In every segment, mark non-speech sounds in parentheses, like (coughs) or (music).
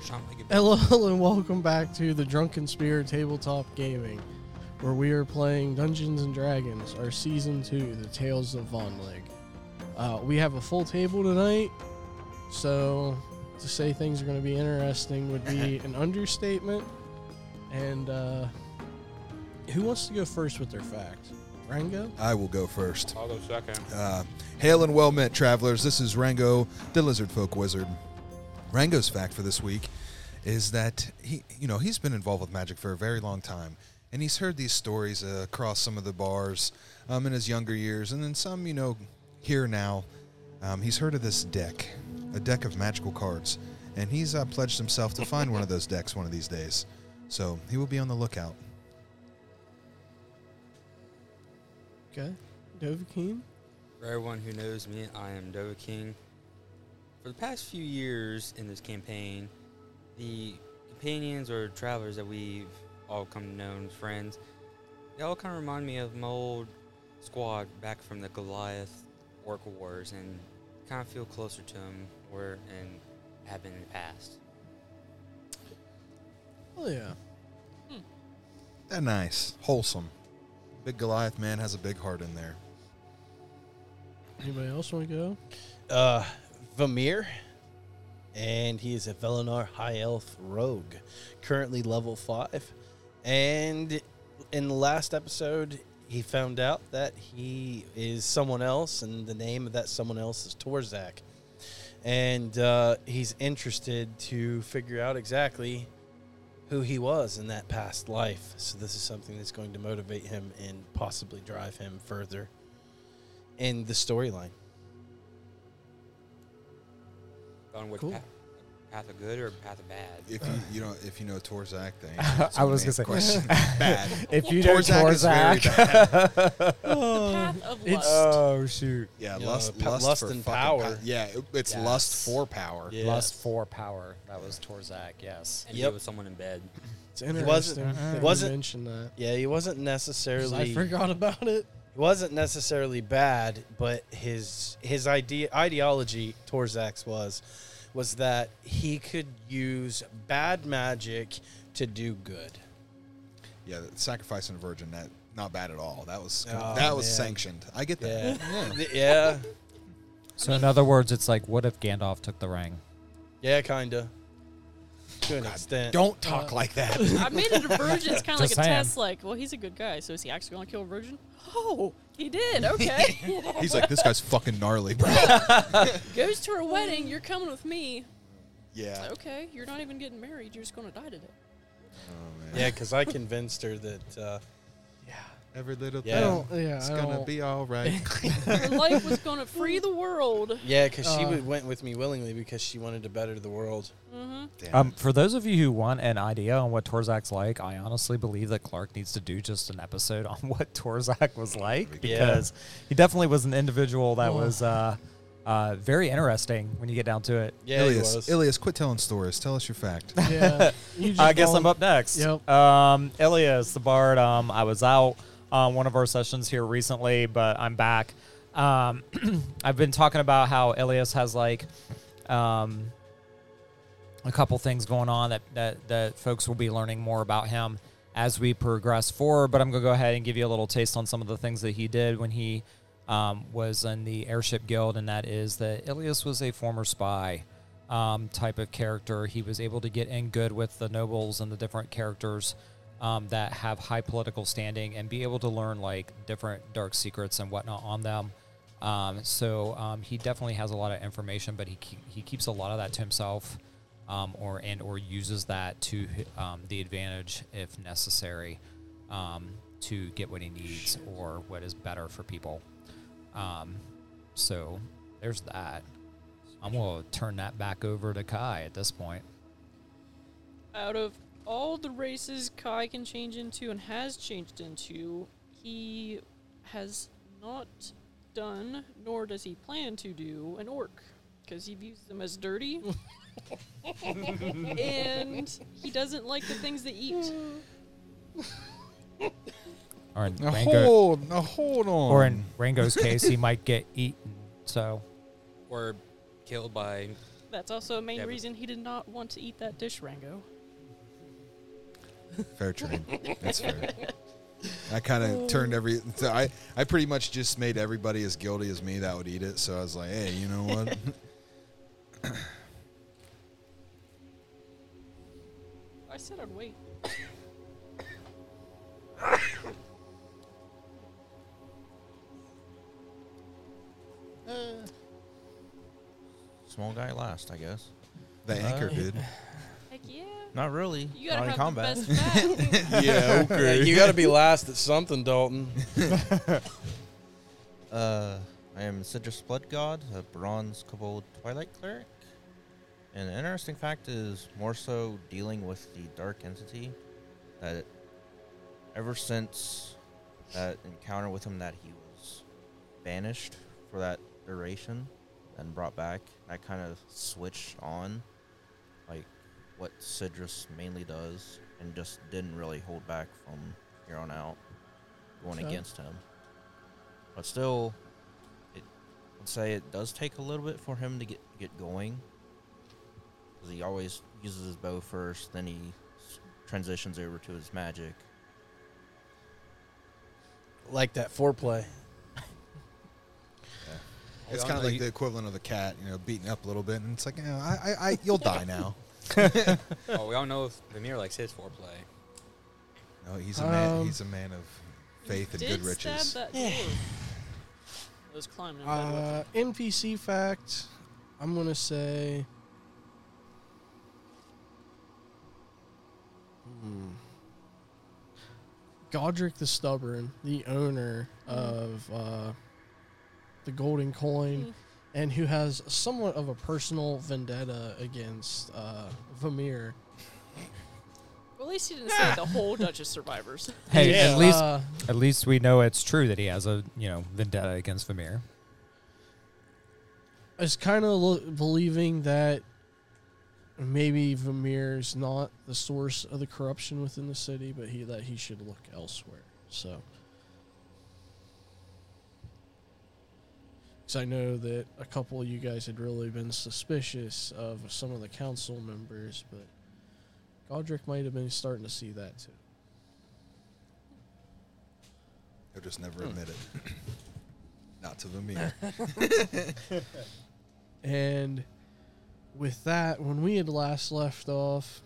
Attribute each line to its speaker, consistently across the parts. Speaker 1: Sean
Speaker 2: Uh,
Speaker 1: Megan.
Speaker 2: Hello (laughs) and welcome back to the Drunken Spear Tabletop Gaming, where we are playing Dungeons and Dragons, our season two, the Tales of Von Leg. Uh, we have a full table tonight, so to say things are going to be interesting would
Speaker 3: (laughs)
Speaker 2: be an understatement. And uh, who wants to go first with their fact? Rango?
Speaker 4: I will go first.
Speaker 1: I'll go second.
Speaker 4: Uh, hail and well met, travelers. This is Rango, the lizard folk wizard. Rango's fact for this week is that he, you know, he's been involved with magic for a very long time, and he's heard these stories uh, across some of the bars um, in his younger years, and then some, you know, here now. Um, he's heard of this deck, a deck of magical cards, and he's uh, pledged himself to find one of those decks one of these days. So he will be on the lookout.
Speaker 2: Okay. Dovahkiin?
Speaker 1: For everyone who knows me, I am Dova King. For the past few years in this campaign, the companions or travelers that we've all come to know and friends, they all kind of remind me of my old squad back from the Goliath Orc Wars and kind of feel closer to them where and have been in the past.
Speaker 2: Oh, yeah.
Speaker 4: They're nice, wholesome. Big Goliath man has a big heart in there.
Speaker 2: Anybody else want to go?
Speaker 3: uh, Vamir, and he is a Velenar High Elf Rogue, currently level five. And in the last episode, he found out that he is someone else, and the name of that someone else is Torzak. And uh, he's interested to figure out exactly who he was in that past life. So this is something that's going to motivate him and possibly drive him further in the storyline.
Speaker 1: On which
Speaker 2: Cool.
Speaker 1: path, path of good or path of bad?
Speaker 4: If you, you know if you know Torzak, then
Speaker 5: (laughs) I was gonna say-
Speaker 4: question bad.
Speaker 5: If (laughs) you know
Speaker 4: Torzak is very
Speaker 5: Torzak, (laughs)
Speaker 6: Path of
Speaker 2: it's-
Speaker 6: lust.
Speaker 5: oh shoot,
Speaker 4: Yeah,
Speaker 3: Yeah,
Speaker 4: lust,
Speaker 3: pa-
Speaker 4: lust,
Speaker 3: lust
Speaker 4: for
Speaker 3: and
Speaker 4: fucking
Speaker 3: power.
Speaker 4: pow- yeah, it- it's
Speaker 5: Yes.
Speaker 4: lust for power.
Speaker 3: Yeah.
Speaker 5: lust for power. That was Torzak. Yes.
Speaker 1: And
Speaker 3: Yep.
Speaker 1: be with someone in bed.
Speaker 2: It's
Speaker 3: wasn't- uh-uh.
Speaker 2: interesting. that you
Speaker 3: wasn't-
Speaker 2: mentioned that.
Speaker 3: Yeah, he wasn't
Speaker 2: 'Cause
Speaker 3: necessarily.
Speaker 2: I forgot about it.
Speaker 3: He wasn't necessarily bad, but his his idea ideology Torzak's was was that he could use bad magic to do
Speaker 2: (laughs)
Speaker 3: good.
Speaker 4: Yeah, that- sacrificing a virgin. That not bad at all. That was
Speaker 3: Oh,
Speaker 4: that was
Speaker 3: man.
Speaker 4: sanctioned. I get
Speaker 3: Yeah,
Speaker 4: that.
Speaker 3: (laughs) Th- yeah,
Speaker 5: So in other words, it's like, what if Gandalf took the ring?
Speaker 3: yeah, kinda. To an extent,
Speaker 4: Don't talk like that.
Speaker 3: (laughs)
Speaker 6: I made it a virgin.
Speaker 5: (laughs)
Speaker 6: It's kind of like a
Speaker 5: Just saying.
Speaker 6: test. Like, well, he's a good guy, so is he actually going to kill a virgin? Oh, he
Speaker 5: (laughs)
Speaker 6: did. Okay.
Speaker 4: He's like, this guy's fucking gnarly,
Speaker 3: (laughs)
Speaker 4: bro.
Speaker 6: Goes to her wedding. You're coming with me.
Speaker 4: yeah.
Speaker 6: Okay. You're not even getting married. You're just going to die today.
Speaker 3: Yeah, because I convinced her that uh,
Speaker 4: Every little
Speaker 3: Yeah.
Speaker 2: I
Speaker 4: thing.
Speaker 2: don't, yeah,
Speaker 4: It's
Speaker 2: I
Speaker 4: gonna
Speaker 2: don't-
Speaker 4: be all right.
Speaker 6: Her life was going to free the world.
Speaker 3: yeah, because she
Speaker 2: Uh,
Speaker 3: would, went with me willingly because she wanted to better the world.
Speaker 6: Mm-hmm.
Speaker 4: Damn
Speaker 5: Um,
Speaker 4: it.
Speaker 5: for those of you who want an idea on what Torzak's like, I honestly believe that Clark needs to do just an episode (laughs) on what Torzak was like
Speaker 3: Yeah.
Speaker 5: because he definitely was an individual that
Speaker 2: Oh.
Speaker 5: was uh, uh, very interesting when you get down to it.
Speaker 3: (laughs) Yeah, he
Speaker 4: Ilias,
Speaker 3: was.
Speaker 4: Ilias, quit telling stories. Tell us your fact.
Speaker 2: (laughs) Yeah. You just
Speaker 5: I guess
Speaker 2: don't-
Speaker 5: I'm up next.
Speaker 2: Yep.
Speaker 5: Um, Elias, the bard. Um, I was out on one of our sessions here recently, but I'm back. Um, (clears throat) I've been talking about how Elias has like um, a couple things going on that, that that folks will be learning more about him as we progress forward. But I'm gonna go ahead and give you a little taste on some of the things that he did when he um, was in the airship guild, and that is that Ilias was a former spy um, type of character. He was able to get in good with the nobles and the different characters um, that have high political standing and be able to learn like different dark secrets and whatnot on them. Um, so um, he definitely has a lot of information, but he ke- he keeps a lot of that to himself, um, or and or uses that to um, the advantage if necessary, um, to get what he needs or what is better for people. Um, so there's that. I'm gonna turn that back over to Kai at this point.
Speaker 6: out of all the races Kai can change into and has changed into, he has not done, nor does he plan to do, an orc. Because he views them as dirty. and he doesn't like the things they eat.
Speaker 5: Or in
Speaker 4: Now
Speaker 5: Rango,
Speaker 4: hold, now hold on. (laughs)
Speaker 5: or in Rango's case, he might get eaten. So
Speaker 1: Or killed by
Speaker 6: That's also a main
Speaker 1: Yeah, but-
Speaker 6: reason he did not want to eat that dish, Rango.
Speaker 4: Fair trade. That's fair. (laughs) I kind of turned every. So I I pretty much just made everybody as guilty as me that would eat it. So I was like, hey, you know (laughs) what?
Speaker 6: I said I'd wait.
Speaker 7: Small guy last, I guess.
Speaker 4: the anchor, dude.
Speaker 6: Heck yeah.
Speaker 7: Not really.
Speaker 6: You gotta
Speaker 7: Not in
Speaker 6: have
Speaker 7: combat.
Speaker 6: the best back.
Speaker 4: yeah.
Speaker 3: Yeah, you got to be last at something, Dalton.
Speaker 7: Uh, I am Citrus Blood God, a Bronze Kobold Twilight Cleric. And an interesting fact is more so dealing with the dark entity that it- ever since that encounter with him that he was banished for that duration and brought back, that kind of switched on like what Sidrus mainly does and just didn't really hold back from here on out going
Speaker 2: Okay.
Speaker 7: against him. But still, it would say it does take a little bit for him to get get going. 'Cause he always uses his bow first, then he s- transitions over to his magic.
Speaker 3: Like that foreplay.
Speaker 4: It's kind of like the equivalent of the cat, you know, beaten up a little bit, and it's like, yeah, I, I, I you'll die (laughs) now.
Speaker 1: oh, we all know if Vamir likes his foreplay.
Speaker 4: No, he's a man.
Speaker 2: Um,
Speaker 4: he's a man of (laughs) faith and
Speaker 6: Did
Speaker 4: good
Speaker 6: stab
Speaker 4: riches.
Speaker 6: that
Speaker 3: Yeah.
Speaker 6: dwarf. It was climbing.
Speaker 2: Uh,
Speaker 6: Uh,
Speaker 2: NPC fact. I'm gonna say. Hmm. Godric the Stubborn, the owner of uh, the Golden Coin,
Speaker 6: Mm.
Speaker 2: and who has somewhat of a personal vendetta against uh, Vamir.
Speaker 6: well, at least he didn't say the whole Duchess survivors.
Speaker 5: Hey,
Speaker 3: Yeah.
Speaker 5: at least
Speaker 2: Uh,
Speaker 5: at least we know it's true that he has a you know vendetta against Vamir.
Speaker 2: is kind of lo- believing that maybe Vamir's not the source of the corruption within the city, but he that he should look elsewhere. So, because I know that a couple of you guys had really been suspicious of some of the council members, but Godric might have been starting to see that too.
Speaker 4: He'll just never admit (laughs) it. Not to (laughs) Vamir.
Speaker 2: And with that, when we had last left off,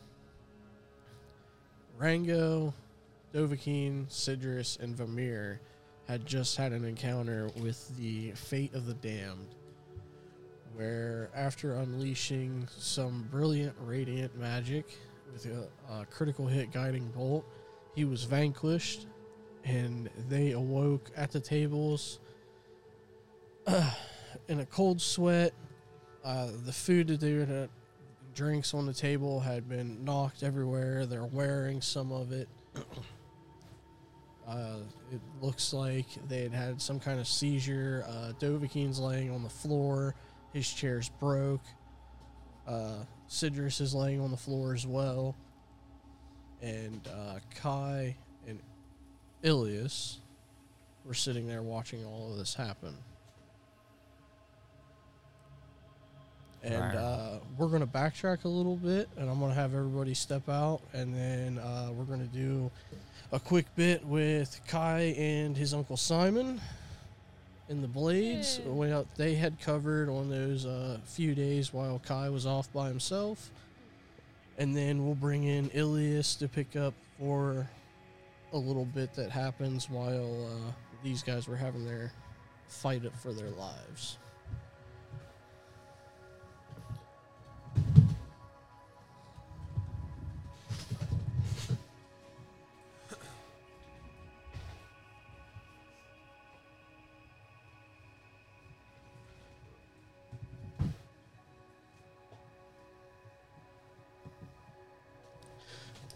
Speaker 2: Rango, Dovahkiin, Sidrus, and Vamir had just had an encounter with the fate of the damned, where after unleashing some brilliant radiant magic with a, a critical hit guiding bolt, he was vanquished, and they awoke at the tables uh, in a cold sweat. Uh, the food that they were to, drinks on the table had been knocked everywhere. They're wearing some of it. Uh, it looks like they had had some kind of seizure. Uh, Dovahkiin's laying on the floor. His chair's broke. Uh, Sidrus is laying on the floor as well. And uh, Kai and Ilias were sitting there watching all of this happen. And
Speaker 5: Right.
Speaker 2: uh, we're going to backtrack a little bit, and I'm going to have everybody step out, and then uh, we're going to do a quick bit with Kai and his uncle Simon in the Blades.
Speaker 6: Yay.
Speaker 2: When, uh, they had covered on those uh, few days while Kai was off by himself. And then we'll bring in Ilias to pick up for a little bit that happens while uh, these guys were having their fight it for their lives.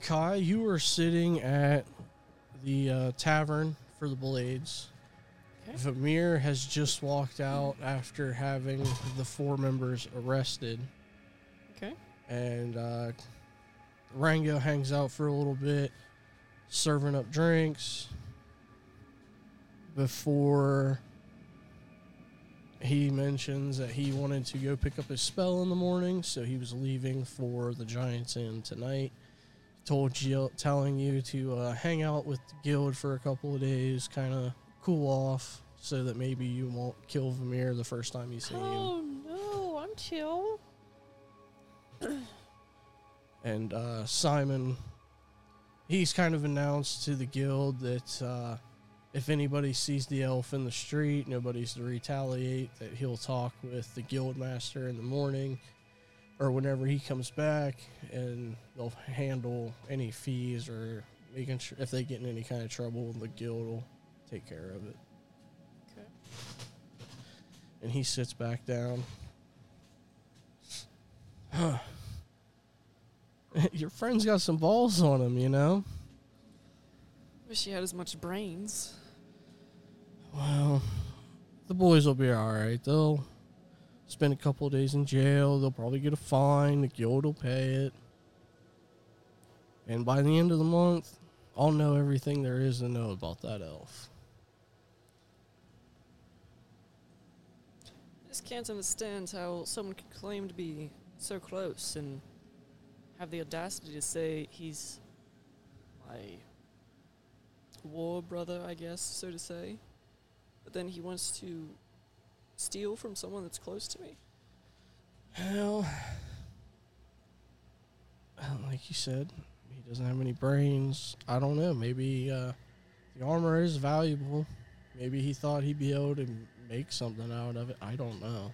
Speaker 2: Kai, you were sitting at the uh, tavern for the Blades.
Speaker 6: Okay.
Speaker 2: Vamir has just walked out after having the four members arrested.
Speaker 6: Okay.
Speaker 2: And uh, Rango hangs out for a little bit, serving up drinks before he mentions that he wanted to go pick up his spell in the morning, so he was leaving for the Giants Inn tonight. Told Jill, telling you to uh, hang out with the guild for a couple of days, kind of cool off, so that maybe you won't kill Vamir the first time you see him.
Speaker 6: Oh no, I'm chill.
Speaker 2: And uh, Simon, he's kind of announced to the guild that uh, if anybody sees the elf in the street, nobody's to retaliate, that he'll talk with the guild master in the morning or whenever he comes back, and they'll handle any fees or making sure if they get in any kind of trouble, the guild will take care of it.
Speaker 6: Okay.
Speaker 2: And he sits back down. (sighs) Your friend's got some balls on him, you know?
Speaker 6: Wish he had as much brains.
Speaker 2: Well, the boys will be all right. They'll spend a couple of days in jail. They'll probably get a fine. The guild will pay it. And by the end of the month, I'll know everything there is to know about that elf.
Speaker 6: I just can't understand how someone could claim to be so close and have the audacity to say he's my war brother, I guess, so to say. But then he wants to steal from someone that's close to me.
Speaker 2: Well, like you said, he doesn't have any brains. I don't know. Maybe uh, the armor is valuable. Maybe he thought he'd be able to make something out of it. I don't know.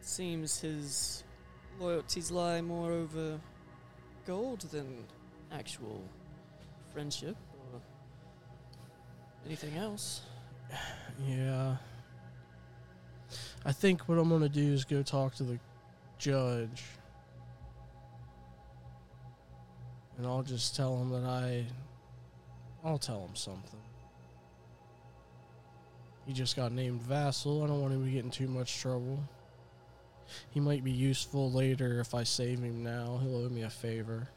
Speaker 6: It seems his loyalties lie more over gold than actual friendship or anything else.
Speaker 2: Yeah. I think what I'm going to do is go talk to the judge. And I'll just tell him that I. I'll tell him something. He just got named Vassal. I don't want him to get in too much trouble. He might be useful later if I save him now. He'll owe me a favor.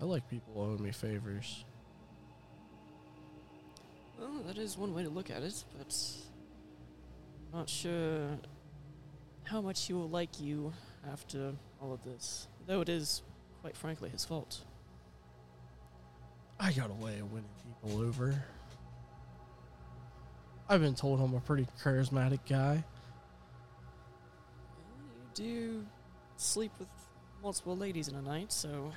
Speaker 2: I like people owing me favors.
Speaker 6: Well, that is one way to look at it, but not sure how much he will like you after all of this. Though it is, quite frankly, his fault.
Speaker 2: I got a way of winning people over. I've been told I'm a pretty charismatic guy.
Speaker 6: You do sleep with multiple ladies in a night, so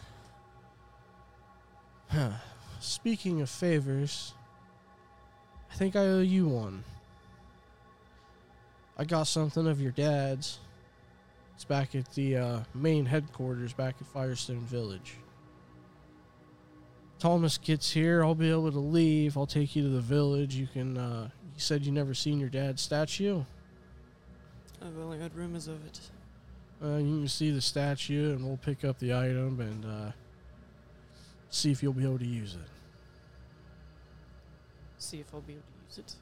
Speaker 2: Huh. Speaking of favors, I think I owe you one. I got something of your dad's. It's back at the uh, main headquarters, back at Firestone Village. Thomas gets here. I'll be able to leave. I'll take you to the village. You can. Uh, you said you never seen your dad's statue.
Speaker 6: I've only heard rumors of it.
Speaker 2: Uh, you can see the statue, and we'll pick up the item and uh, see if you'll be able to use it.
Speaker 6: See if I'll be able to use it.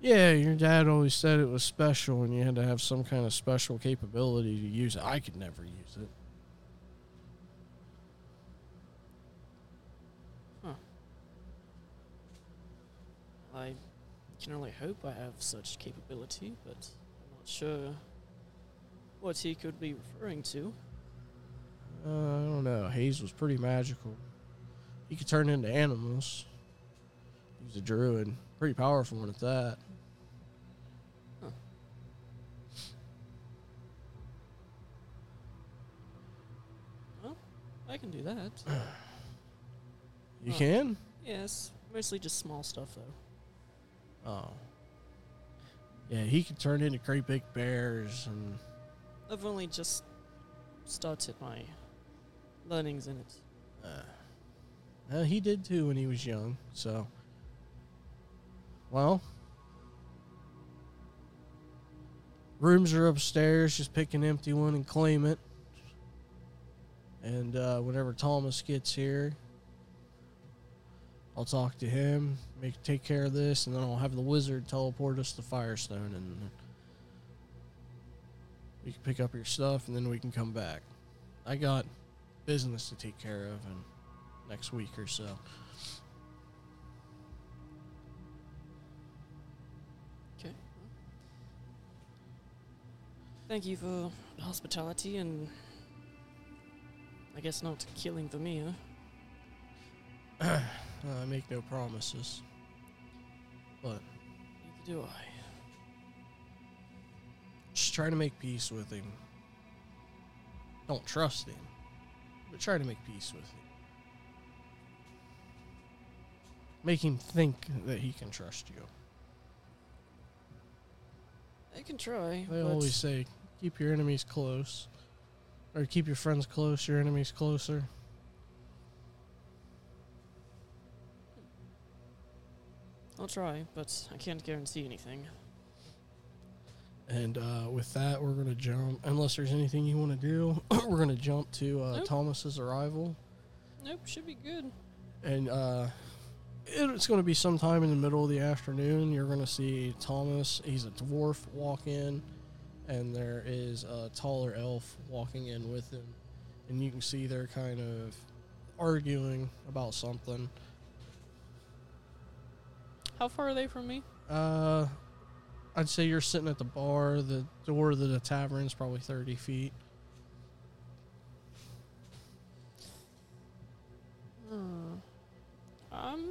Speaker 2: Yeah, your dad always said it was special and you had to have some kind of special capability to use it. I could never use it.
Speaker 6: I can only hope I have such capability, but I'm not sure what he could be referring to.
Speaker 2: Uh, I don't know. Hayes was pretty magical. He could turn into animals. He was a druid. Pretty powerful one at that.
Speaker 6: Huh. Well, I can do that.
Speaker 2: You
Speaker 6: Huh.
Speaker 2: can?
Speaker 6: yes, mostly just small stuff though.
Speaker 2: Oh. Yeah, he could turn into great big bears and
Speaker 6: I've only just started my learnings in it.
Speaker 2: Uh, uh, he did too when he was young. So, well, rooms are upstairs. Just pick an empty one and claim it. And uh, whenever Thomas gets here, I'll talk to him, make take care of this, and then I'll have the wizard teleport us to Firestone, and we can pick up your stuff, and then we can come back. I got business to take care of in next week or so.
Speaker 6: Thank you for hospitality and I guess not killing for me, huh?
Speaker 2: Uh, I make no promises. But
Speaker 6: Neither do I.
Speaker 2: just try to make peace with him. Don't trust him, but try to make peace with him. Make him think that he can trust you.
Speaker 6: I can try.
Speaker 2: They
Speaker 6: but
Speaker 2: always say, keep your enemies close, or keep your friends close, your enemies closer.
Speaker 6: I'll try, but I can't guarantee anything.
Speaker 2: And uh, with that, we're going to jump, unless there's anything you want to do, (clears throat) we're going to jump to uh,
Speaker 6: Nope.
Speaker 2: Thomas's arrival.
Speaker 6: Nope, should be good.
Speaker 2: And uh, it- it's going to be sometime in the middle of the afternoon. You're going to see Thomas, he's a dwarf, walk in, and there is a taller elf walking in with him. And you can see they're kind of arguing about something.
Speaker 6: How far are they from me?
Speaker 2: Uh, I'd say you're sitting at the bar. The door to the tavern's probably 30 feet.
Speaker 6: Hmm. I'm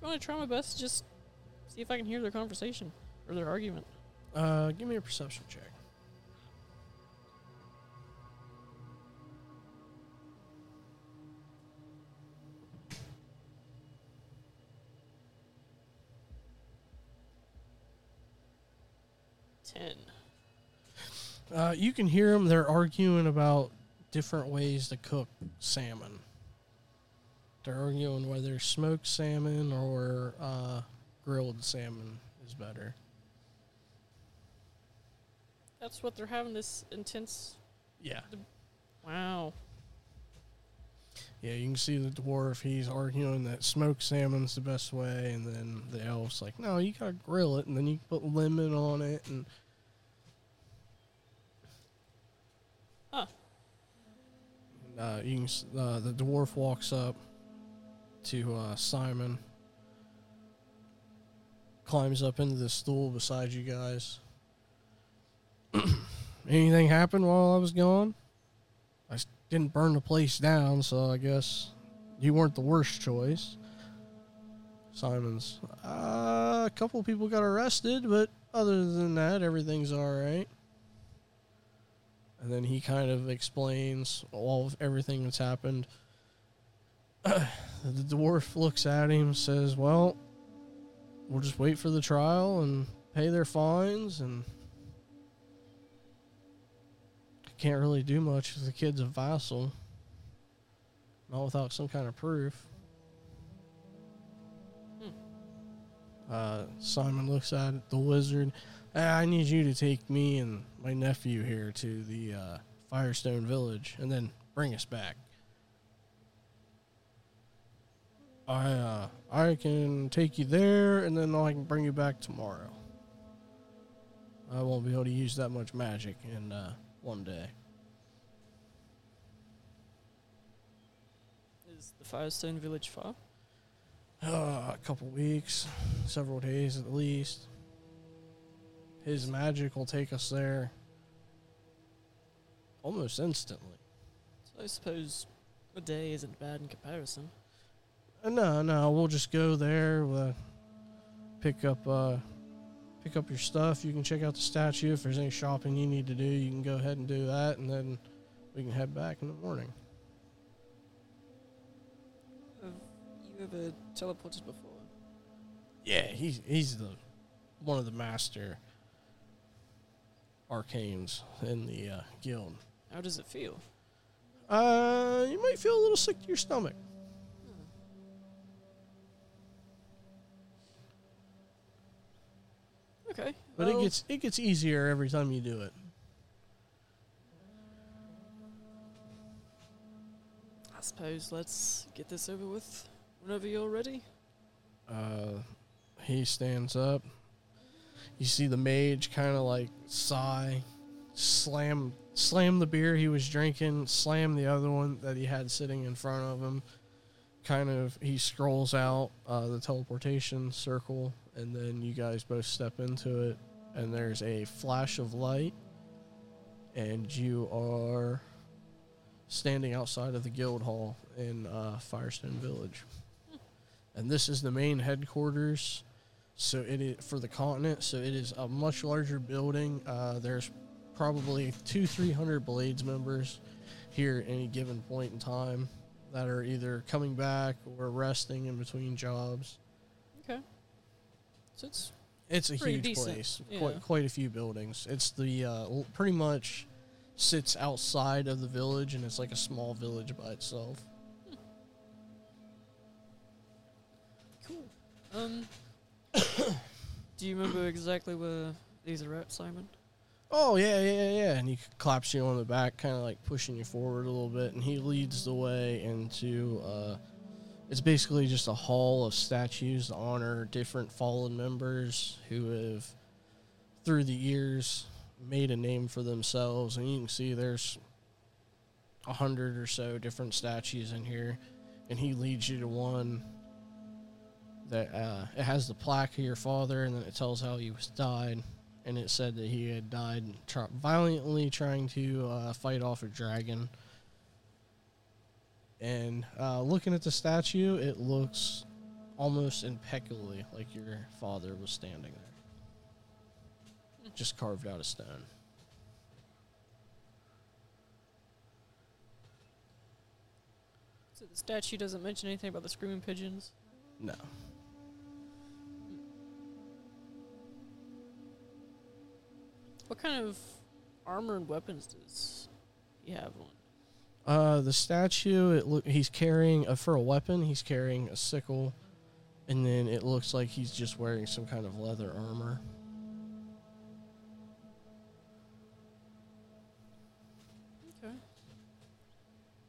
Speaker 6: gonna try my best to just see if I can hear their conversation or their argument.
Speaker 2: Uh, give me a perception check.
Speaker 6: Ten.
Speaker 2: Uh, you can hear them. They're arguing about different ways to cook salmon. They're arguing whether smoked salmon or uh, grilled salmon is better.
Speaker 6: That's what they're having this intense.
Speaker 2: Yeah.
Speaker 6: Wow.
Speaker 2: Yeah, you can see the dwarf. He's arguing that smoked salmon's the best way, and then the elf's like, "No, you gotta grill it, and then you can put lemon on it." And
Speaker 6: Huh.
Speaker 2: uh, you can, s- uh, the dwarf walks up to uh, Simon, climbs up into the stool beside you guys. (clears throat) Anything happened while I was gone? I s- didn't burn the place down, so I guess you weren't the worst choice. Simon's. Uh, a couple people got arrested, but other than that, everything's all right. And then he kind of explains all of everything that's happened. (clears throat) the dwarf looks at him, says, "Well, we'll just wait for the trial and pay their fines, and I can't really do much 'cause the kid's a vassal, not without some kind of proof." Uh, Simon looks at the wizard. "Ah, I need you to take me and my nephew here to the uh, Firestone Village and then bring us back. I uh, I can take you there and then I can bring you back tomorrow. I won't be able to use that much magic in uh, one day.
Speaker 6: Is the Firestone village far?
Speaker 2: Uh, a couple weeks, several days at least. His magic will take us there almost instantly.
Speaker 6: So I suppose a day isn't bad in comparison.
Speaker 2: Uh, No, no, we'll just go there. We'll pick up, uh, pick up your stuff. You can check out the statue. If there's any shopping you need to do, you can go ahead and do that, and then we can head back in the morning.
Speaker 6: Have you ever teleported before?
Speaker 2: Yeah, he's he's the one of the master arcanes in the uh, guild.
Speaker 6: How does it feel?
Speaker 2: Uh, you might feel a little sick to your stomach.
Speaker 6: Okay.
Speaker 2: But
Speaker 6: well,
Speaker 2: it gets it gets easier every time you do it.
Speaker 6: I suppose let's get this over with whenever you're ready.
Speaker 2: Uh, he stands up. You see the mage kind of like sigh, slam slam the beer he was drinking, slam the other one that he had sitting in front of him. Kind of he scrolls out uh, the teleportation circle, and then you guys both step into it, and there's a flash of light, and you are standing outside of the guild hall in uh, Firestone Village. And this is the main headquarters. So it is for the continent. So it is a much larger building. Uh, there's probably two, three hundred Blades members here at any given point in time that are either coming back or resting in between jobs.
Speaker 6: Okay. So it's
Speaker 2: It's a
Speaker 6: Pretty
Speaker 2: huge
Speaker 6: decent,
Speaker 2: place.
Speaker 6: yeah.
Speaker 2: Quite, quite a few buildings. It's the uh, l- pretty much sits outside of the village, and it's like a small village by itself.
Speaker 6: cool. Um, (coughs) do you remember exactly where these are at, Simon?
Speaker 2: Oh yeah, yeah, yeah. And he claps you on the back, kind of like pushing you forward a little bit, and he leads the way into. Uh, it's basically just a hall of statues to honor different fallen members who have, through the years, made a name for themselves. And you can see there's a hundred or so different statues in here, and he leads you to one that uh, it has the plaque of your father, and then it tells how he was died and it said that he had died tr- violently trying to uh, fight off a dragon. And uh, looking at the statue, it looks almost impeccably like your father was standing there, just carved out of stone.
Speaker 6: So the statue doesn't mention anything about the screaming pigeons.
Speaker 2: No.
Speaker 6: What kind of armor and weapons does he have on?
Speaker 2: Uh, the statue, it look he's carrying a, for a weapon. He's carrying a sickle, and then it looks like he's just wearing some kind of leather armor.
Speaker 6: Okay.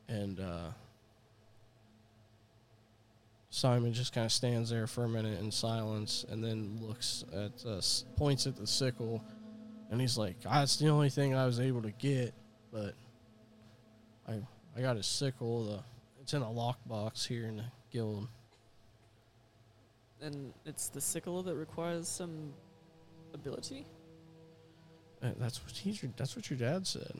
Speaker 2: and uh, Simon just kind of stands there for a minute in silence, and then looks at uh, s- points at the sickle, and he's like, "That's the only thing I was able to get, but I I got a sickle. The, it's in a lockbox here in the guild.
Speaker 6: And it's the sickle that requires some ability.
Speaker 2: Uh, That's what he's. That's what your dad said.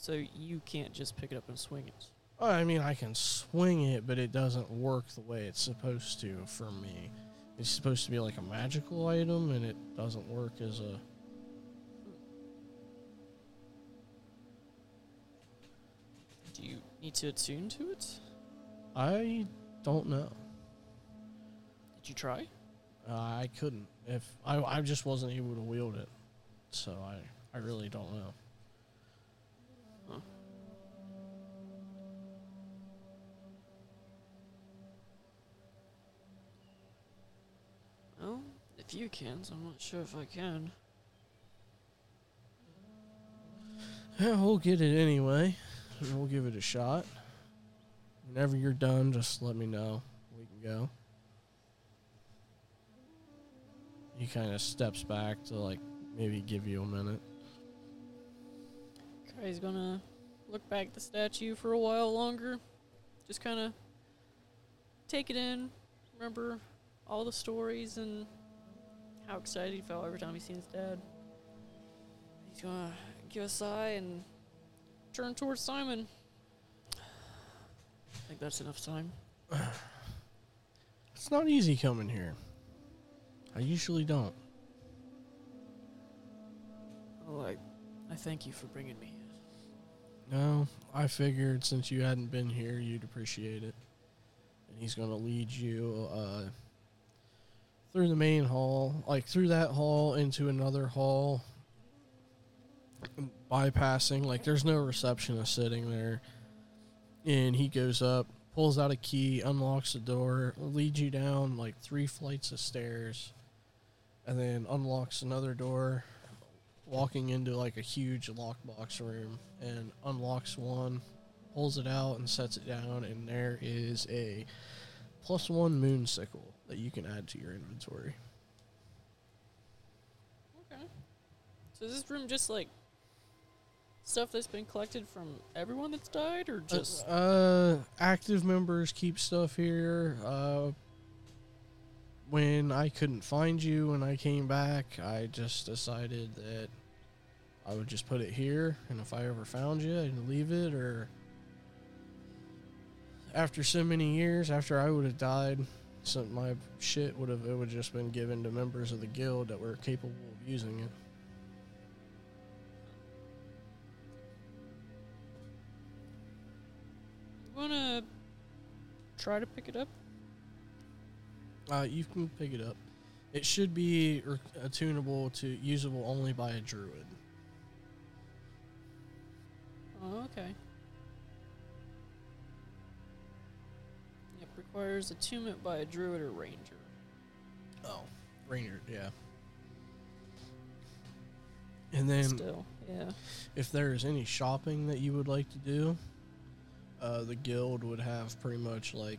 Speaker 6: So you can't just pick it up and swing it.
Speaker 2: Oh, I mean, I can swing it, but it doesn't work the way it's supposed to for me. It's supposed to be like a magical item, and it doesn't work as a.
Speaker 6: Do you need to attune to it?
Speaker 2: I don't know.
Speaker 6: Did you try?
Speaker 2: Uh, I couldn't. If I, I just wasn't able to wield it, so I, I really don't know.
Speaker 6: Well, if you can, so I'm not sure if I can.
Speaker 2: Yeah, we'll get it anyway. and We'll give it a shot. Whenever you're done, just let me know. We can go. He kind of steps back to like maybe give you a minute.
Speaker 6: Kai's gonna look back at the statue for a while longer. Just kind of take it in, remember all the stories and how excited he felt every time he seen his dad. He's gonna give a sigh and turn towards Simon. I think that's enough time.
Speaker 2: It's not easy coming here. I usually don't.
Speaker 6: Well, I, I thank you for bringing me here.
Speaker 2: No, I figured since you hadn't been here, you'd appreciate it. And he's going to lead you uh, through the main hall, like through that hall into another hall, bypassing. Like there's no receptionist sitting there. And he goes up, pulls out a key, unlocks the door, leads you down like three flights of stairs, and then unlocks another door walking into like a huge lockbox room and unlocks one, pulls it out and sets it down, and there is a plus one moon sickle that you can add to your inventory.
Speaker 6: Okay. So is this room just like stuff that's been collected from everyone that's died, or just
Speaker 2: uh, active members keep stuff here. Uh, when I couldn't find you and I came back, I just decided that I would just put it here, and if I ever found you, I'd leave it. Or after so many years, after I would have died, some my shit would have it would just been given to members of the guild that were capable of using it.
Speaker 6: You wanna try to pick it up?
Speaker 2: Uh, you can pick it up. It should be re- attunable to usable only by a druid.
Speaker 6: Oh, okay. Yep, requires attunement by a druid or ranger.
Speaker 2: Oh, ranger, yeah. And then
Speaker 6: Still, yeah.
Speaker 2: if there is any shopping that you would like to do, uh, the guild would have pretty much like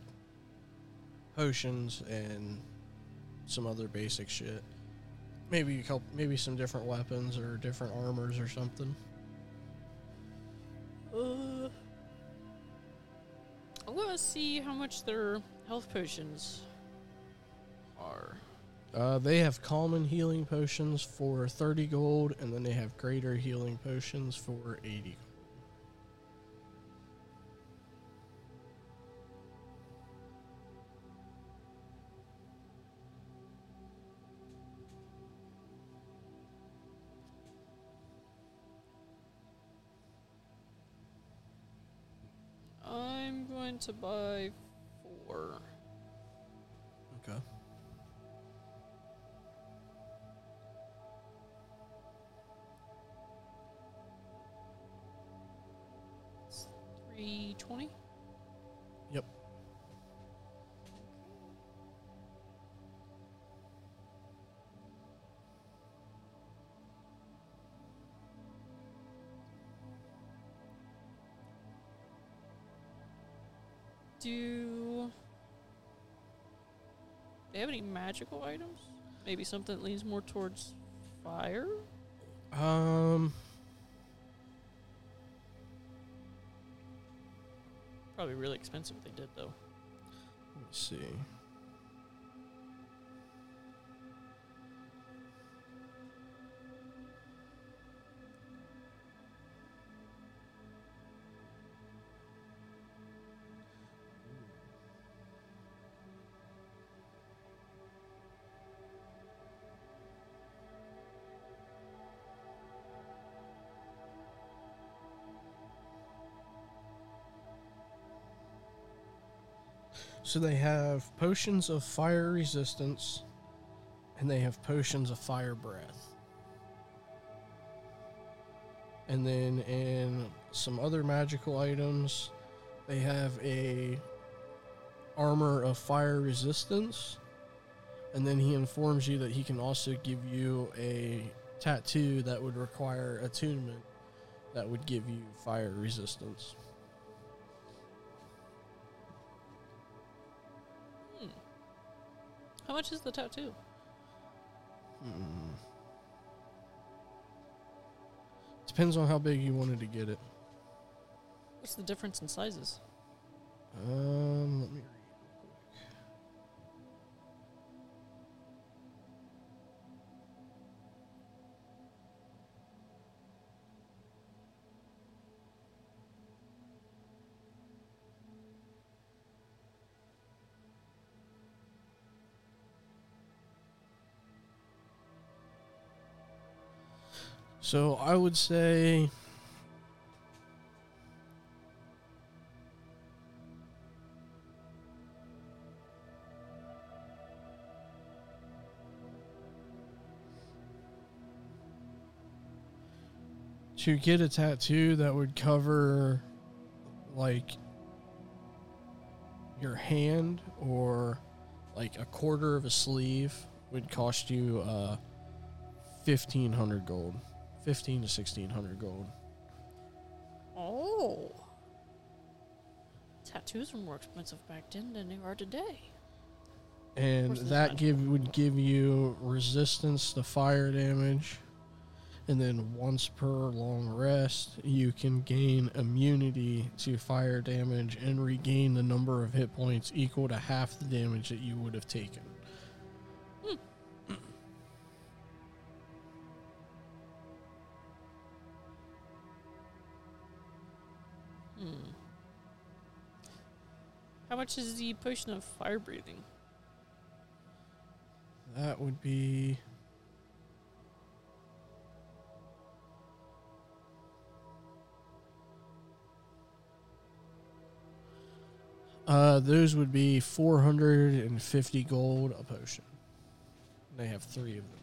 Speaker 2: potions and some other basic shit. Maybe a couple, maybe some different weapons or different armors or something.
Speaker 6: Uh, I'm gonna see how much their health potions are.
Speaker 2: Uh, they have common healing potions for 30 gold, and then they have greater healing potions for 80 gold.
Speaker 6: I'm going to buy four.
Speaker 2: Okay.
Speaker 6: Three twenty.
Speaker 2: Yep.
Speaker 6: Do they have any magical items? Maybe something that leans more towards fire?
Speaker 2: Um,
Speaker 6: Probably really expensive if they did though.
Speaker 2: let's see. So they have potions of fire resistance, and they have potions of fire breath. And then in some other magical items, they have a armor of fire resistance. And then he informs you that he can also give you a tattoo that would require attunement that would give you fire resistance.
Speaker 6: Hmm. How much is the tattoo?
Speaker 2: Mm. Depends on how big you wanted to get it.
Speaker 6: What's the difference in sizes?
Speaker 2: Um, let me read. So I would say to get a tattoo that would cover like your hand or like a quarter of a sleeve would cost you uh 1500 gold 15 to 1600 gold
Speaker 6: Oh. Tattoos were more expensive back then than they are today.
Speaker 2: and
Speaker 6: course, there's
Speaker 2: that
Speaker 6: not-
Speaker 2: give would give you resistance to fire damage and then once per long rest you can gain immunity to fire damage and regain the number of hit points equal to half the damage that you would have taken
Speaker 6: Hmm. How much is the potion of fire breathing?
Speaker 2: That would be. Uh, those would be 450 gold a potion. They have three of them.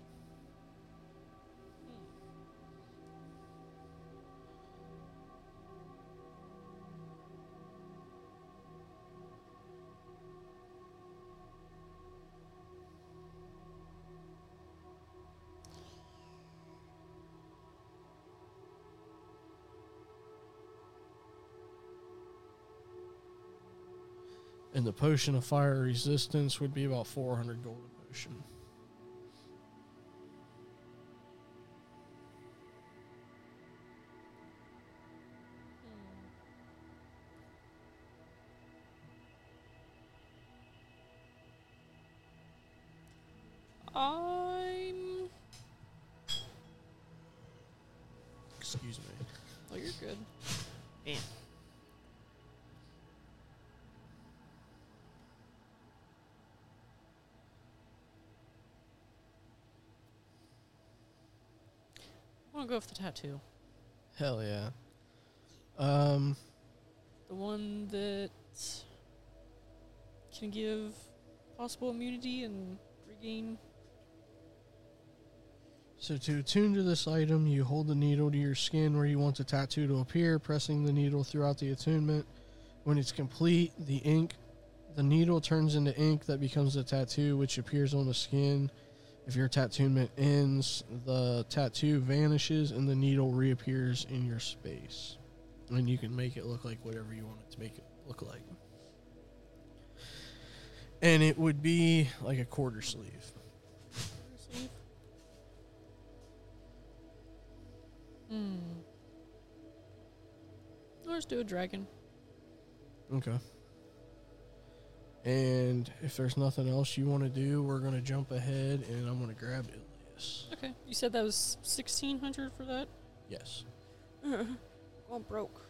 Speaker 2: And the potion of fire resistance would be about 400 gold a potion.
Speaker 6: I'm.
Speaker 2: Excuse me.
Speaker 6: Oh, you're good. I want to go with the tattoo.
Speaker 2: Hell yeah. Um,
Speaker 6: The one that can give possible immunity and regain.
Speaker 2: So to attune to this item, you hold the needle to your skin where you want the tattoo to appear, pressing the needle throughout the attunement. When it's complete, the ink, the needle turns into ink that becomes the tattoo, which appears on the skin. If your tattooment ends, the tattoo vanishes and the needle reappears in your space. And you can make it look like whatever you want it to make it look like. And it would be like a quarter sleeve.
Speaker 6: sleeve. Hmm. Let's do a dragon.
Speaker 2: Okay. And if there's nothing else you want to do, we're going to jump ahead and I'm going to grab Ilias.
Speaker 6: Okay. You said that was 1600 for that?
Speaker 2: Yes.
Speaker 6: (laughs) Well, broke.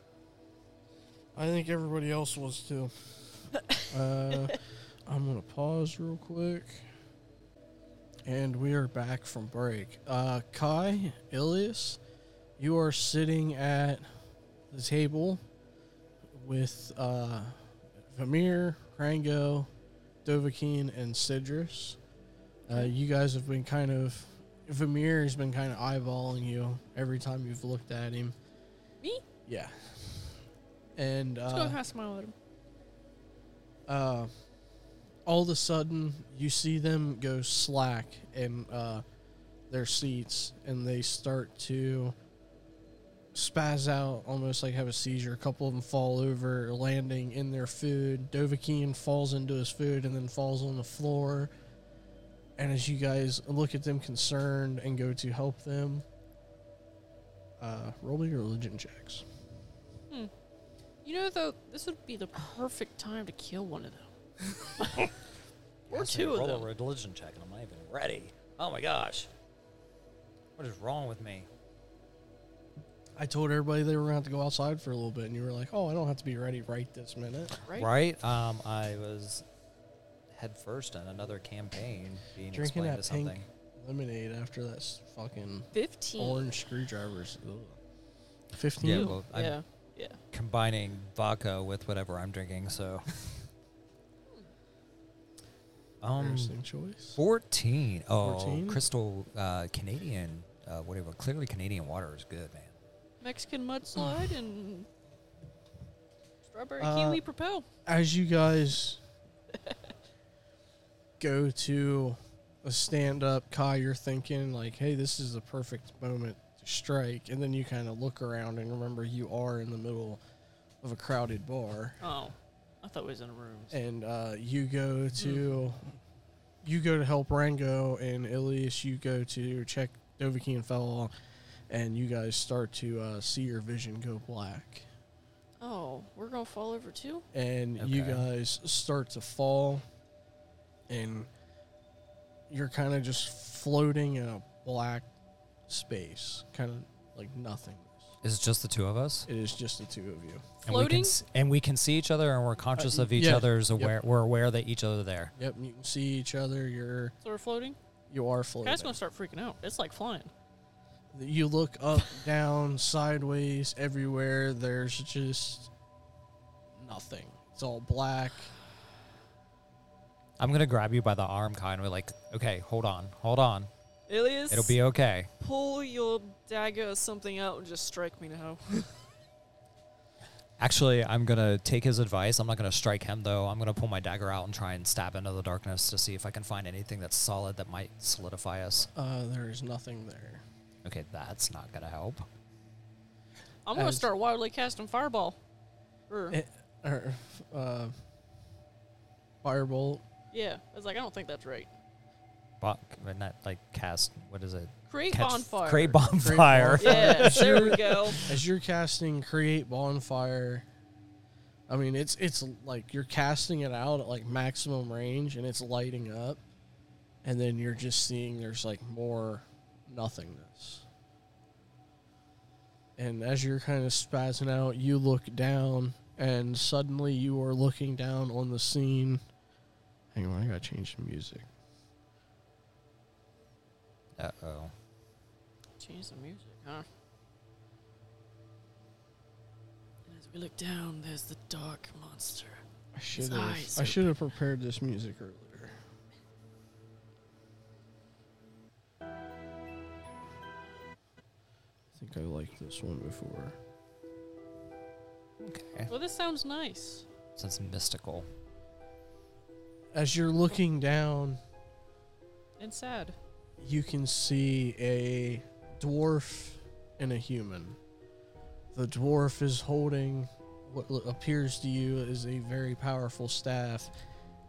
Speaker 2: I think everybody else was too. uh, I'm going to pause real quick. And we are back from break. Uh, Kai, Ilias, you are sitting at the table with uh, Vamir, Rango, Dovahkiin, and Sidrus. Uh, you guys have been kind of. Vamir has been kind of eyeballing you every time you've looked at him.
Speaker 6: Me?
Speaker 2: Yeah. And
Speaker 6: Let's go
Speaker 2: uh,
Speaker 6: and smile at him.
Speaker 2: uh, all of a sudden you see them go slack in uh, their seats and they start to spaz out almost like have a seizure a couple of them fall over landing in their food Dovahkiin falls into his food and then falls on the floor and as you guys look at them concerned and go to help them uh, roll me your religion checks
Speaker 6: You know, though, this would be the perfect time to kill one of them. (laughs) or
Speaker 5: Actually,
Speaker 6: two of
Speaker 5: roll
Speaker 6: them.
Speaker 5: a religion check, and I'm not even ready. Oh my gosh, what is wrong with me?
Speaker 2: I told everybody they were going to have to go outside for a little bit and you were like oh I don't have to be ready right this minute
Speaker 6: Right?
Speaker 5: Right? Um, I was head first in another campaign being
Speaker 2: Drinking
Speaker 5: explained
Speaker 2: that
Speaker 5: to
Speaker 2: pink
Speaker 5: something.
Speaker 2: lemonade after that s- fucking
Speaker 6: 15.
Speaker 2: orange screwdrivers. Ugh. Fifteen.
Speaker 5: Yeah, well, I'm
Speaker 6: yeah. Yeah.
Speaker 5: combining vodka with whatever I'm
Speaker 2: (laughs)
Speaker 5: drinking, so. um,
Speaker 2: Interesting choice.
Speaker 5: 14. Oh,
Speaker 2: 14?
Speaker 5: crystal uh, Canadian, uh, whatever. Clearly, Canadian water is good, man.
Speaker 6: Mexican mudslide and strawberry
Speaker 2: Uh,
Speaker 6: kiwi propel.
Speaker 2: As you guys go to a stand up, Kai, you're thinking like, "Hey, this is the perfect moment to strike," and then you kind of look around and remember you are in the middle of a crowded bar.
Speaker 6: Oh. I thought it was in rooms.
Speaker 2: and uh, you go to you go to help Rango and Ilias. You go to check Dovahkiin and Fella, and you guys start to uh, see your vision go black.
Speaker 6: Oh, we're going to fall over too?
Speaker 2: And you
Speaker 5: Okay.
Speaker 2: guys start to fall, and you're kind of just floating in a black space, kind of like nothingness.
Speaker 5: Is it just the two of us?
Speaker 2: It is just the two of you.
Speaker 5: And we, can,
Speaker 6: Floating?
Speaker 5: s- and we can see each other and we're conscious
Speaker 2: y-
Speaker 5: of each
Speaker 2: yeah,
Speaker 5: other's
Speaker 2: yep.
Speaker 5: aware. We're aware that each other there.
Speaker 2: Yep, and you can see each other. You're
Speaker 6: So we're floating.
Speaker 2: you are
Speaker 6: I
Speaker 2: floating.
Speaker 6: Guys, gonna start freaking out. It's like flying.
Speaker 2: You look up, (laughs) down, sideways, everywhere. There's just nothing. It's all black.
Speaker 5: I'm going to grab you by the arm, Kai, and be like, okay, hold on, hold on.
Speaker 6: Ilias,
Speaker 5: It'll be okay.
Speaker 6: pull your dagger or something out and just strike me now.
Speaker 5: Actually, I'm going to take his advice. I'm not going to strike him, though. I'm going to pull my dagger out and try and stab into the darkness to see if I can find anything that's solid that might solidify us.
Speaker 2: Uh, there is nothing there.
Speaker 5: Okay, that's not going to help.
Speaker 6: I'm gonna
Speaker 2: As-
Speaker 6: start wildly casting fireball. Er,
Speaker 2: Eh, Or, uh, firebolt.
Speaker 6: yeah, I was like, I don't think that's right.
Speaker 5: But, but not like cast, what is it?
Speaker 6: Create
Speaker 5: Catch-
Speaker 6: bonfire.
Speaker 5: Create bonfire.
Speaker 6: Yeah, there we go.
Speaker 2: As you're casting, create bonfire. I mean, it's it's like you're casting it out at like maximum range, and it's lighting up, and then you're just seeing there's like more nothingness. And as you're kind of spazzing out, you look down, and suddenly you are looking down on the scene. Hang on, I gotta change the music.
Speaker 5: Uh oh.
Speaker 6: Change the music, huh? And as we look down, there's the dark monster.
Speaker 2: I should have.
Speaker 6: eyes
Speaker 2: I should have prepared this music earlier. I think I liked this one before.
Speaker 5: Okay.
Speaker 6: Well, this sounds nice.
Speaker 5: So it's mystical.
Speaker 2: As you're looking down,
Speaker 6: And sad.
Speaker 2: you can see a dwarf and a human. The dwarf is holding what lo- appears to you is a very powerful staff.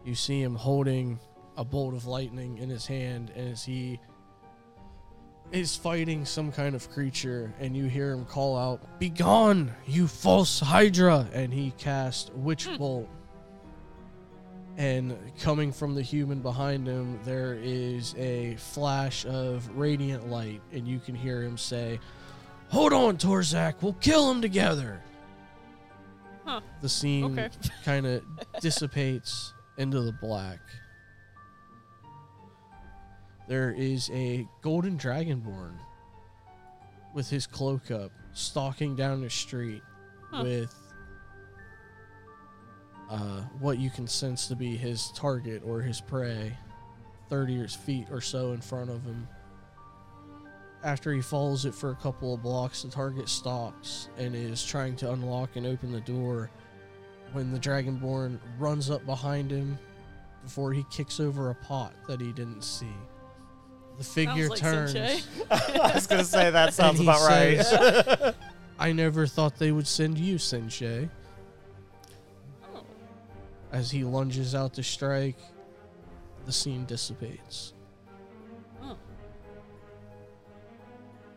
Speaker 2: You see him holding a bolt of lightning in his hand and as he is fighting some kind of creature and you hear him call out, "Begone, you false hydra!" and he casts witch bolt and coming from the human behind him, there is a flash of radiant light, and you can hear him say, Hold on, Torzak, we'll kill him together.
Speaker 6: Huh.
Speaker 2: The scene (laughs)
Speaker 6: Okay.
Speaker 2: kind of dissipates into the black. There is a golden dragonborn with his cloak up, stalking down the street
Speaker 6: Huh.
Speaker 2: with uh, what you can sense to be his target or his prey 30 or feet or so in front of him. After he follows it for a couple of blocks, the target stops and is trying to unlock and open the door when the Dragonborn runs up behind him before he kicks over a pot that he didn't see. The figure
Speaker 6: like
Speaker 2: turns.
Speaker 6: Sensei.
Speaker 5: (laughs) I was going to say (laughs) that sounds
Speaker 2: he
Speaker 5: about right.
Speaker 2: says,
Speaker 5: (laughs)
Speaker 2: I never thought they would send you, Sensei.
Speaker 6: Oh.
Speaker 2: As he lunges out to strike, the scene dissipates.
Speaker 6: Oh.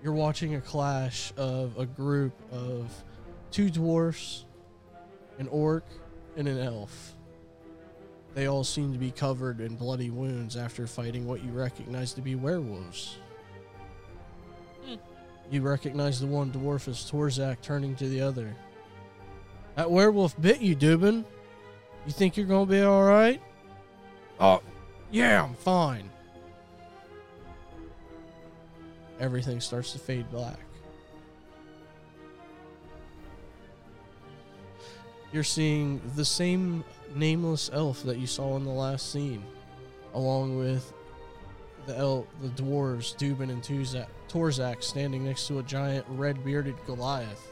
Speaker 2: You're watching a clash of a group of two dwarfs, an orc, and an elf. They all seem to be covered in bloody wounds after fighting what you recognize to be werewolves.
Speaker 6: Hmm.
Speaker 2: You recognize the one dwarf as Torzak turning to the other. That werewolf bit you, Dubin. You think you're gonna be all right? Oh, yeah, I'm fine. Everything starts to fade black. You're seeing the same nameless elf that you saw in the last scene, along with the elf, the dwarves Dubin and Tuzak, Torzak standing next to a giant red-bearded Goliath.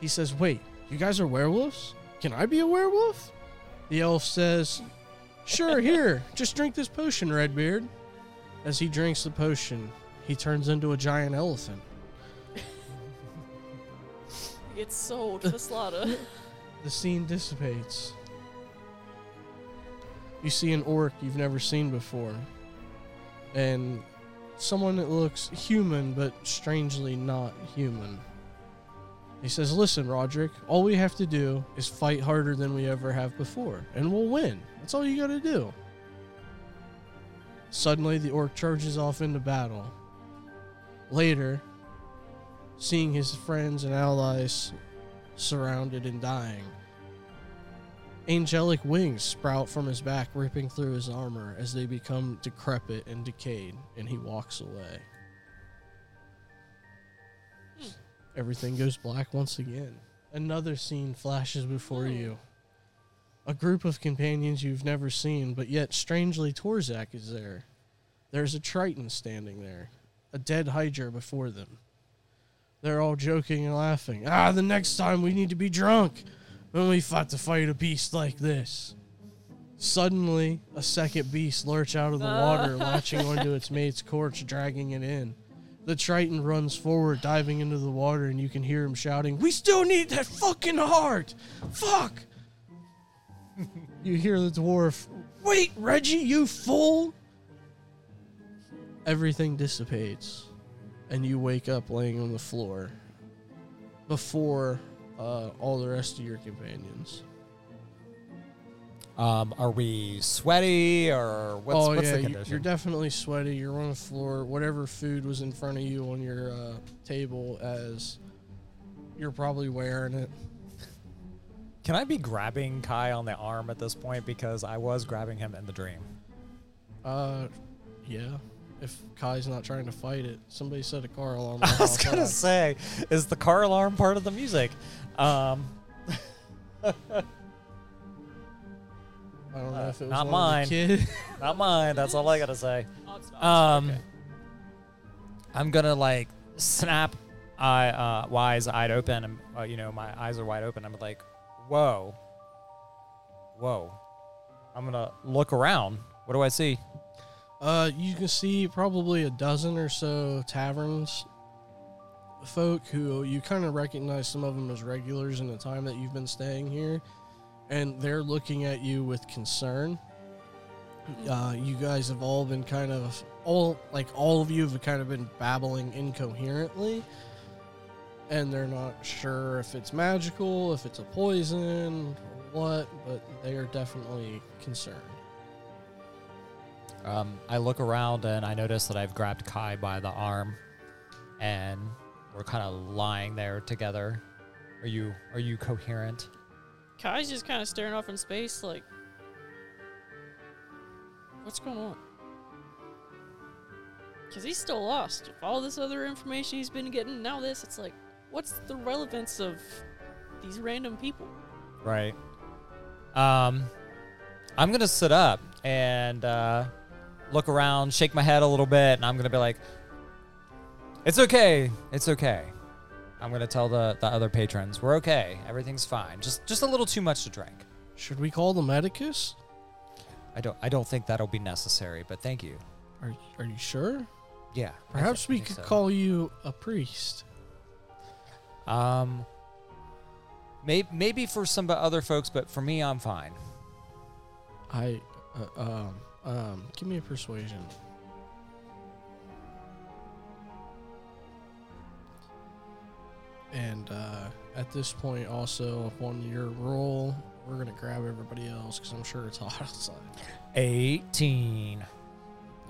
Speaker 2: He says, "Wait, you guys are werewolves? Can I be a werewolf?" The elf says, Sure, here. Just drink this potion, Redbeard. As he drinks the potion, he turns into a giant elephant.
Speaker 6: It's sold for (laughs) slaughter.
Speaker 2: The scene dissipates. You see an orc you've never seen before, and someone that looks human but strangely not human. He says, Listen, Roderick, all we have to do is fight harder than we ever have before, and we'll win. That's all you gotta do. Suddenly, the orc charges off into battle. Later, seeing his friends and allies surrounded and dying, angelic wings sprout from his back, ripping through his armor as they become decrepit and decayed, and he walks away. Everything goes black once again. Another scene flashes before you. A group of companions you've never seen, but yet strangely Torzak is there. There's a Triton standing there, a dead Hydra before them. They're all joking and laughing. Ah, the next time we need to be drunk when we fought to fight a beast like this. Suddenly, a second beast lurch out of the water, latching onto its mate's corpse, dragging it in. The Triton runs forward, diving into the water, and you can hear him shouting, We still need that fucking heart! Fuck! you hear the dwarf, Wait, Reggie, you fool! Everything dissipates, and you wake up laying on the floor before uh, all the rest of your companions.
Speaker 5: Um, are we sweaty or what's,
Speaker 2: oh
Speaker 5: what's
Speaker 2: yeah,
Speaker 5: the
Speaker 2: you-
Speaker 5: condition?
Speaker 2: you're definitely sweaty. You're on the floor. Whatever food was in front of you on your uh, table, as you're probably wearing it.
Speaker 5: Can I be grabbing Kai on the arm at this point because I was grabbing him in the dream?
Speaker 2: Uh, yeah. If Kai's not trying to fight it, somebody set a car alarm.
Speaker 5: (laughs) I was
Speaker 2: off.
Speaker 5: gonna say, is the car alarm part of the music? Um,
Speaker 2: I don't know
Speaker 5: uh,
Speaker 2: if it was one of
Speaker 5: not
Speaker 2: the
Speaker 5: mine.
Speaker 2: kid-
Speaker 5: not mine. That's all I gotta say.
Speaker 6: Odds not.
Speaker 5: Um,
Speaker 6: Okay.
Speaker 5: I'm gonna like snap eye uh, wise eyed open. And, uh, you know, my eyes are wide open. I'm like, whoa, whoa. I'm gonna look around. What do I see?
Speaker 2: Uh, you can see probably a dozen or so taverns folk who you kind of recognize some of them as regulars in the time that you've been staying here, and they're looking at you with concern. Uh, you guys have all been kind of all like all of you have kind of been babbling incoherently, and they're not sure if it's magical, if it's a poison, what, but they are definitely concerned.
Speaker 5: Um, I look around and I notice that I've grabbed Kai by the arm, and we're kind of lying there together. Are you are you coherent?
Speaker 6: Kai's just kind of staring off in space, like, what's going on? Because he's still lost. With all this other information he's been getting, now this, it's like, what's the relevance of these random people?
Speaker 5: Right. Um, I'm gonna sit up and uh, look around, shake my head a little bit, and I'm gonna be like, "It's okay, it's okay." I'm gonna tell the, the other patrons we're okay, everything's fine. Just just a little too much to drink.
Speaker 2: Should we call the medicus?
Speaker 5: I don't I don't think that'll be necessary, but thank you.
Speaker 2: Are, are you sure?
Speaker 5: Yeah. I
Speaker 2: Perhaps
Speaker 5: thi- I
Speaker 2: we
Speaker 5: think
Speaker 2: could
Speaker 5: so.
Speaker 2: call you a priest.
Speaker 5: Um, may, maybe for some bu- other folks, but for me, I'm fine.
Speaker 2: I, uh, um, um, give me a persuasion. And uh, at this point, also on your roll, we're gonna grab everybody else because I'm sure it's hot (laughs) outside.
Speaker 5: 18.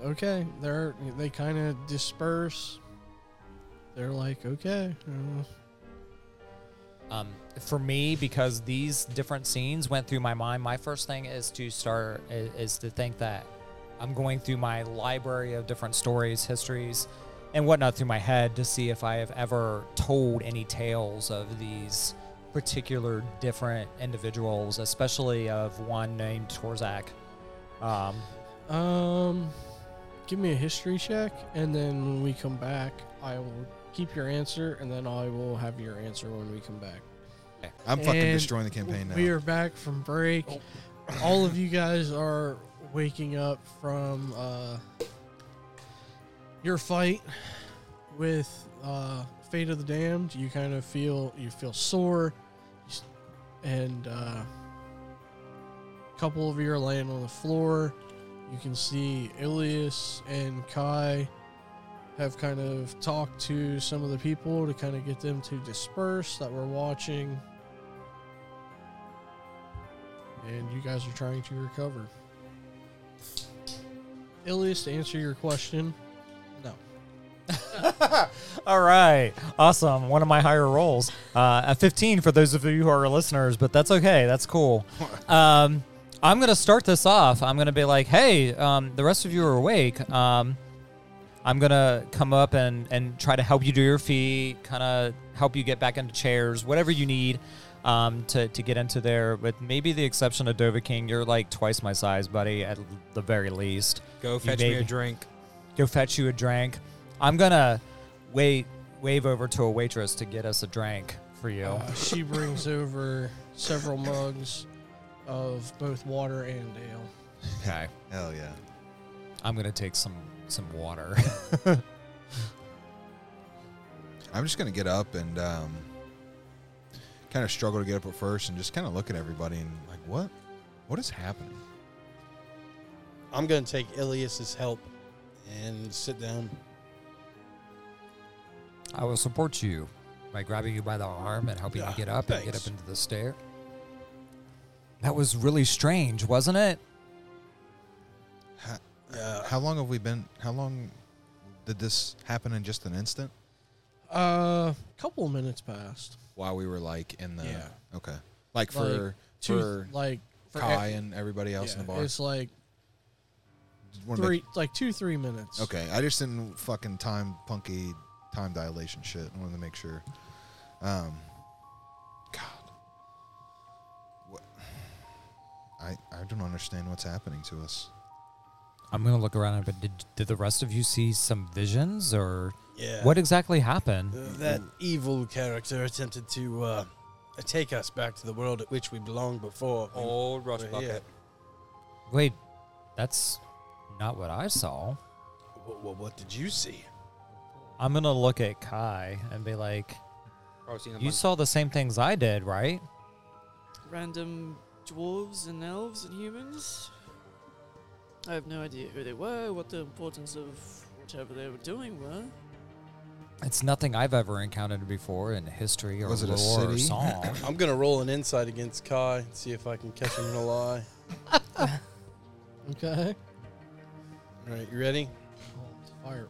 Speaker 2: Okay, they're they kind of disperse. They're like, okay, uh,
Speaker 5: Um, for me, because these different scenes went through my mind, my first thing is to start is, is to think that I'm going through my library of different stories, histories, and whatnot through my head to see if I have ever told any tales of these particular different individuals, especially of one named Torzak. Um,
Speaker 2: Um, give me a history check, and then when we come back, I will keep your answer, and then I will have your answer when we come back.
Speaker 4: I'm fucking
Speaker 2: And
Speaker 4: destroying the campaign now.
Speaker 2: We are back from break. All of you guys are waking up from uh, your fight with uh, Fate of the Damned. You kind of feel you feel sore, and uh, a couple of you are laying on the floor. You can see Ilias and Kai have kind of talked to some of the people to kind of get them to disperse that were watching and you guys are trying to recover. Ilias, to answer your question, no.
Speaker 5: All right. Awesome. One of my higher rolls. Uh, a 15 for those of you who are listeners, but that's okay. That's cool. Um, I'm going to start this off. I'm going to be like, hey, um, the rest of you are awake. Um, I'm going to come up and, and try to help you do your feet, kind of help you get back into chairs, whatever you need um, to, to get into there. With maybe the exception of Dova King, you're like twice my size, buddy, at the very least
Speaker 1: Go fetch me a
Speaker 5: baby.
Speaker 1: drink.
Speaker 5: go fetch you a drink. I'm gonna wait, wave over to a waitress to get us a drink for you.
Speaker 2: Uh,
Speaker 4: (laughs)
Speaker 2: she brings over several mugs of both water and ale.
Speaker 5: okay,
Speaker 4: Hell yeah.
Speaker 5: I'm gonna take some some water. (laughs)
Speaker 4: I'm just gonna get up and um, kind of struggle to get up at first, and just kind of look at everybody and like, what, what is happening?
Speaker 3: I'm going to take Ilias's help and sit down.
Speaker 5: I will support you by grabbing you by the arm and helping
Speaker 3: Ah,
Speaker 5: you get up and get
Speaker 3: thanks.
Speaker 5: up into the stair. That was really strange, wasn't it?
Speaker 4: How,
Speaker 3: Uh,
Speaker 4: how long have we been? How long did this happen in just an instant?
Speaker 2: A couple minutes passed.
Speaker 4: While we were like in the
Speaker 2: Yeah.
Speaker 4: okay, like for
Speaker 2: Two,
Speaker 4: for
Speaker 2: like for
Speaker 4: Kai
Speaker 2: e-
Speaker 4: and everybody else in the
Speaker 2: yeah,
Speaker 4: bar.
Speaker 2: It's like
Speaker 4: Just wanna
Speaker 2: three,
Speaker 4: make-
Speaker 2: like two, three minutes.
Speaker 4: okay, I just didn't fucking time punky time dilation shit. I wanted to make sure. Um, God, what? I I don't understand what's happening to us.
Speaker 5: I'm gonna look around. But did did the rest of you see some visions or
Speaker 3: yeah.
Speaker 5: what exactly happened?
Speaker 3: Uh, that evil character attempted to uh, take us back to the world at which we belonged before.
Speaker 1: Old rush
Speaker 3: We're
Speaker 1: bucket.
Speaker 3: here.
Speaker 5: Wait, that's not what I saw.
Speaker 3: Wh- wh- what did you see?
Speaker 5: I'm gonna look at Kai and be like,
Speaker 1: Probably seen a
Speaker 5: You
Speaker 1: bunch-
Speaker 5: saw the same things I did, right?
Speaker 6: Random dwarves and elves and humans. I have no idea who they were, what the importance of whatever they were doing were.
Speaker 5: It's nothing I've ever encountered before in history or
Speaker 4: Was it a
Speaker 5: lore or
Speaker 4: city? (laughs)
Speaker 5: song.
Speaker 3: I'm going to roll an insight against Kai and see if I can catch him in a lie.
Speaker 2: Okay.
Speaker 3: All right, you ready?
Speaker 2: Fire.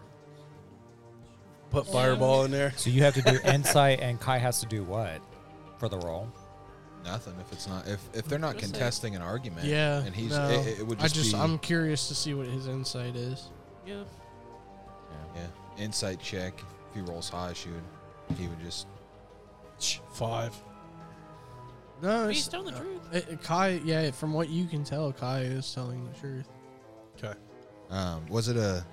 Speaker 3: Put fireball in there.
Speaker 5: so you have to do insight, and Kai has to do what for the role?
Speaker 4: Nothing if it's not if if they're not
Speaker 6: Just say-
Speaker 4: contesting an argument.
Speaker 2: Yeah,
Speaker 4: and he's
Speaker 2: no.
Speaker 4: it- it, it would
Speaker 2: I
Speaker 4: just,
Speaker 2: just,
Speaker 4: be
Speaker 2: I'm curious to see what his insight is.
Speaker 6: Yeah.
Speaker 4: yeah insight check. If he rolls high, she would he would just
Speaker 3: Five.
Speaker 2: No,
Speaker 6: He's
Speaker 2: it's,
Speaker 6: telling the
Speaker 2: uh,
Speaker 6: truth.
Speaker 2: uh, Kai. Yeah, from what you can tell, Kai is telling the truth.
Speaker 4: um was it a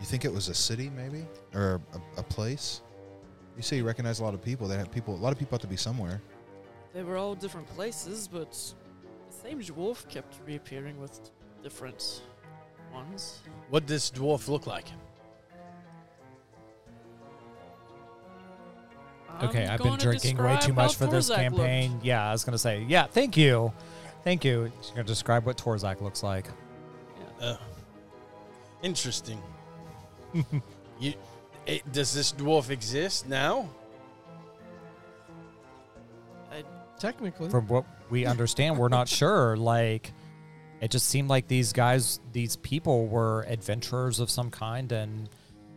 Speaker 4: you think it was a city maybe or a, a place? You say you recognize a lot of people. They have people. A lot of people have to be somewhere.
Speaker 6: They were all different places, but the same dwarf kept reappearing with different ones.
Speaker 3: What does dwarf look like?
Speaker 5: okay,
Speaker 6: I'm
Speaker 5: I've been
Speaker 6: gonna
Speaker 5: drinking way
Speaker 6: describe
Speaker 5: too
Speaker 6: how
Speaker 5: much for this
Speaker 6: Thorzak
Speaker 5: campaign. Yeah, I was gonna say, yeah, thank you, thank you. She's gonna describe what Torzak looks like.
Speaker 3: Uh, interesting. you, it, does this dwarf exist now?
Speaker 2: Technically,
Speaker 5: From what we understand, we're not sure. Like, it just seemed like these guys, these people, were adventurers of some kind, and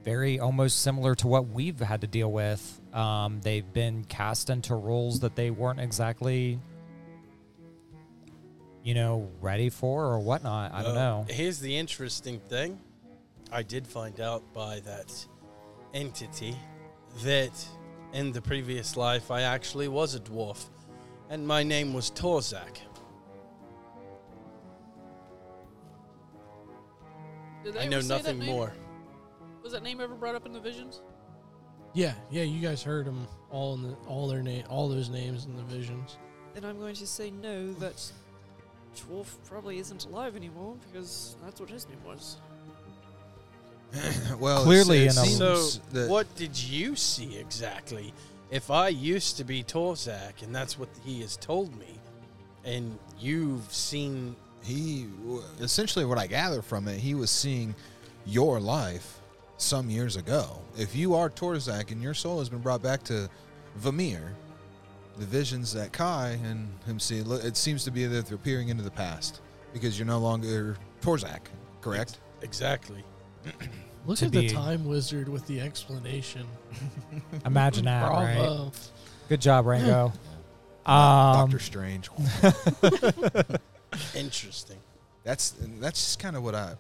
Speaker 5: very almost similar to what we've had to deal with. Um, they've been cast into roles that they weren't exactly, you know, ready for or whatnot. I don't
Speaker 3: Uh,
Speaker 5: know.
Speaker 3: Here's the interesting thing. I did find out by that entity that in the previous life I actually was a dwarf and my name was Torzak.
Speaker 6: Blood. Did they
Speaker 3: I
Speaker 6: ever
Speaker 3: know
Speaker 6: say that
Speaker 3: nothing
Speaker 6: name?
Speaker 3: more.
Speaker 6: Was that name ever brought up in the visions?
Speaker 2: yeah, yeah. You guys heard them all in the, all their name, all those names in the visions.
Speaker 6: Then I'm going to say no, that dwarf probably isn't alive anymore because that's what his name was.
Speaker 4: (clears throat) well,
Speaker 5: Clearly
Speaker 4: it,
Speaker 5: in a-
Speaker 4: seems
Speaker 3: So,
Speaker 4: that
Speaker 3: what did you see exactly? If I used to be Torzak and that's what he has told me, and you've seen
Speaker 4: he w- essentially what I gather from it, he was seeing your life some years ago. If you are Torzak and your soul has been brought back to Vamir, the visions that Kai and him see, lo- it seems to be that they're peering into the past because you're no longer Torzak, correct?
Speaker 3: Exactly.
Speaker 2: Look
Speaker 5: To
Speaker 2: at
Speaker 5: be-
Speaker 2: the time wizard with the explanation.
Speaker 5: Imagine that,
Speaker 2: (laughs)
Speaker 5: right?
Speaker 2: Bravo.
Speaker 5: Good job, Rango.
Speaker 4: Doctor
Speaker 5: Um, (laughs)
Speaker 4: Strange.
Speaker 3: Interesting.
Speaker 4: That's that's just kind of what I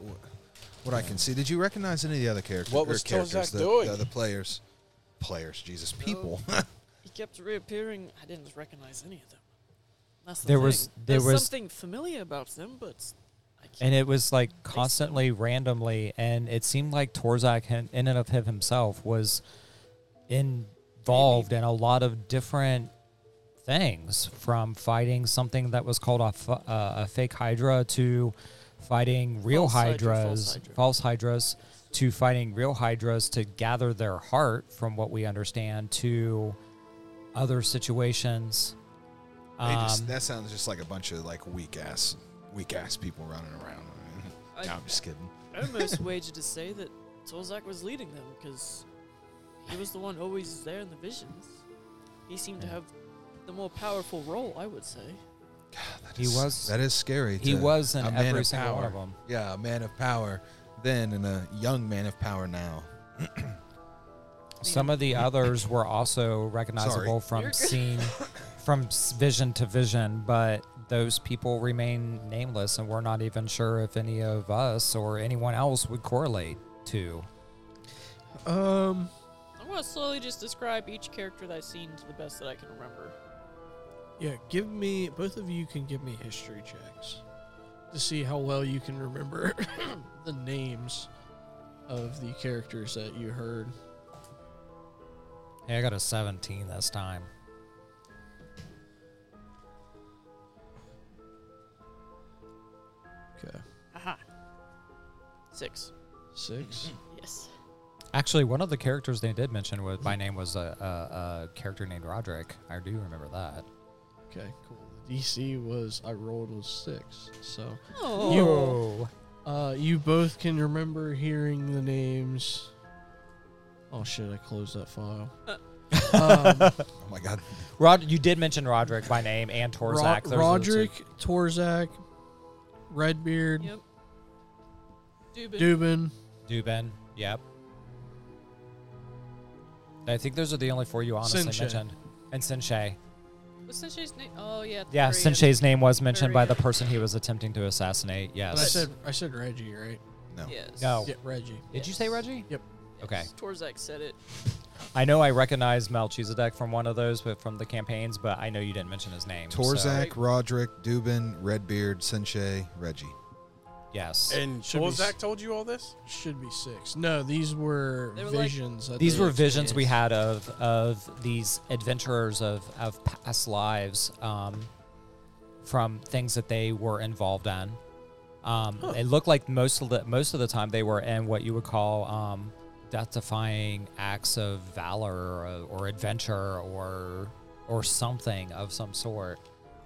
Speaker 4: what I can see. Did you recognize any of the other characters?
Speaker 3: What was
Speaker 4: or characters,
Speaker 3: Tozak
Speaker 4: the,
Speaker 3: doing?
Speaker 4: The other players, players. Jesus, people.
Speaker 6: He kept reappearing. I didn't recognize any of them. That's the
Speaker 5: There
Speaker 6: thing.
Speaker 5: was- there
Speaker 6: There's
Speaker 5: was-
Speaker 6: something familiar about them, but I can't.
Speaker 5: and it was like constantly randomly, and it seemed like Torzak, hin- in and of him himself, was involved in a lot of different things from fighting something that was called a, f- uh, a fake Hydra to fighting real
Speaker 6: False Hydra, false
Speaker 5: Hydras,
Speaker 6: Hydra.
Speaker 5: false Hydras, to fighting real Hydras to gather their heart, from what we understand, to other situations.
Speaker 4: They just-
Speaker 5: Um,
Speaker 4: that sounds just like a bunch of like weak ass weak ass people running around.
Speaker 6: I-
Speaker 4: no, I'm just kidding.
Speaker 6: I
Speaker 5: (laughs)
Speaker 6: almost wager to say that Tolzak was leading them because he was the one always there in the visions. He seemed to have the more powerful role, I would say.
Speaker 4: That
Speaker 5: He
Speaker 4: is-
Speaker 5: was-
Speaker 4: that is scary.
Speaker 5: he
Speaker 4: to-
Speaker 5: was in
Speaker 4: a man
Speaker 5: every
Speaker 4: of
Speaker 5: single one
Speaker 4: power.
Speaker 5: of them.
Speaker 4: yeah a man of power then and a young man of power now.
Speaker 5: Some of the others were also recognizable
Speaker 6: You're
Speaker 5: from
Speaker 6: good. (laughs)
Speaker 5: scene, from s- vision to vision, but those people remain nameless, and we're not even sure if any of us or anyone else would correlate to.
Speaker 2: Um,
Speaker 6: I'm going to slowly just describe each character that I've seen to the best that I can remember.
Speaker 2: yeah, give me both of you can give me history checks to see how well you can remember (coughs) the names of the characters that you heard.
Speaker 5: Hey, I got a 17 this time.
Speaker 2: Okay,
Speaker 6: Aha. Six.
Speaker 2: six.
Speaker 6: Yes.
Speaker 5: Actually, one of the characters they did mention was by name was a, a, a character named Roderick. I do remember that.
Speaker 2: Okay, cool. The DC was I rolled was six, so
Speaker 6: Oh.
Speaker 2: Uh, you both can remember hearing the names. Oh shit! I closed that
Speaker 5: (laughs)
Speaker 2: file. um,
Speaker 4: Oh my god. (laughs)
Speaker 5: Rod, you did mention Roderick by name and Torzak. Those are the two-
Speaker 2: Ro- Roderick, Torzak, Redbeard,
Speaker 6: Yep. Dubin.
Speaker 2: Dubin.
Speaker 5: Dubin. Yep. I think those are the only four you honestly
Speaker 2: Sinche.
Speaker 5: mentioned. And Sensei.
Speaker 6: What's Sensei's name? Oh, yeah. at the
Speaker 5: Yeah,
Speaker 6: very
Speaker 5: Sensei's name was mentioned by the
Speaker 6: very-
Speaker 5: person he was attempting to assassinate.
Speaker 2: But I
Speaker 5: Yes.
Speaker 2: said I said Reggie, right?
Speaker 4: No.
Speaker 6: end. Yes.
Speaker 5: No.
Speaker 2: Yeah, Reggie.
Speaker 5: Did you say
Speaker 6: Yes.
Speaker 5: Reggie?
Speaker 2: Yep.
Speaker 5: Okay.
Speaker 6: Yes, Torzak said it.
Speaker 5: I know I recognized Melchizedek from one of those, but from the campaigns, but I know you didn't mention his name. so-
Speaker 4: Torzak, Roderick, Dubin, Redbeard, Sensei, Reggie.
Speaker 5: yes.
Speaker 3: And
Speaker 2: Should be
Speaker 3: Zach
Speaker 2: s-
Speaker 3: told you all this?
Speaker 2: Should be six. No, these were
Speaker 6: They were like-
Speaker 2: visions. that
Speaker 5: these
Speaker 2: they
Speaker 5: were visions we
Speaker 2: experienced.
Speaker 5: had of of these adventurers of of past lives um, from things that they were involved in. Um, It looked like most of the most of the time they were in what you would call um, death-defying acts of valor or, or adventure or or something of some sort.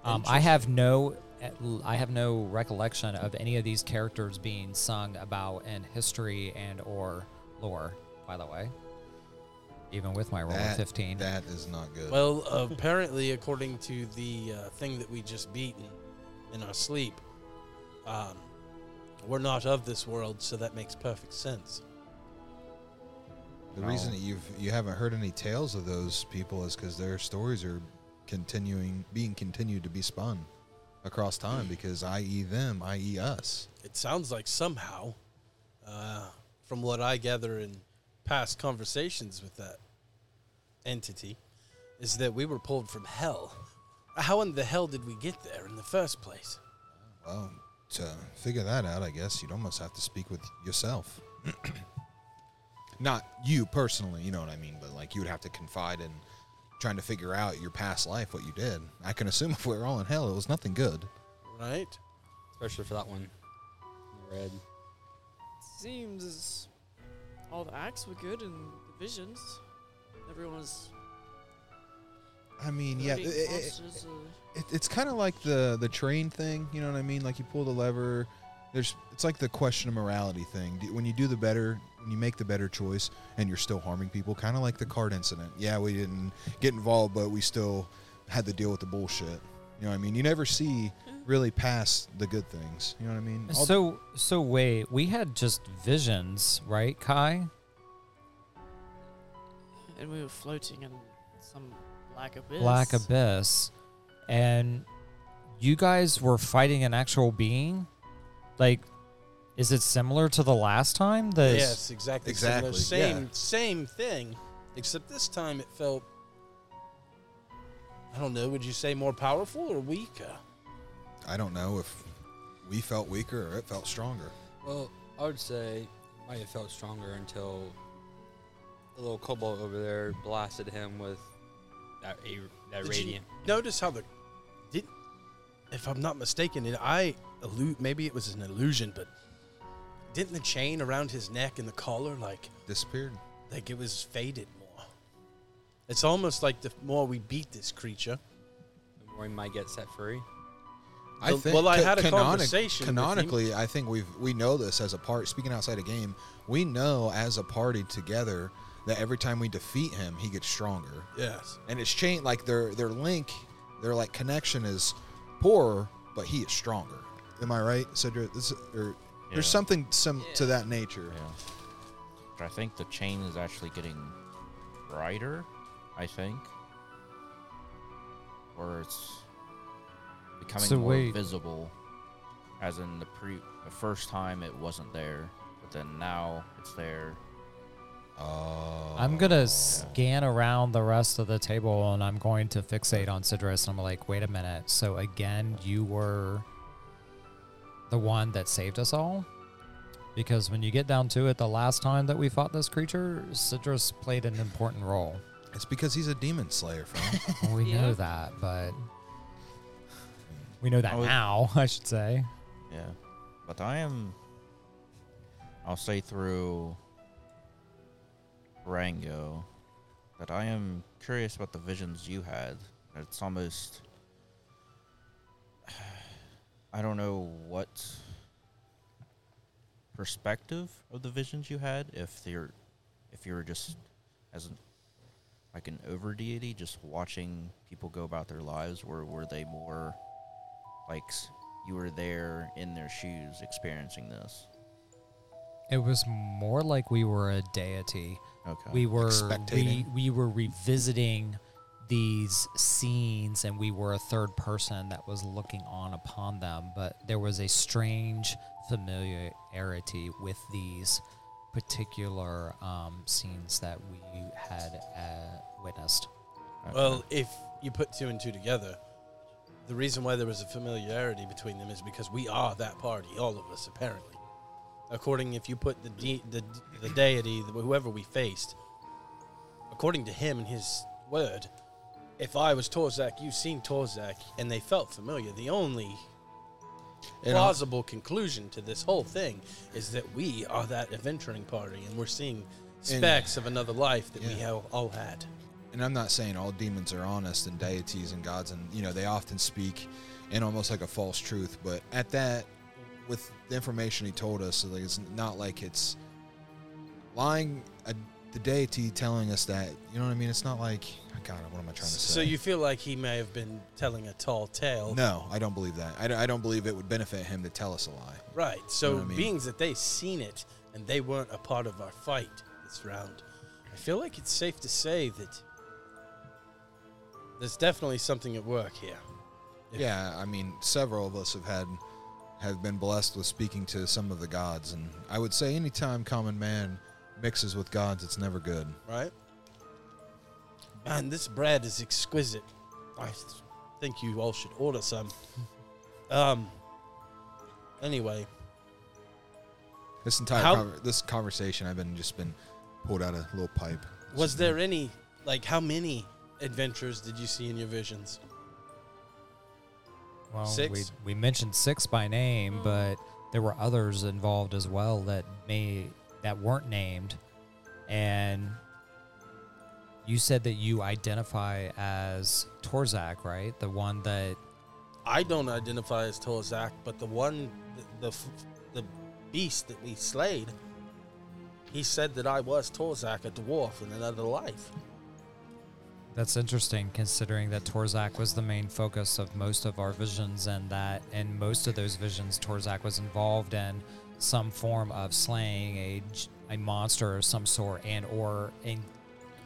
Speaker 5: Um, I have no uh, I have no recollection of any of these characters being sung about in history and or lore. By the way, even with my roll of
Speaker 4: That-
Speaker 5: fifteen,
Speaker 4: That is not good.
Speaker 3: Well, apparently, according to the uh, thing that we just beaten in our sleep, um, we're not of this world, so that makes perfect sense.
Speaker 4: the reason that you've you haven't heard any tales of those people is because their stories are continuing being continued to be spun across
Speaker 5: Mm.
Speaker 4: time because i.e. them, i.e. us.
Speaker 3: It sounds like somehow, uh, from what I gather in past conversations with that entity, is that we were pulled from hell. How in the hell did we get there in the first place?
Speaker 4: Well, to figure that out, I guess you'd almost have to speak with yourself. Not you personally, you know what I mean, but like you would have to confide in trying to figure out your past life, what you did. I can assume (laughs) if we were all in hell, it was nothing good.
Speaker 3: Right?
Speaker 1: especially for that one. Red.
Speaker 6: Seems as all the acts were good and the visions. Everyone was
Speaker 4: I mean, yeah,
Speaker 6: being
Speaker 4: it- it-
Speaker 6: monsters, uh,
Speaker 4: it, it's kind of like the the train thing you know what i mean like you pull the lever there's it's like the question of morality thing Do, when you do the better when you make the better choice and you're still harming people kind of like the card incident yeah we didn't get involved but we still had to deal with the bullshit You know what I mean? You never see really past the good things. You know what I mean? All-
Speaker 5: So so wait, we had just visions, right, Kai?
Speaker 6: And we were floating in some black abyss.
Speaker 5: Black Abyss, and you guys were fighting an actual being. Like, is it similar to the last time? That
Speaker 3: Yes, exactly. similar.
Speaker 4: Exactly,
Speaker 3: Same
Speaker 4: yeah.
Speaker 3: same thing, except this time it felt. I don't know. Would you say more powerful or weaker?
Speaker 4: I don't know if we felt weaker or it felt stronger.
Speaker 1: Well, I would say he might have felt stronger until the little cobalt over there blasted him with that a- that
Speaker 3: Did you-
Speaker 1: radiant.
Speaker 3: Notice how the did, if I'm not mistaken, and I allude maybe it was an illusion, but didn't the chain around his neck and the collar like
Speaker 4: Disappeared.
Speaker 3: like it was faded more? It's almost like the more we beat this creature,
Speaker 1: the more he might get set free.
Speaker 4: I
Speaker 3: The-
Speaker 4: think
Speaker 3: well, I
Speaker 4: ca-
Speaker 3: had a conversation with him.
Speaker 4: Canonically, I think we've we know this as a part. Speaking outside a game, we know as a party together that every time we defeat him, he gets stronger.
Speaker 3: yes,
Speaker 4: and it's chain like their their link their like connection is poorer but he is stronger am i right cedric this or
Speaker 7: Yeah.
Speaker 4: there's something sim to
Speaker 6: Yeah.
Speaker 4: that nature
Speaker 7: Yeah. But I think the chain is actually getting brighter, I think. Or it's becoming
Speaker 5: So
Speaker 7: more
Speaker 5: wait.
Speaker 7: visible. As in the pre the first time it wasn't there, but then now it's there.
Speaker 4: oh
Speaker 5: I'm gonna scan around the rest of the table, and I'm going to fixate on Sidrus. And I'm like, wait a minute. So again, you were the one that saved us all. Because when you get down to it, the last time that we fought this creature, Sidrus played an important role.
Speaker 4: it's because he's a demon slayer
Speaker 3: (laughs)
Speaker 4: friend.
Speaker 5: Well, we
Speaker 6: Yeah.
Speaker 5: know that, but we know that
Speaker 7: I would-
Speaker 5: now, (laughs) I should say.
Speaker 7: Yeah. But I am I'll say through Rango that I am curious about the visions you had. It's almost (sighs) I don't know what perspective of the visions you had if they're if you were just as an like an over deity just watching people go about their lives or were they more like s- you were there in their shoes experiencing this.
Speaker 5: It was more like we were a deity.
Speaker 7: Okay.
Speaker 5: We were we,
Speaker 4: spectating.
Speaker 5: we were revisiting these scenes and we were a third person that was looking on upon them, but there was a strange familiarity with these particular um, scenes that we had uh, witnessed.
Speaker 7: Okay.
Speaker 3: Well, if you put two and two together, the reason why there was a familiarity between them is because we are that party, all of us, apparently. According, if you put the de- the, the deity, whoever we faced, according to him and his word, if I was Torzak, you've seen Torzak, and they felt familiar. The only
Speaker 4: And I'll-
Speaker 3: plausible conclusion to this whole thing is that we are that adventuring party, and we're seeing specks of another life that we
Speaker 4: Yeah.
Speaker 3: have all had.
Speaker 4: and i'm not saying all demons are honest and deities and gods and you know they often speak in almost like a false truth but at that with the information he told us like it's not like it's lying a, the deity telling us that you know what i mean it's not like oh god what am i trying to say
Speaker 3: So you feel like he may have been telling a tall tale.
Speaker 4: No, I don't believe that. I don't, I don't believe it would benefit him to tell us a lie.
Speaker 3: Right. So
Speaker 4: know what I mean?
Speaker 3: beings that they seen it and they weren't a part of our fight this round. I feel like it's safe to say that there's definitely something at work here. Yeah.
Speaker 4: Yeah, I mean, several of us have had have been blessed with speaking to some of the gods, and I would say anytime common man mixes with gods, it's never good.
Speaker 3: right? Man, this bread is exquisite. I th- think you all should
Speaker 4: (laughs)
Speaker 3: order some. Um. Anyway,
Speaker 4: This entire
Speaker 3: How-
Speaker 4: conver- this conversation, I've been just been pulled out a little pipe.
Speaker 3: was there any like how many adventures did you see in your visions?
Speaker 5: Well,
Speaker 3: Six?
Speaker 5: We, we mentioned six by name, but there were others involved as well that may that weren't named, and you said that you identify as Torzak, right? The one that
Speaker 3: I don't identify as Torzak, but the one, the, the f- the beast that we slayed, he said that I was Torzak, a dwarf in another life.
Speaker 5: That's interesting, considering that Torzak was the main focus of most of our visions, and that in most of those visions, Torzak was involved in some form of slaying a, g- a monster of some sort, and or in,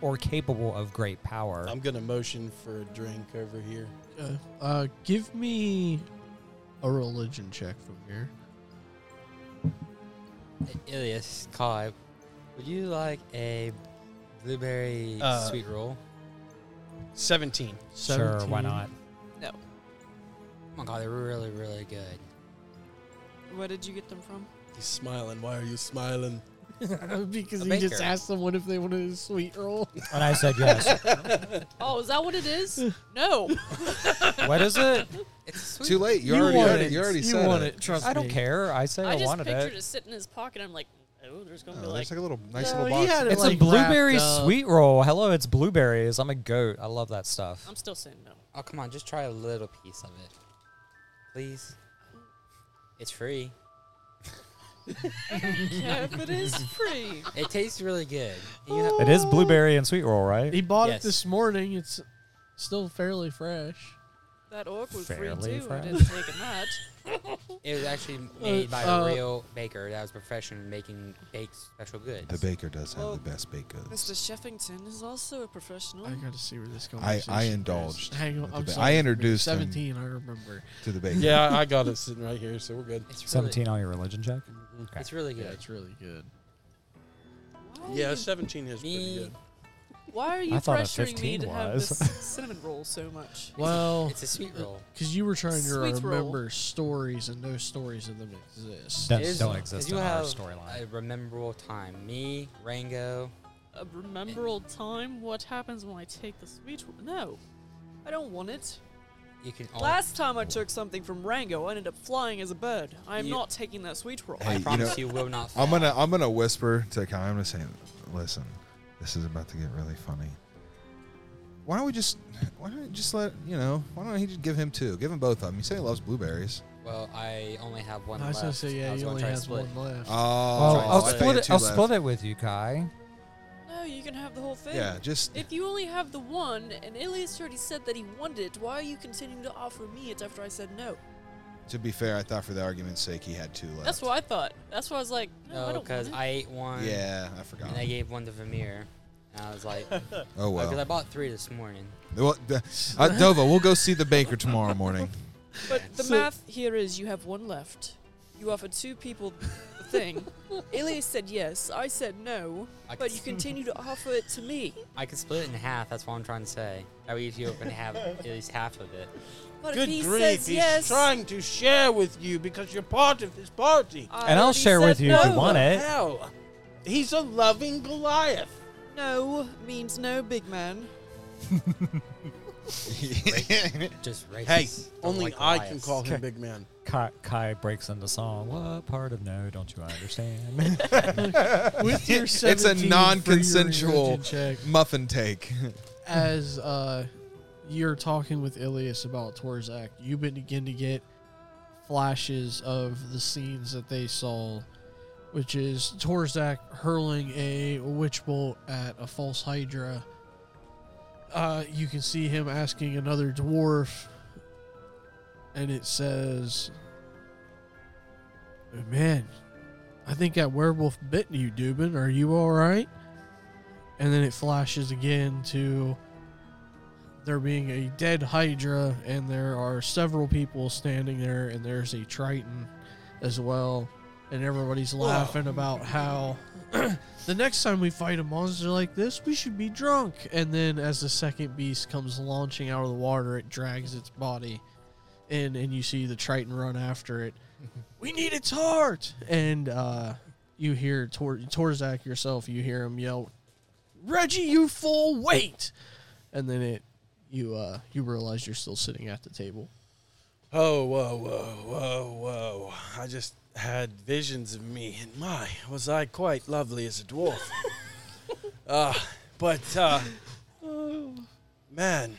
Speaker 5: or capable of great power.
Speaker 3: I'm gonna motion for a drink over here.
Speaker 2: Uh, uh, give me a religion check from here.
Speaker 1: Ilias, Kai, would you like a blueberry
Speaker 3: Uh,
Speaker 1: sweet roll?
Speaker 3: Seventeen.
Speaker 5: sure,
Speaker 2: 17.
Speaker 5: why not?
Speaker 1: Oh my god, they're really, really good.
Speaker 6: Where did you get them from?
Speaker 3: He's smiling. Why are you smiling?
Speaker 2: (laughs) because
Speaker 1: A
Speaker 2: he just
Speaker 1: baker.
Speaker 2: asked someone if they wanted a sweet roll.
Speaker 5: And I said yes.
Speaker 6: Oh, is that what it
Speaker 5: (laughs)
Speaker 6: is? no.
Speaker 5: what is it?
Speaker 1: It's a sweet
Speaker 4: Too late. You,
Speaker 2: You
Speaker 4: already
Speaker 2: want
Speaker 4: already
Speaker 2: it.
Speaker 4: you already
Speaker 2: You
Speaker 4: said
Speaker 2: want
Speaker 4: it.
Speaker 2: it. Trust
Speaker 5: I don't
Speaker 2: me.
Speaker 5: care. I said I,
Speaker 6: I just
Speaker 5: wanted
Speaker 6: pictured
Speaker 5: it.
Speaker 6: it. sitting in his pocket. I'm like, oh, there's
Speaker 4: Oh,
Speaker 6: gonna be
Speaker 4: there's
Speaker 6: like,
Speaker 4: like a little nice
Speaker 2: No,
Speaker 4: little
Speaker 2: he
Speaker 4: box.
Speaker 2: had it,
Speaker 5: It's a
Speaker 2: like,
Speaker 5: blueberry
Speaker 2: wrapped up.
Speaker 5: sweet roll. Hello, it's blueberries. I'm a goat. I love that stuff.
Speaker 6: I'm still saying
Speaker 5: (laughs)
Speaker 6: no.
Speaker 1: Oh, come on, just try a little piece of it. Please. It's free.
Speaker 6: yeah, if it (laughs) is free.
Speaker 1: It tastes really good. And you have-
Speaker 5: It is blueberry and sweet roll, right?
Speaker 2: He bought
Speaker 1: Yes.
Speaker 2: it this morning. It's still fairly fresh.
Speaker 6: That orc was
Speaker 5: Fairly
Speaker 6: free too.
Speaker 5: fresh.
Speaker 6: I didn't take a nut. (laughs)
Speaker 1: it was actually made by
Speaker 2: uh,
Speaker 1: a real baker that was professional in making baked special goods.
Speaker 4: The baker does have
Speaker 6: Well,
Speaker 4: the best baked
Speaker 6: Mr.
Speaker 4: goods.
Speaker 6: Sheffington is also a professional.
Speaker 2: I got to see where this comes.
Speaker 4: I- I indulged
Speaker 2: Hang on,
Speaker 4: with the
Speaker 2: I'm
Speaker 4: ba-
Speaker 2: sorry,
Speaker 4: I
Speaker 2: Amir,
Speaker 4: introduced him.
Speaker 2: Seventeen, I remember.
Speaker 4: To the baker.
Speaker 3: yeah, I got (laughs) it sitting right here, so we're good.
Speaker 1: It's really,
Speaker 5: 17 on your religion check.
Speaker 1: It's really
Speaker 2: Yeah,
Speaker 1: good.
Speaker 2: it's really good.
Speaker 6: Why are
Speaker 3: Yeah,
Speaker 6: you-
Speaker 3: seventeen is pretty
Speaker 1: Me-
Speaker 3: good.
Speaker 6: Why are you
Speaker 5: I thought a
Speaker 6: pressuring me
Speaker 5: 15
Speaker 6: to have
Speaker 5: was.
Speaker 6: this cinnamon roll so much?
Speaker 2: Well,
Speaker 1: It's a sweet roll.
Speaker 2: because you were trying to
Speaker 6: Sweet roll.
Speaker 2: remember stories, and no stories of them exist.
Speaker 5: That
Speaker 1: It is-
Speaker 5: don't exist
Speaker 1: you
Speaker 5: in our
Speaker 1: have
Speaker 5: storyline.
Speaker 1: A rememberable time. Me, Rango.
Speaker 6: A remember old time? What happens when I take the sweet roll? No. I don't want it.
Speaker 1: You can all.
Speaker 6: Last time I took something from Rango, I ended up flying as a bird. I am
Speaker 1: You-
Speaker 6: not taking that sweet roll.
Speaker 4: Hey,
Speaker 1: I
Speaker 4: you
Speaker 1: promise
Speaker 4: know-
Speaker 1: you, will not.
Speaker 4: I'm
Speaker 1: fail.
Speaker 4: gonna I'm gonna whisper to Kai. I'm gonna say, listen, this is about to get really funny. Why don't we just why don't we just let you know? Why don't he just give him two? Give him both of them. You say he loves blueberries.
Speaker 1: Well, I only have one
Speaker 2: I was
Speaker 1: left.
Speaker 2: gonna say, yeah,
Speaker 1: was
Speaker 2: you
Speaker 1: gonna
Speaker 2: only
Speaker 1: try to
Speaker 2: have
Speaker 1: split.
Speaker 2: one left.
Speaker 4: Oh,
Speaker 5: Well,
Speaker 1: I'll
Speaker 5: I'll
Speaker 1: split
Speaker 5: split
Speaker 1: it-
Speaker 5: it. I'll split it with you, Kai.
Speaker 6: No, you can have the whole thing.
Speaker 4: Yeah, just
Speaker 6: If you only have the one, and Ilias already said that he wanted it, why are you continuing to offer me it after I said no?
Speaker 4: to be fair, I thought for the argument's sake he had two left.
Speaker 6: That's what I thought. That's why I was like, no, I
Speaker 1: No,
Speaker 6: don't
Speaker 1: because
Speaker 6: want it.
Speaker 1: I ate one.
Speaker 4: Yeah, I forgot.
Speaker 1: And I gave one to Vamir. And I was like,
Speaker 4: Oh
Speaker 1: because Uh, I
Speaker 4: well.
Speaker 1: bought three this morning.
Speaker 4: well the- uh, Dova, we'll go see the baker tomorrow morning.
Speaker 6: But the
Speaker 2: So-
Speaker 6: math here is you have one left. You offer two people the thing.
Speaker 3: (laughs)
Speaker 6: Ilias said yes. I said no.
Speaker 1: I could,
Speaker 6: But you continue to offer it to me.
Speaker 1: I could split it in half. That's what I'm trying to say. That way, if you open half,
Speaker 4: (laughs)
Speaker 1: at least half of it.
Speaker 6: But
Speaker 3: Good
Speaker 6: if he
Speaker 3: grief!
Speaker 6: says
Speaker 3: he's
Speaker 6: yes,
Speaker 3: trying to share with you because you're part of this party.
Speaker 6: I
Speaker 5: And I'll
Speaker 6: already
Speaker 5: share
Speaker 6: said
Speaker 5: with you
Speaker 6: Uh, no.
Speaker 5: if you want it.
Speaker 3: How? He's a loving Goliath.
Speaker 6: No means no, big man.
Speaker 1: Just racist.
Speaker 3: Hey,
Speaker 1: Don't
Speaker 3: only
Speaker 1: like
Speaker 3: I can
Speaker 1: Goliaths.
Speaker 3: call him
Speaker 5: Okay.
Speaker 3: big man.
Speaker 5: Kai, Kai breaks into song. What part of no don't you
Speaker 4: (laughs)
Speaker 5: understand?
Speaker 2: With your
Speaker 4: Uh, It's a
Speaker 2: 17 for your
Speaker 4: non-consensual-
Speaker 2: religion check.
Speaker 4: Muffin take.
Speaker 2: as uh, you're talking with Ilias about Torzak, you begin to get flashes of the scenes that they saw, which is Torzak hurling a witch bolt at a false hydra. Uh, you can see him asking another dwarf, and it says, "Man, I think that werewolf bit you, Dubin. Are you all right?" and then it flashes again to there being a dead Hydra, and there are several people standing there, and there's a Triton as well, and everybody's laughing about how (clears throat) the next time we fight a monster like this, we should be drunk. And then as the second beast comes launching out of the water, it drags its body in, and you see the Triton run after it. we need its heart! And, uh,. You hear Tor- Torzak yourself. You hear him yell, Reggie, you fool, wait. And then it, you uh, you realize you're still sitting at the table.
Speaker 3: Oh, whoa, whoa, whoa, whoa. I just had visions of me, and my, was I quite lovely as a dwarf. uh, but, uh, man,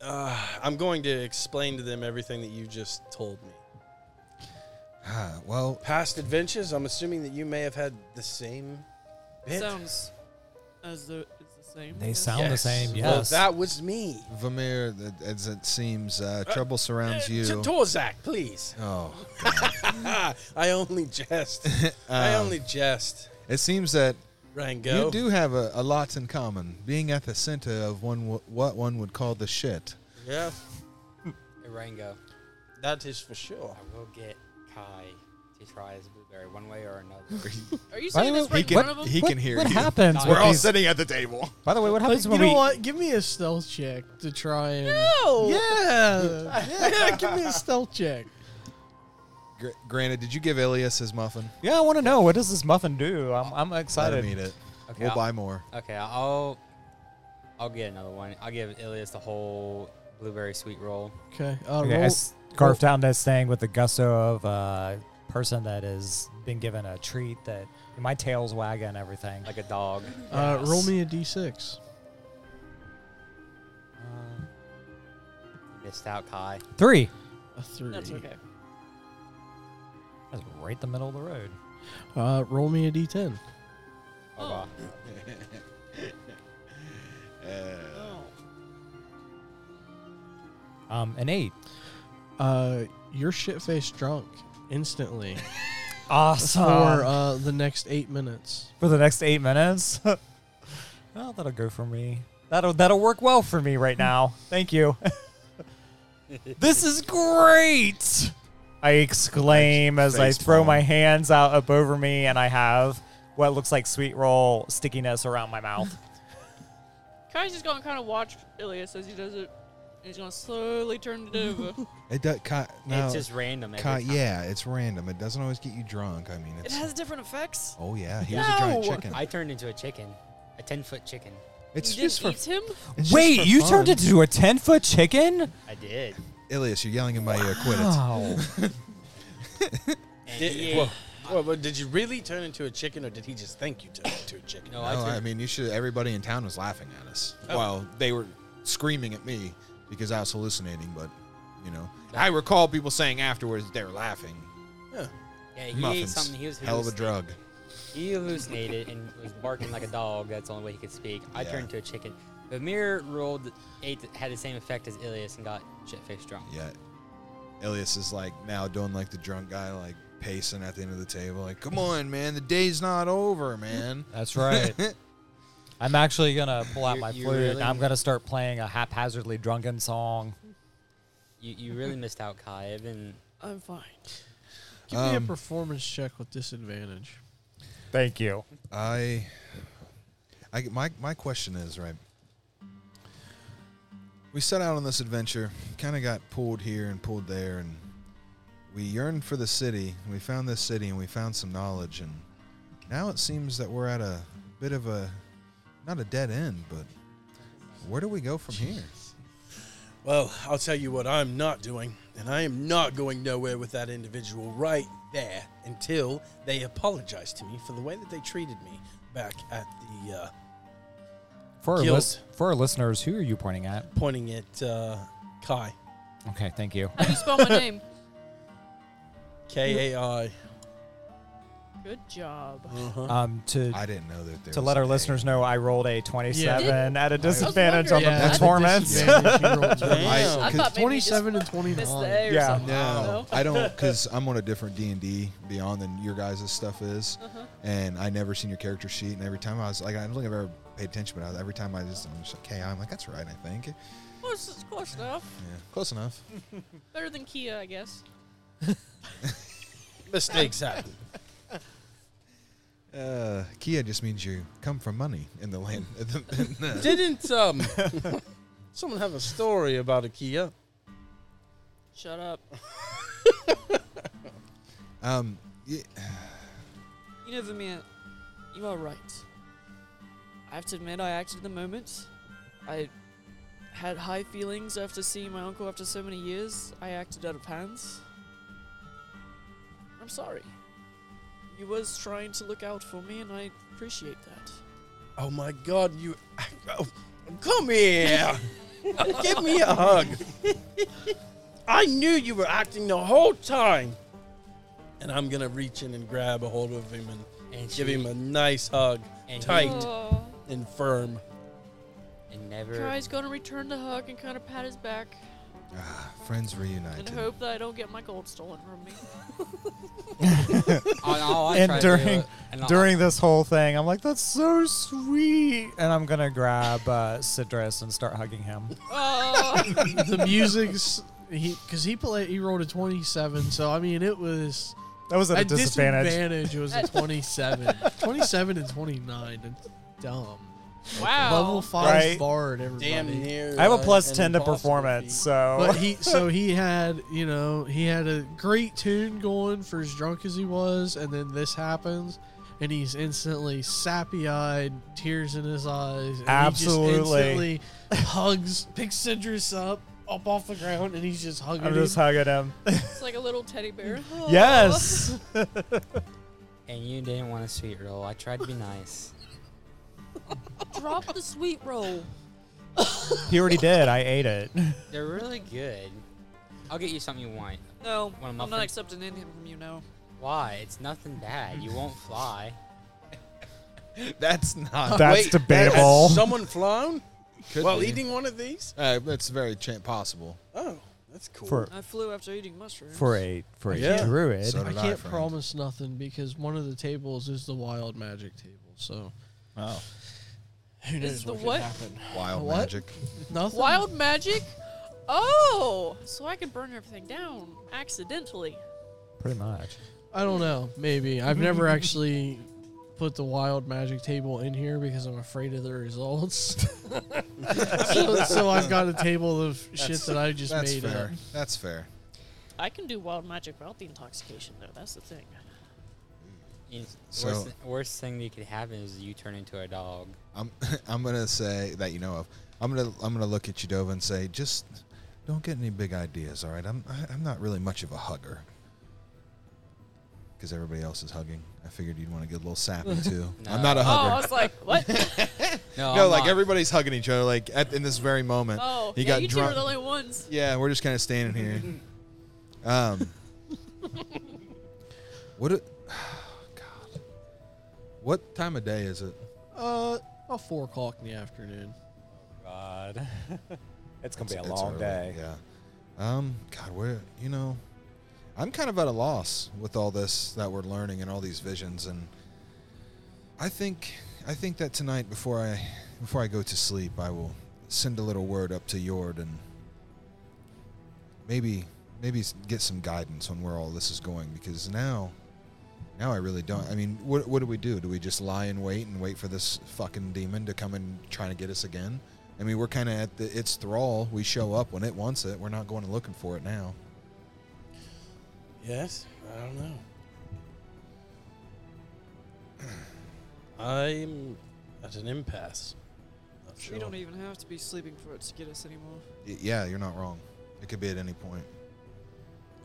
Speaker 3: uh, I'm going to explain to them everything that you just told me.
Speaker 4: Ah, well,
Speaker 3: Past adventures, I'm assuming that you may have had the same bit.
Speaker 6: Sounds as though it's the same.
Speaker 5: They sound the same.
Speaker 3: Well,
Speaker 5: Yes.
Speaker 3: that was me.
Speaker 4: Vamir, th- as it seems, uh, trouble surrounds
Speaker 3: Uh, to
Speaker 4: you.
Speaker 3: Torzak, please.
Speaker 4: Oh,
Speaker 3: I only
Speaker 5: (laughs)
Speaker 3: jest. I
Speaker 4: Um,
Speaker 3: only jest.
Speaker 4: it seems that
Speaker 3: Rango.
Speaker 4: you do have a, a lot in common. Being at the center of one w- what one would call the shit.
Speaker 3: Yeah,
Speaker 1: Hey, Rango,
Speaker 3: that is for sure.
Speaker 1: I will get Kai to try his blueberry one way or
Speaker 4: (laughs)
Speaker 1: another.
Speaker 6: Are you
Speaker 5: By the
Speaker 6: saying
Speaker 5: way,
Speaker 6: this
Speaker 5: he
Speaker 6: right in
Speaker 5: can-
Speaker 6: front of him?
Speaker 4: he
Speaker 5: what,
Speaker 4: can hear
Speaker 5: What
Speaker 4: you.
Speaker 5: happens?
Speaker 1: Nice.
Speaker 5: with these-
Speaker 4: sitting at the table.
Speaker 5: by the way, what happens
Speaker 2: You
Speaker 5: when
Speaker 2: know
Speaker 5: we?
Speaker 2: what? Give me a stealth check to try and.
Speaker 6: No.
Speaker 2: Yeah, (laughs) yeah. Give me a stealth check.
Speaker 4: Gr- granted, did you give Ilias his muffin?
Speaker 5: Yeah, I want to know what does this muffin do? I'm, I'm
Speaker 4: Let
Speaker 5: excited.
Speaker 4: him eat it.
Speaker 1: Okay,
Speaker 4: We'll
Speaker 1: I'll-
Speaker 4: buy more.
Speaker 1: Okay, I'll I'll get another one. I'll give Ilias the whole blueberry sweet roll.
Speaker 2: Okay. Uh,
Speaker 5: Okay, I
Speaker 2: roll,
Speaker 5: scarf down this thing with the gusto of a person that has been given a treat that my tail's wagging and everything.
Speaker 1: Like a
Speaker 4: (laughs)
Speaker 1: dog.
Speaker 2: uh,
Speaker 5: Yes.
Speaker 2: roll me a d6.
Speaker 5: Uh,
Speaker 1: Missed out Kai.
Speaker 5: three.
Speaker 2: A three.
Speaker 6: That's okay.
Speaker 5: That's right the middle of the road.
Speaker 2: Uh, roll me a d10.
Speaker 1: Oh, wow.
Speaker 6: Oh.
Speaker 5: Um, an eight.
Speaker 2: Uh, you're shit faced drunk
Speaker 5: (laughs)
Speaker 2: instantly
Speaker 5: Awesome.
Speaker 2: for uh, the next eight minutes.
Speaker 5: for the next eight minutes. (laughs) well, that'll go for me. That'll that'll work well for me right now. Thank you. (laughs) this is great! I exclaim as I
Speaker 4: Face
Speaker 5: throw
Speaker 4: palm.
Speaker 5: my hands out up over me, and I have what looks like sweet roll stickiness around my (laughs) mouth.
Speaker 6: Kai's just gonna kind of watch Ilias as he does it. And he's gonna slowly turn it
Speaker 5: (laughs)
Speaker 6: over.
Speaker 4: It does. Kai, no,
Speaker 1: It's just random. every
Speaker 4: Kai,
Speaker 1: time.
Speaker 4: yeah, it's random. It doesn't always get you drunk. I mean,
Speaker 6: it
Speaker 4: it's.
Speaker 6: has different effects.
Speaker 4: oh yeah, he was a giant
Speaker 6: No!
Speaker 4: chicken.
Speaker 1: I turned into a chicken. A ten foot chicken.
Speaker 4: it's
Speaker 6: you
Speaker 4: just
Speaker 6: didn't
Speaker 4: for.
Speaker 6: eat him.
Speaker 4: it's just
Speaker 5: Wait,
Speaker 4: for
Speaker 5: you turned
Speaker 4: fun.
Speaker 5: into a ten foot chicken?
Speaker 1: I did.
Speaker 4: Ilias, you're yelling in my ear. Quit it.
Speaker 5: Wow.
Speaker 1: And
Speaker 3: Did,
Speaker 1: he ate-
Speaker 3: whoa, whoa, whoa, did you really turn into a chicken, or did he just think you turned into a chicken?
Speaker 1: No,
Speaker 4: No,
Speaker 1: I turned
Speaker 4: I mean, you should. Everybody in town was laughing at us.
Speaker 3: Oh.
Speaker 4: Well, they were screaming at me because I was hallucinating. But you know, I recall people saying afterwards they were laughing.
Speaker 1: yeah, he ate
Speaker 4: Muffins,
Speaker 1: something. He was
Speaker 4: hell of a
Speaker 1: hallucinating.
Speaker 4: drug.
Speaker 1: He hallucinated and was barking like a dog. That's the only way he could speak. I
Speaker 4: Yeah.
Speaker 1: turned into a chicken. Vamir rolled eight that had the same effect as Ilias and got shit faced drunk.
Speaker 4: Yeah, Ilias is like now doing like the drunk guy, like pacing at the end of the table,
Speaker 1: (laughs)
Speaker 4: like, "Come on, man, the day's not over, man."
Speaker 5: That's (laughs) right. I'm actually gonna pull out
Speaker 1: You-
Speaker 5: my
Speaker 1: you
Speaker 5: flute.
Speaker 1: really-
Speaker 5: and I'm gonna start playing a haphazardly drunken song.
Speaker 1: You, you really missed out, Kai. I've been
Speaker 6: I'm fine.
Speaker 2: Give me a
Speaker 4: Um,
Speaker 2: performance check with disadvantage.
Speaker 5: Thank you.
Speaker 4: I, I my my question is right. We set out on this adventure, kind of got pulled here and pulled there, and we yearned for the city. We found this city, and we found some knowledge, and now it seems that we're at a bit of a not a dead end, but where do we go from here?
Speaker 3: Well, I'll tell you what I'm not doing, and I am not going nowhere with that individual right there until they apologize to me for the way that they treated me back at the uh,
Speaker 5: For our,
Speaker 3: Guilt.
Speaker 5: lis- for our listeners, who are you pointing at?
Speaker 3: pointing at uh, Kai.
Speaker 5: Okay, thank you.
Speaker 6: How do you spell
Speaker 5: (laughs)
Speaker 6: my name?
Speaker 3: K A I.
Speaker 6: Good job.
Speaker 3: Uh-huh.
Speaker 5: Um, to
Speaker 4: I didn't know that there
Speaker 5: to
Speaker 4: was
Speaker 5: let
Speaker 4: a
Speaker 5: our
Speaker 4: day.
Speaker 5: listeners know, I rolled a 27 at a disadvantage
Speaker 6: wondering.
Speaker 5: on the
Speaker 6: Yeah,
Speaker 2: at a
Speaker 4: (laughs)
Speaker 5: performance.
Speaker 2: disadvantage, you
Speaker 5: (laughs)
Speaker 2: rolled
Speaker 3: Damn.
Speaker 6: I
Speaker 4: I,
Speaker 6: thought maybe you just
Speaker 2: 27 and
Speaker 6: (laughs) missed the
Speaker 2: 29.
Speaker 6: A or
Speaker 5: Yeah.
Speaker 6: something.
Speaker 4: no,
Speaker 6: No.
Speaker 4: I don't, because I'm on a different D and D beyond than your guys' stuff is.
Speaker 6: Uh-huh.
Speaker 4: and I never seen your character sheet. And every time I was like, I don't think I've ever paid attention, but I, every time I just, I'm just like, hey, I'm like, that's right, I think. Yeah,
Speaker 6: Well, it's it's close enough.
Speaker 4: close enougf
Speaker 6: Better than Kia, I guess.
Speaker 3: Mistakes happen.
Speaker 4: Uh, Kia just means you come from money in the land. (laughs) in the-
Speaker 3: Didn't (laughs) um, someone have a story about a Kia?
Speaker 6: Shut up.
Speaker 4: um, y-
Speaker 6: You know, Vimir, you are right. I have to admit, I acted in the moment. I had high feelings after seeing my uncle after so many years. I acted out of hands. I'm sorry. You was trying to look out for me, and I appreciate that.
Speaker 3: Oh my God! You oh, come (laughs) here. Give me a hug. I knew you were acting the whole time. And I'm gonna reach in and grab a hold of him and
Speaker 1: and
Speaker 3: give
Speaker 1: she-
Speaker 3: him a nice hug,
Speaker 1: and he-
Speaker 3: tight and firm.
Speaker 1: and never.
Speaker 6: Kai's gonna return the hug and kind of pat his back
Speaker 4: Ah, friends reunited.
Speaker 6: and hope that I don't get my gold stolen from me.
Speaker 1: (laughs) All- all I
Speaker 5: And
Speaker 1: try to do-
Speaker 5: during-
Speaker 1: and all-
Speaker 5: During this whole thing, I'm like, that's so sweet. And I'm going to grab uh, Citrus and start hugging him.
Speaker 6: oh,
Speaker 2: the music's he because he played he rolled a 27 so i mean it was
Speaker 5: That was at a
Speaker 2: at
Speaker 5: disadvantage.
Speaker 2: disadvantage it was a 27
Speaker 6: (laughs)
Speaker 2: 27 and 29 that's dumb
Speaker 6: wow.
Speaker 2: level 5
Speaker 5: Right.
Speaker 2: bard everybody
Speaker 3: Damn near.
Speaker 5: I have a
Speaker 3: uh,
Speaker 5: plus
Speaker 3: an
Speaker 5: 10 to
Speaker 3: impossible
Speaker 5: performance,
Speaker 3: feat.
Speaker 5: so.
Speaker 2: but he so he had you know he had a great tune going for as drunk as he was and then this happens and he's instantly sappy-eyed tears in his eyes and
Speaker 5: Absolutely.
Speaker 2: he just instantly hugs picks Cindrus up up off the ground and he's just hugging
Speaker 5: (laughs) I'm
Speaker 2: him.
Speaker 5: just hugging him.
Speaker 6: It's like a little teddy bear. Oh,
Speaker 5: Yes.
Speaker 1: (laughs) and you didn't want a sweet roll. I tried to be nice.
Speaker 6: Drop the sweet roll.
Speaker 5: he already did. I ate it.
Speaker 1: They're really good. I'll get you something you want.
Speaker 6: No,
Speaker 1: Want a
Speaker 6: I'm
Speaker 1: muffin?
Speaker 6: not accepting anything from you now.
Speaker 1: Why? It's nothing bad. You won't fly.
Speaker 4: That's not.
Speaker 5: That's
Speaker 3: Wait,
Speaker 5: debatable.
Speaker 3: Has someone flown
Speaker 4: Could
Speaker 3: while
Speaker 4: be.
Speaker 3: eating one of these?
Speaker 4: Uh, that's very cha- possible.
Speaker 3: Oh, that's cool.
Speaker 5: For-
Speaker 6: I flew after eating mushrooms.
Speaker 5: For a for a
Speaker 3: Yeah.
Speaker 5: druid.
Speaker 4: So
Speaker 2: I
Speaker 4: did I,
Speaker 2: can't
Speaker 4: friend.
Speaker 2: promise nothing because one of the tables is the wild magic table. So
Speaker 5: oh.
Speaker 2: who knows
Speaker 6: Is the
Speaker 2: could
Speaker 6: what?
Speaker 2: happen?
Speaker 4: Wild
Speaker 2: What?
Speaker 4: magic.
Speaker 2: Nothing.
Speaker 6: Wild magic? Oh, so I can burn everything down accidentally.
Speaker 5: Pretty much.
Speaker 2: I don't know. Maybe I've never actually put the wild magic table in here because I'm afraid of the results. so, so I've got a table of shit that I just
Speaker 4: That's
Speaker 2: made
Speaker 4: fair.
Speaker 2: up.
Speaker 4: That's fair.
Speaker 6: I can do wild magic without the intoxication, though. That's the thing.
Speaker 1: You-
Speaker 4: So-
Speaker 1: worst, thi- worst thing that could happen is you turn into a dog.
Speaker 4: I'm (laughs) I'm gonna say that you know of. I'm gonna I'm gonna look at you, Dova, and say just don't get any big ideas. All right, I'm I- I'm not really much of a hugger because everybody else is hugging. I figured you'd want to get a
Speaker 1: (laughs)
Speaker 4: little sappy too. I'm not a
Speaker 6: Oh, I
Speaker 4: hugger.
Speaker 6: was like, what?
Speaker 1: No,
Speaker 4: no,
Speaker 1: I'm
Speaker 4: like
Speaker 1: not.
Speaker 4: everybody's hugging each other, like at, in this very moment.
Speaker 6: Oh,
Speaker 4: You
Speaker 6: yeah,
Speaker 4: got
Speaker 6: you two
Speaker 4: drunk-
Speaker 6: are the only ones.
Speaker 4: Yeah, we're just kind of standing here.
Speaker 6: (laughs)
Speaker 4: Um, what? A, (sighs) God, what time of day is it?
Speaker 2: Uh, about four o'clock in the afternoon.
Speaker 5: God. (laughs) it's going to be a
Speaker 4: It's
Speaker 5: long
Speaker 4: early,
Speaker 5: day.
Speaker 4: Yeah. Um. God, we're you know, I'm kind of at a loss with all this that we're learning and all these visions, and I think I think that tonight before I before I go to sleep, I will send a little word up to Yord and maybe maybe s- get some guidance on where all this is going because now. Now I really don't. I mean, what, what do we do? Do we just lie in wait and wait for this fucking demon to come and try to get us again? I mean, we're kind of at the, its thrall. We show up when it wants it. We're not going and looking for it now.
Speaker 3: Yes, I don't know. (clears throat) I'm at an impasse. Not sure.
Speaker 6: We don't even have to be sleeping for it to get us anymore.
Speaker 4: Y- yeah, you're not wrong. It could be at any point.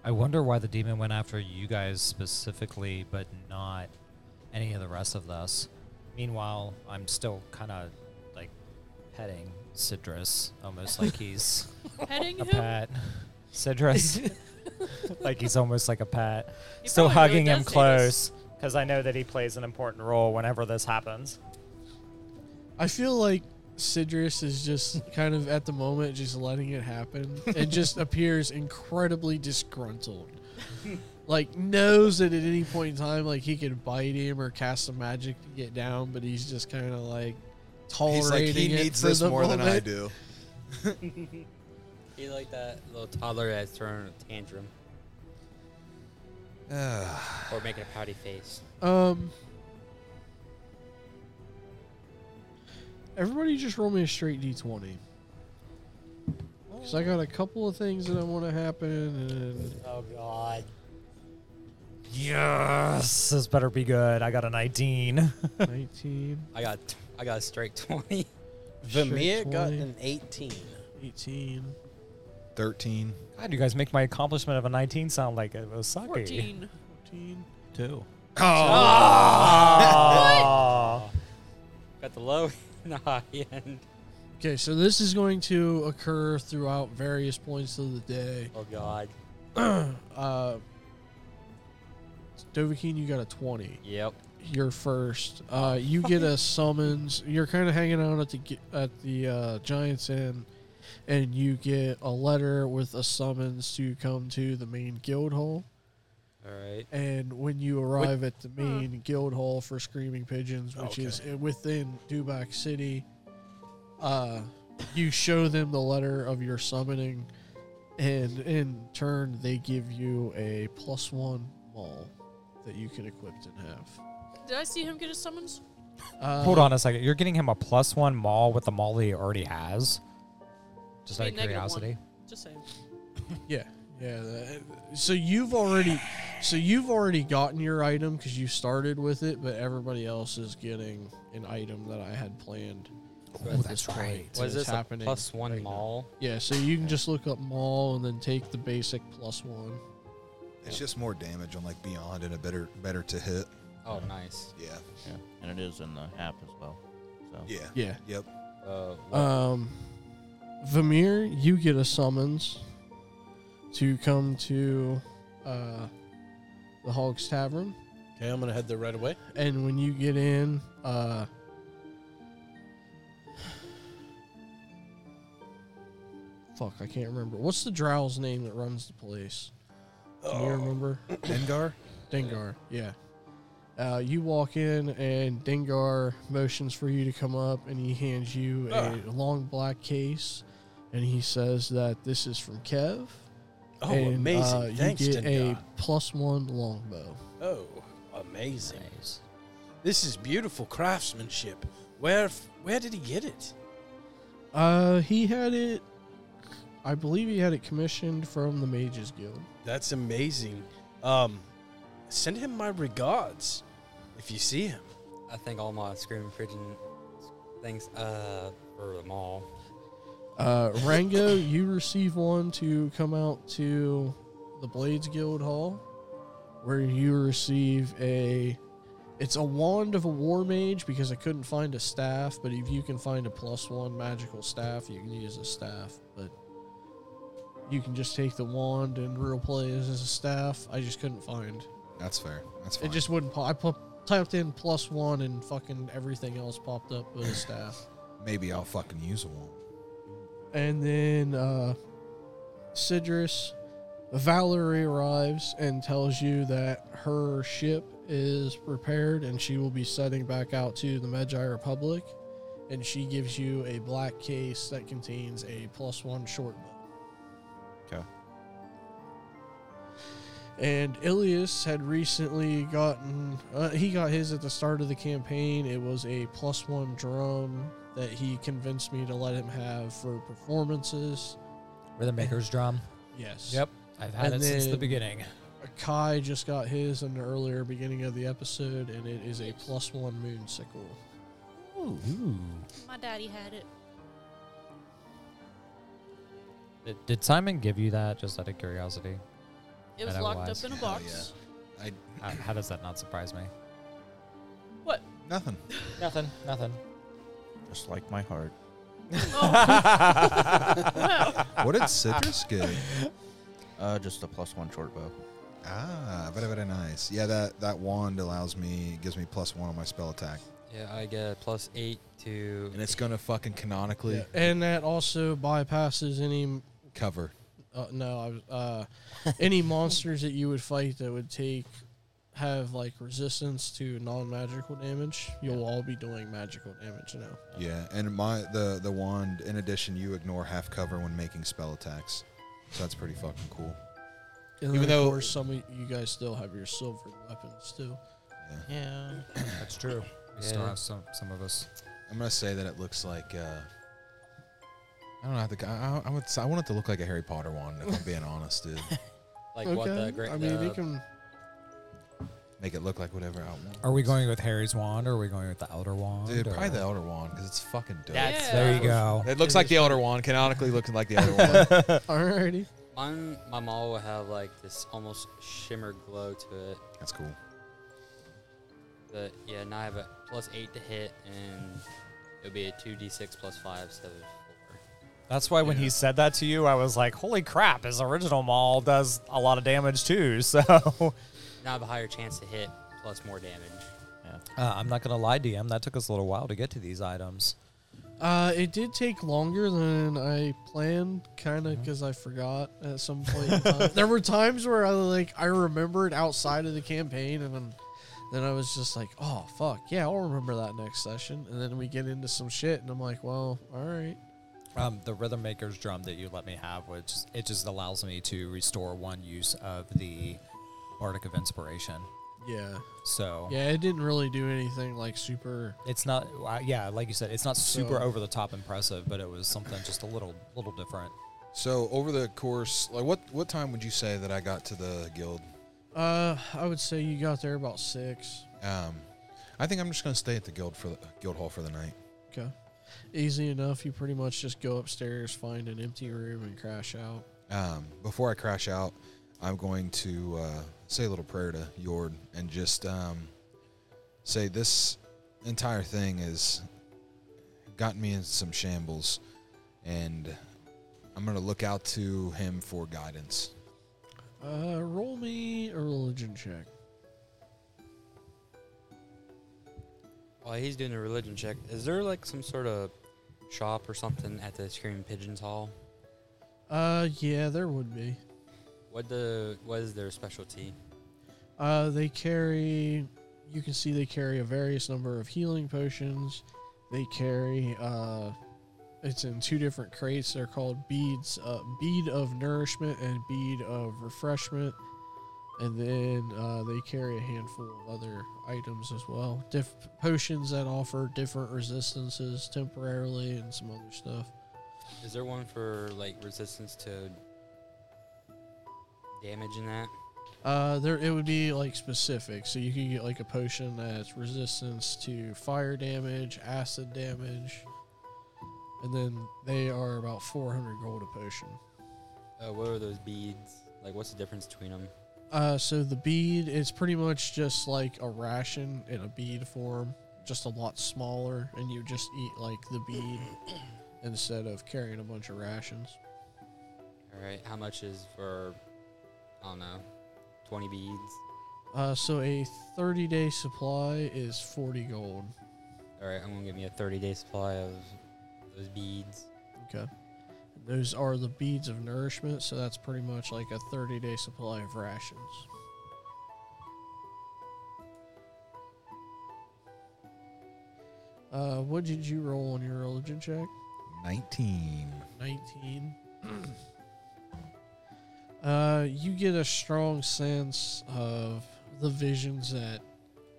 Speaker 5: I wonder why the demon went after you guys specifically, but not any of the rest of us. Meanwhile, I'm still kind of like petting Citrus, almost like (laughs) he's
Speaker 6: Petting
Speaker 5: a
Speaker 6: him?
Speaker 5: pet. Citrus, (laughs) like he's almost like a pet.
Speaker 6: He
Speaker 5: still
Speaker 6: probably really
Speaker 5: hugging him
Speaker 6: does hate us.
Speaker 5: close because I know that he plays an important role whenever this happens.
Speaker 2: I feel like Sidrus is just kind of at the moment just letting it happen and just appears incredibly disgruntled. Like knows that at any point in time like he could bite him or cast some magic to get down, but he's just kind of like tolerating
Speaker 4: He's like, he
Speaker 2: it
Speaker 4: needs
Speaker 2: for
Speaker 4: this
Speaker 2: the
Speaker 4: more than I
Speaker 2: moment. (sighs)
Speaker 4: do.
Speaker 1: He like that little toddler that's throwing a tantrum or making a pouty face.
Speaker 2: Um Everybody just roll me a straight d20. Cuz I got a couple of things that I want to happen and
Speaker 1: Oh God.
Speaker 5: Yes, this better be good. I got a (laughs) 19.
Speaker 2: 19
Speaker 1: I got t- I got a straight (laughs) twenty.
Speaker 3: Vamir got
Speaker 2: 20.
Speaker 3: an 18.
Speaker 2: 18
Speaker 4: Thirteen.
Speaker 5: God, you guys make my accomplishment of a 19 sound like it was sake. (laughs)
Speaker 6: 14.
Speaker 2: 14
Speaker 5: Two.
Speaker 4: Oh,
Speaker 5: Ah. Oh.
Speaker 1: (laughs) Got the low (laughs) and the high end.
Speaker 2: Okay, so this is going to occur throughout various points of the day.
Speaker 1: Oh God.
Speaker 2: Uh, Dovahkiin, you got a 20.
Speaker 1: Yep.
Speaker 2: you're first. Uh, you get a summons. You're kind of hanging out at the g- at the uh, Giants Inn, and you get a letter with a summons to come to the main guild hall.
Speaker 1: All right.
Speaker 2: And when you arrive at the main guild hall for Screaming Pigeons, which
Speaker 3: Okay.
Speaker 2: is i- within Dubak City, uh, you show them the letter of your summoning, and in turn, they give you a plus one maul that you can equip and have.
Speaker 6: Did I see him get a summons?
Speaker 2: Uh,
Speaker 5: Hold on a second. You're getting him a plus one maul with the maul that he already has. Just out
Speaker 6: Wait,
Speaker 5: of
Speaker 6: negative one.
Speaker 5: curiosity.
Speaker 6: Just saying.
Speaker 2: Yeah, yeah. the- So you've already, so you've already gotten your item because you started with it, but everybody else is getting an item that I had planned.
Speaker 1: Oh,
Speaker 5: that's right.
Speaker 2: So
Speaker 1: Was
Speaker 2: it's
Speaker 1: this a
Speaker 2: happening
Speaker 1: plus one
Speaker 2: right now.
Speaker 1: mall?
Speaker 2: Yeah, so you can just look up Maul and then take the basic plus one.
Speaker 4: It's just more damage on like beyond and a better better to hit.
Speaker 1: Oh, nice.
Speaker 4: Yeah.
Speaker 7: Yeah. And it is in the app as well. So
Speaker 4: Yeah.
Speaker 2: Yeah.
Speaker 4: Yep.
Speaker 1: Uh, what-
Speaker 2: Um, Vamir, you get a summons to come to uh, the Hog's Tavern,
Speaker 3: Okay, I'm gonna head there right away.
Speaker 2: and when you get in, uh, fuck, I can't remember. What's the Drow's name that runs the place? Can
Speaker 3: Oh.
Speaker 2: you
Speaker 3: (coughs)
Speaker 2: remember?
Speaker 4: Dengar?
Speaker 2: Dengar, yeah. Uh, you walk in, and Dengar motions for you to come up, and he hands you a
Speaker 3: Ah.
Speaker 2: long black case, and he says that this is from Kev.
Speaker 3: Oh,
Speaker 2: and,
Speaker 3: amazing!
Speaker 2: uh, you
Speaker 3: Thanks,
Speaker 2: get
Speaker 3: Dengar.
Speaker 2: a plus one longbow.
Speaker 3: Oh, amazing! This is beautiful craftsmanship. Where, f- where did he get it?
Speaker 2: Uh, he had it. I believe he had it commissioned from the Mages Guild.
Speaker 3: That's amazing. Um, send him my regards if you see him.
Speaker 1: I think all my screaming pigeon things uh for the mall.
Speaker 2: Uh, Rango, you receive one to come out to the Blades Guild Hall, where you receive a. It's a wand of a war mage because I couldn't find a staff, but if you can find a plus one magical staff, you can use a staff. But you can just take the wand and real play it as a staff. I just couldn't find.
Speaker 4: That's fair. That's fine.
Speaker 2: It just wouldn't pop. I pu- typed in plus one and fucking everything else popped up with a staff.
Speaker 4: Maybe I'll fucking use a one.
Speaker 2: And then uh, Sidrus, Valerie arrives and tells you that her ship is prepared and she will be setting back out to the Medjai Republic. And she gives you a black case that contains a plus one short bow.
Speaker 7: Okay.
Speaker 2: And Ilias had recently gotten, uh, he got his at the start of the campaign. It was a plus one drum that he convinced me to let him have for performances.
Speaker 5: Rhythm Maker's (laughs) drum.
Speaker 2: Yes.
Speaker 5: Yep. I've had
Speaker 2: And
Speaker 5: it since the
Speaker 2: then-
Speaker 5: beginning.
Speaker 2: Kai just got his in the earlier beginning of the episode, and it is a plus one moonsickle.
Speaker 6: My daddy had it.
Speaker 5: Did, did Simon give you that just out of curiosity?
Speaker 6: It was
Speaker 5: That I
Speaker 6: locked
Speaker 5: was.
Speaker 6: up in a
Speaker 4: Hell
Speaker 6: box.
Speaker 4: I
Speaker 5: How, how does that not surprise me?
Speaker 4: nothing.
Speaker 2: (laughs)
Speaker 5: Nothing. Nothing.
Speaker 7: just like my heart.
Speaker 4: What did Citrus get?
Speaker 7: Uh, just a plus one short bow.
Speaker 4: Ah, very very nice. Yeah, that that wand allows me gives me plus one on my spell attack,
Speaker 1: Yeah, I get a plus eight to
Speaker 4: and it's gonna fucking canonically
Speaker 2: And that also bypasses any
Speaker 4: cover.
Speaker 2: uh, no I was- (laughs) uh, any monsters that you would fight that would take have like resistance to non magical damage. You'll all be doing magical damage now.
Speaker 4: Yeah, and my the the wand. In addition, you ignore half cover when making spell attacks, so that's pretty fucking cool.
Speaker 2: And
Speaker 4: Even
Speaker 2: Even
Speaker 4: though-
Speaker 2: though course, some of you guys still have your silver weapons too.
Speaker 7: Yeah.
Speaker 5: That's true. We still
Speaker 1: Yeah.
Speaker 5: have some, some of us.
Speaker 4: I'm gonna say that it looks like. Uh, I don't know. I, think, I, I would. s- I want it to look like a Harry Potter wand. If I'm being honest, dude.
Speaker 1: like what the great.
Speaker 2: I mean,
Speaker 1: the,
Speaker 3: Uh,
Speaker 2: you can.
Speaker 4: Make it look like whatever I want.
Speaker 5: Are we going with Harry's wand or are we going with the Elder Wand?
Speaker 4: Dude,
Speaker 5: or-
Speaker 4: probably the Elder Wand because it's fucking dope.
Speaker 6: That's-
Speaker 5: There you go.
Speaker 4: it looks like the Elder Wand. Canonically looking like the Elder
Speaker 2: (laughs)
Speaker 4: Wand.
Speaker 5: (laughs)
Speaker 2: Alrighty.
Speaker 1: mine, my mall will have like this almost shimmer glow to it.
Speaker 4: That's cool.
Speaker 1: But yeah, now I have a plus eight to hit, and it'll be a two d six plus five, so four.
Speaker 5: That's why when he said that to you, I was like, holy crap, his original maul does a lot of damage too. (laughs) So
Speaker 1: Now I have a higher chance to hit plus more damage.
Speaker 5: Uh, I'm not gonna lie, DM. That took us a little while to get to these items.
Speaker 2: Uh, it did take longer than I planned, kind of
Speaker 5: Mhm.
Speaker 2: because I forgot at some point. in time. there were times where I like I remembered outside of the campaign, and then, then I was just like, "Oh fuck, yeah, I'll remember that next session." And then we get into some shit, and I'm like, "Well, all right."
Speaker 5: Um, the rhythm maker's drum that you let me have, which it just allows me to restore one use of the bardic of inspiration.
Speaker 2: Yeah,
Speaker 5: So
Speaker 2: yeah, it didn't really do anything like super.
Speaker 5: it's not, uh, yeah, like you said, it's not super
Speaker 2: So-
Speaker 5: over the top impressive, but it was something just a little, little different.
Speaker 4: So over the course, like what what time would you say that I got to the guild?
Speaker 2: Uh, I would say you got there about six.
Speaker 4: Um, I think I'm just gonna stay at the guild for the guild hall for the night.
Speaker 2: Easy enough. You pretty much just go upstairs, find an empty room, and crash out.
Speaker 4: Um, before I crash out, I'm going to uh, say a little prayer to Yord and just um, say this entire thing has gotten me in some shambles, and I'm gonna look out to him for guidance.
Speaker 2: Uh, roll me a religion check.
Speaker 1: While he's doing a religion check, is there like some sort of shop or something at the Screaming Pigeons Hall?
Speaker 2: Uh, yeah, there would be.
Speaker 1: What the what is their specialty?
Speaker 2: Uh, they carry. You can see they carry a various number of healing potions. They carry. Uh, it's in two different crates. They're called beads, uh, bead of nourishment and bead of refreshment. And then uh, they carry a handful of other items as well. Diff- potions that offer different resistances temporarily and some other stuff.
Speaker 1: Is there one for like resistance to damage in that?
Speaker 2: Uh, there it would be like specific, so you could get like a potion that's resistance to fire damage, acid damage, and then they are about 400 gold a potion.
Speaker 1: Uh, what are those beads? Like, what's the difference between them?
Speaker 2: Uh, so the bead is pretty much just like a ration in a bead form, just a lot smaller, and you just eat like the bead instead of carrying a bunch of rations.
Speaker 1: All right, how much is for? I don't know, twenty beads.
Speaker 2: Uh, so a 30 day supply is 40 gold.
Speaker 1: All right, I'm gonna give me a thirty-day supply of those beads.
Speaker 2: Okay. Those are the beads of nourishment, so that's pretty much like a 30 day supply of rations. Uh, what did you roll on your religion check?
Speaker 4: Nineteen.
Speaker 2: 19. (clears throat) uh, you get a strong sense of the visions that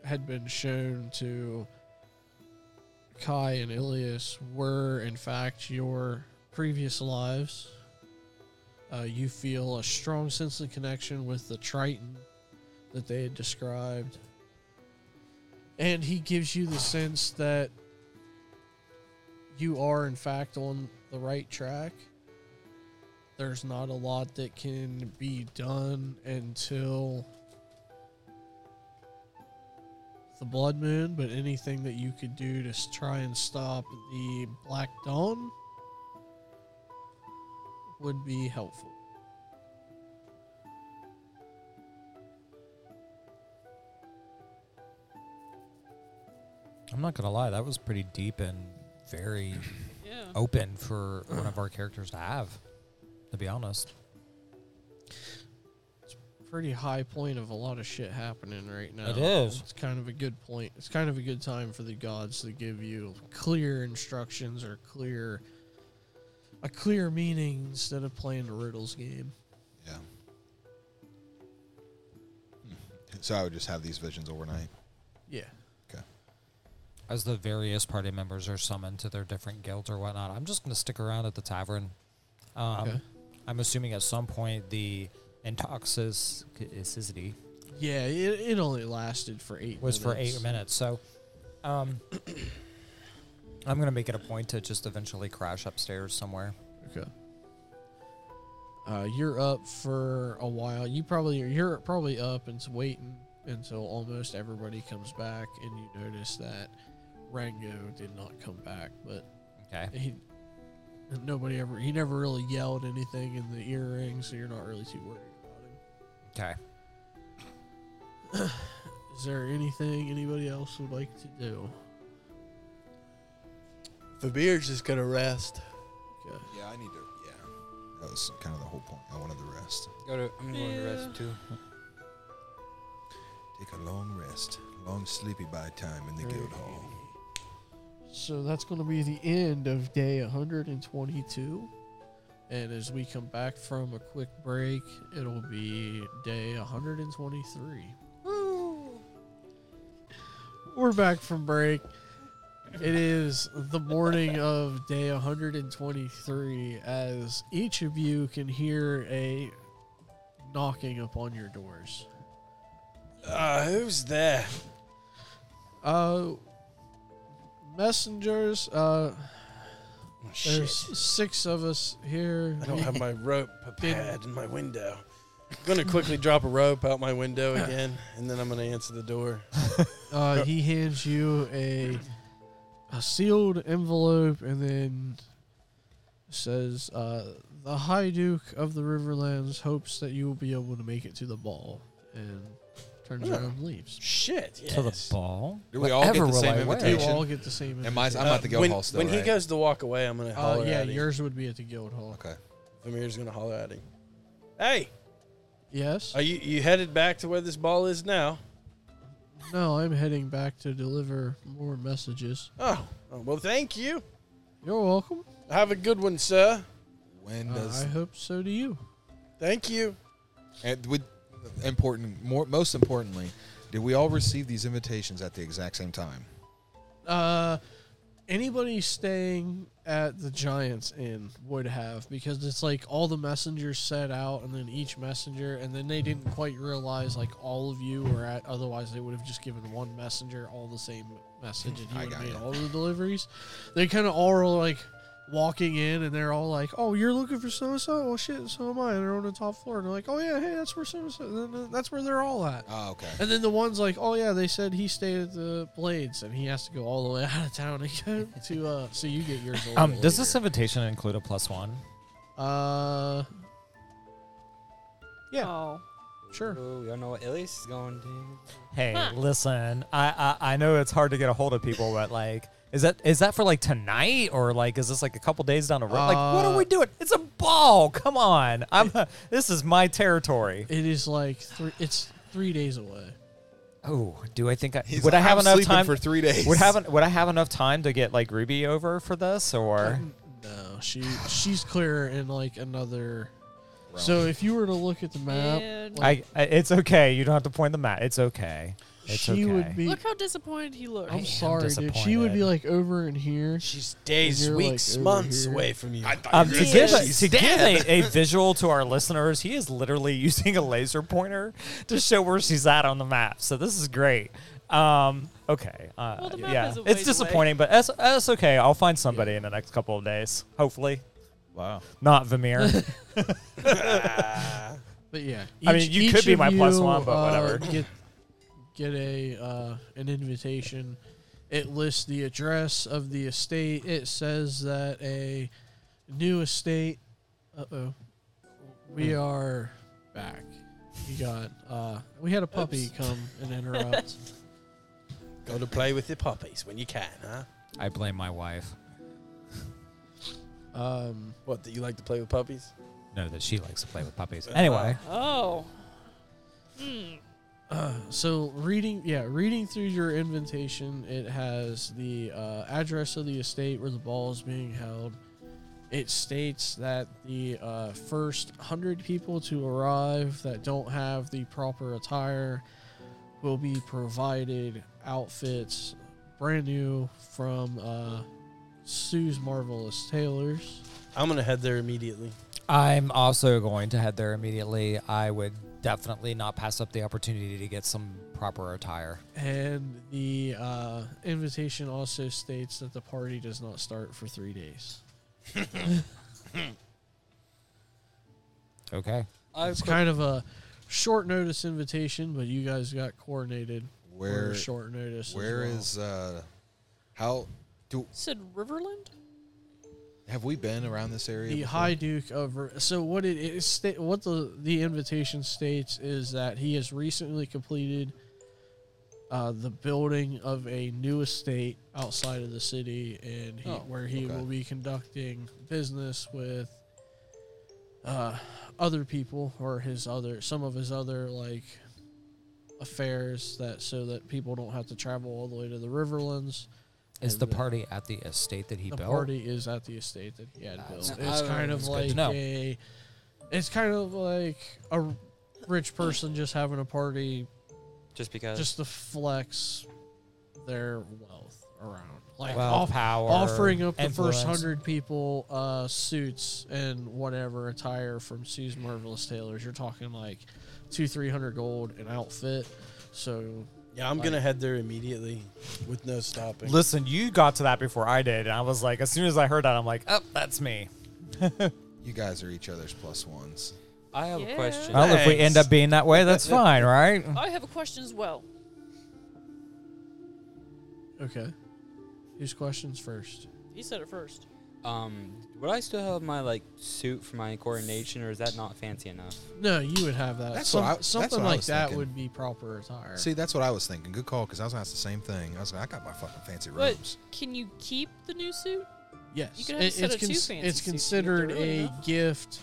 Speaker 2: had been shown to Kai and Ilias were, in fact, your previous lives. Uh, you feel a strong sense of connection with the Triton that they had described. And he gives you the sense that you are in fact on the right track. There's not a lot that can be done until the blood moon, but anything that you could do to s- try and stop the black dawn would be helpful.
Speaker 5: I'm not gonna lie, that was pretty deep and very
Speaker 6: Yeah.
Speaker 5: open for one of our characters to have. To be honest,
Speaker 2: Pretty high point of a lot of shit happening right now.
Speaker 5: is.
Speaker 2: It's kind of a good point. It's kind of a good time for the gods to give you clear instructions or clear a clear meaning instead of playing the riddles game.
Speaker 4: Yeah. (laughs) So I would just have these visions overnight.
Speaker 2: Yeah.
Speaker 5: as the various party members are summoned to their different guilds or whatnot, I'm just gonna stick around at the tavern. Um,
Speaker 2: Okay.
Speaker 5: I'm assuming at some point the intoxicity
Speaker 2: Yeah, it, it only lasted for eight
Speaker 5: was
Speaker 2: minutes.
Speaker 5: for eight minutes. So, um, (coughs) I'm gonna make it a point to just eventually crash upstairs somewhere.
Speaker 2: Okay. Uh, you're up for a while. You probably you're probably up and s- waiting until almost everybody comes back, and you notice that Rango did not come back, but
Speaker 5: Okay.
Speaker 2: he nobody ever he never really yelled anything in the earring, so you're not really too worried about
Speaker 5: Okay.
Speaker 2: him. Is there anything anybody else would like to do?
Speaker 3: Vamir's just gonna rest.
Speaker 2: Okay.
Speaker 4: Yeah, I need to. Yeah, that was kind of the whole point. I wanted to rest.
Speaker 1: Go to, I'm going to
Speaker 6: Yeah.
Speaker 1: rest too.
Speaker 4: Take a long rest, long sleepy by time in the guild hall.
Speaker 2: So that's going to be the end of day 122. And as we come back from a quick break, it'll be day 123. We're back from break. It is the morning of day 123 as each of you can hear a knocking upon your doors.
Speaker 3: Uh, who's there?
Speaker 2: Uh, messengers, uh,
Speaker 3: Oh,
Speaker 2: There's six of us here.
Speaker 3: I (laughs) don't have my rope prepared in my window. I'm gonna quickly drop a rope out my
Speaker 2: (laughs)
Speaker 3: window again, and then I'm gonna answer the door.
Speaker 2: Uh, he hands you a a sealed envelope and then says, uh, "The High Duke of the Riverlands hopes that you will be able to make it to the ball." And turns
Speaker 3: Huh.
Speaker 2: around, and leaves.
Speaker 3: Shit. Yes.
Speaker 5: To the ball.
Speaker 4: Do we all get
Speaker 5: Whatever
Speaker 4: the
Speaker 5: will
Speaker 4: same
Speaker 5: I wear?
Speaker 2: You
Speaker 4: invitation?
Speaker 2: all get the same.
Speaker 4: Am I- I'm
Speaker 2: invitation.
Speaker 4: at the guild
Speaker 3: when,
Speaker 4: hall still,
Speaker 3: When he
Speaker 4: right?
Speaker 3: goes to walk away, I'm gonna holler
Speaker 2: Uh, yeah,
Speaker 3: at him.
Speaker 2: yours would be at the guild hall.
Speaker 4: Okay.
Speaker 3: Vamir's gonna holler at him. Hey,
Speaker 2: Yes.
Speaker 3: are you you headed back to where this ball is now?
Speaker 2: no, I'm heading back to deliver more messages.
Speaker 3: Oh, oh, well, thank you.
Speaker 2: You're welcome.
Speaker 3: Have a good one, sir.
Speaker 4: When
Speaker 2: Uh,
Speaker 4: does
Speaker 2: I hope so. Do you?
Speaker 3: Thank you.
Speaker 4: and with important more most importantly, did we all receive these invitations at the exact same time?
Speaker 2: Uh, anybody staying at the Giants Inn would have because it's like all the messengers set out, and then each messenger, and then they didn't quite realize like all of you were at. Otherwise, they would have just given one messenger all the same message, and
Speaker 4: I
Speaker 2: he would have
Speaker 4: got
Speaker 2: made
Speaker 4: ya.
Speaker 2: all the deliveries. They kind of all were like. Walking in, and they're all like, "Oh, you're looking for so and so? Well, shit, so am I." And they're on the top floor, and they're like, "Oh yeah, hey, that's where so and so. That's where they're all at."
Speaker 4: Oh, okay.
Speaker 2: And then the one's like, oh yeah, they said he stayed at the Blades and he has to go all the way out of town (laughs) again to uh. So you get yours. a little
Speaker 5: Um, does this
Speaker 2: later.
Speaker 5: invitation include a plus one?
Speaker 2: Uh, Yeah.
Speaker 6: Oh.
Speaker 2: Sure.
Speaker 1: Ooh, y'all know what Elias is going to.
Speaker 5: Hey,
Speaker 6: Huh.
Speaker 5: listen, I, I I know it's hard to get a hold of people, but like, is that is that for like tonight or like is this like a couple days down the road? like, what are
Speaker 2: Uh,
Speaker 5: we doing? It's a ball. Come on, I'm. this is my territory.
Speaker 2: it is like three. It's three days away.
Speaker 5: Oh, do I think I would I have
Speaker 4: I'm
Speaker 5: enough
Speaker 4: sleeping
Speaker 5: time?
Speaker 4: for three days?
Speaker 5: would have would I have enough time to get like Ruby over for this or?
Speaker 2: No, she she's clear in like another.
Speaker 4: Realm.
Speaker 2: So if you were to look at the map,
Speaker 6: And
Speaker 5: I, I it's okay. You don't have to point the mat. It's okay. It's
Speaker 2: she
Speaker 5: okay.
Speaker 2: would be.
Speaker 6: look how disappointed he looks.
Speaker 2: I'm sorry, dude. She would be
Speaker 5: disappointed.
Speaker 2: like over in here.
Speaker 3: She's
Speaker 2: days,
Speaker 3: days,
Speaker 2: You're, like, weeks,
Speaker 3: weeks,
Speaker 2: over months
Speaker 3: months
Speaker 2: here. away
Speaker 3: away from you.
Speaker 5: Um, to
Speaker 6: Yeah.
Speaker 5: give, a,
Speaker 6: She's
Speaker 5: to give a, (laughs) a visual to our listeners, he is literally (laughs) using a laser pointer to show where she's at on the map. So this is great. Um, okay. Uh,
Speaker 6: Well, the map
Speaker 5: yeah.
Speaker 6: is a
Speaker 5: it's
Speaker 6: ways
Speaker 5: disappointing, but that's, that's okay. I'll find somebody in the next couple of days, hopefully.
Speaker 7: Wow.
Speaker 5: Not Vamir.
Speaker 2: But yeah,
Speaker 5: I mean, you could be
Speaker 2: of
Speaker 5: my plus
Speaker 2: you,
Speaker 5: one, but
Speaker 2: uh,
Speaker 5: whatever.
Speaker 2: Get get a uh, an invitation. It lists the address of the estate. It says that a new estate. Uh oh, we
Speaker 5: Hmm.
Speaker 2: are back. We got. Uh, we had a puppy come and
Speaker 5: (laughs)
Speaker 2: interrupt.
Speaker 3: Go to play with your puppies when you can, huh?
Speaker 5: I blame my wife.
Speaker 2: um,
Speaker 3: What, that you like to play with puppies?
Speaker 5: No, that she (laughs) likes to play with puppies. Uh, Anyway.
Speaker 6: Oh. Hmm.
Speaker 2: so reading, yeah, reading through your invitation, it has the uh, address of the estate where the ball is being held. It states that the uh, first hundred people to arrive that don't have the proper attire will be provided outfits brand new from uh, Sue's Marvelous Tailors.
Speaker 3: I'm going to head there immediately.
Speaker 5: I'm also going to head there immediately. I would definitely not pass up the opportunity to get some proper attire.
Speaker 2: And the uh, invitation also states that the party does not start for three days.
Speaker 5: Okay.
Speaker 1: I
Speaker 2: It's kind of a short notice invitation, but you guys got coordinated for
Speaker 4: where
Speaker 2: short notice. as
Speaker 4: where
Speaker 2: well.
Speaker 4: is uh how do
Speaker 6: Said Riverland?
Speaker 4: have we been around this area?
Speaker 2: the
Speaker 4: before?
Speaker 2: High Duke of? Ver- So what it is sta- what the the invitation states is that he has recently completed uh, the building of a new estate outside of the city, and he,
Speaker 4: Oh,
Speaker 2: where he
Speaker 4: okay.
Speaker 2: will be conducting business with uh, other people or his other some of his other like affairs that so that people don't have to travel all the way to the Riverlands.
Speaker 5: Is
Speaker 2: And
Speaker 5: the
Speaker 2: the-
Speaker 5: party at the estate that he
Speaker 2: the
Speaker 5: built?
Speaker 2: party is at the estate that he had built.
Speaker 5: That's-
Speaker 2: It's
Speaker 5: Oh,
Speaker 2: kind of
Speaker 5: that's good
Speaker 2: like
Speaker 5: to know.
Speaker 2: a, it's kind of like a rich person just having a party
Speaker 1: Just because.
Speaker 2: just to flex their wealth around, like
Speaker 5: Well,
Speaker 2: off-
Speaker 5: power,
Speaker 2: offering up the first
Speaker 5: influence.
Speaker 2: hundred people uh, suits and whatever attire from Sue's Marvelous Tailors. You're talking like two, three hundred gold an outfit. So
Speaker 3: Yeah, I'm
Speaker 2: Like-
Speaker 3: gonna head there immediately with no stopping.
Speaker 8: Listen, you got to that before I did, and I was like, as soon as I heard that, I'm like, oh, that's me.
Speaker 4: You guys are each other's plus ones.
Speaker 1: I have
Speaker 9: Yeah.
Speaker 1: a question.
Speaker 8: Well, if we end
Speaker 3: Thanks.
Speaker 8: up being that way, (laughs) that's fine, right?
Speaker 9: I have a question as well.
Speaker 2: okay, whose questions first?
Speaker 9: He said it first.
Speaker 1: Um, would I still have my like suit for my coronation, or is that not fancy enough?
Speaker 2: No, you would have that.
Speaker 4: That's
Speaker 2: Some-
Speaker 4: what I- that's
Speaker 2: something
Speaker 4: what I
Speaker 2: like
Speaker 4: was
Speaker 2: that
Speaker 4: thinking.
Speaker 2: would be proper attire.
Speaker 4: See, that's what I was thinking. Good call, because I was gonna ask the same thing. I was like, I got my fucking fancy
Speaker 9: But-
Speaker 4: robes.
Speaker 9: Can you keep the new suit?
Speaker 2: yes,
Speaker 9: you could have a set
Speaker 2: it's,
Speaker 9: of two
Speaker 2: cons-
Speaker 9: fancy
Speaker 2: it's
Speaker 9: suits, you could
Speaker 2: considered
Speaker 9: do it
Speaker 2: a
Speaker 9: enough.
Speaker 2: gift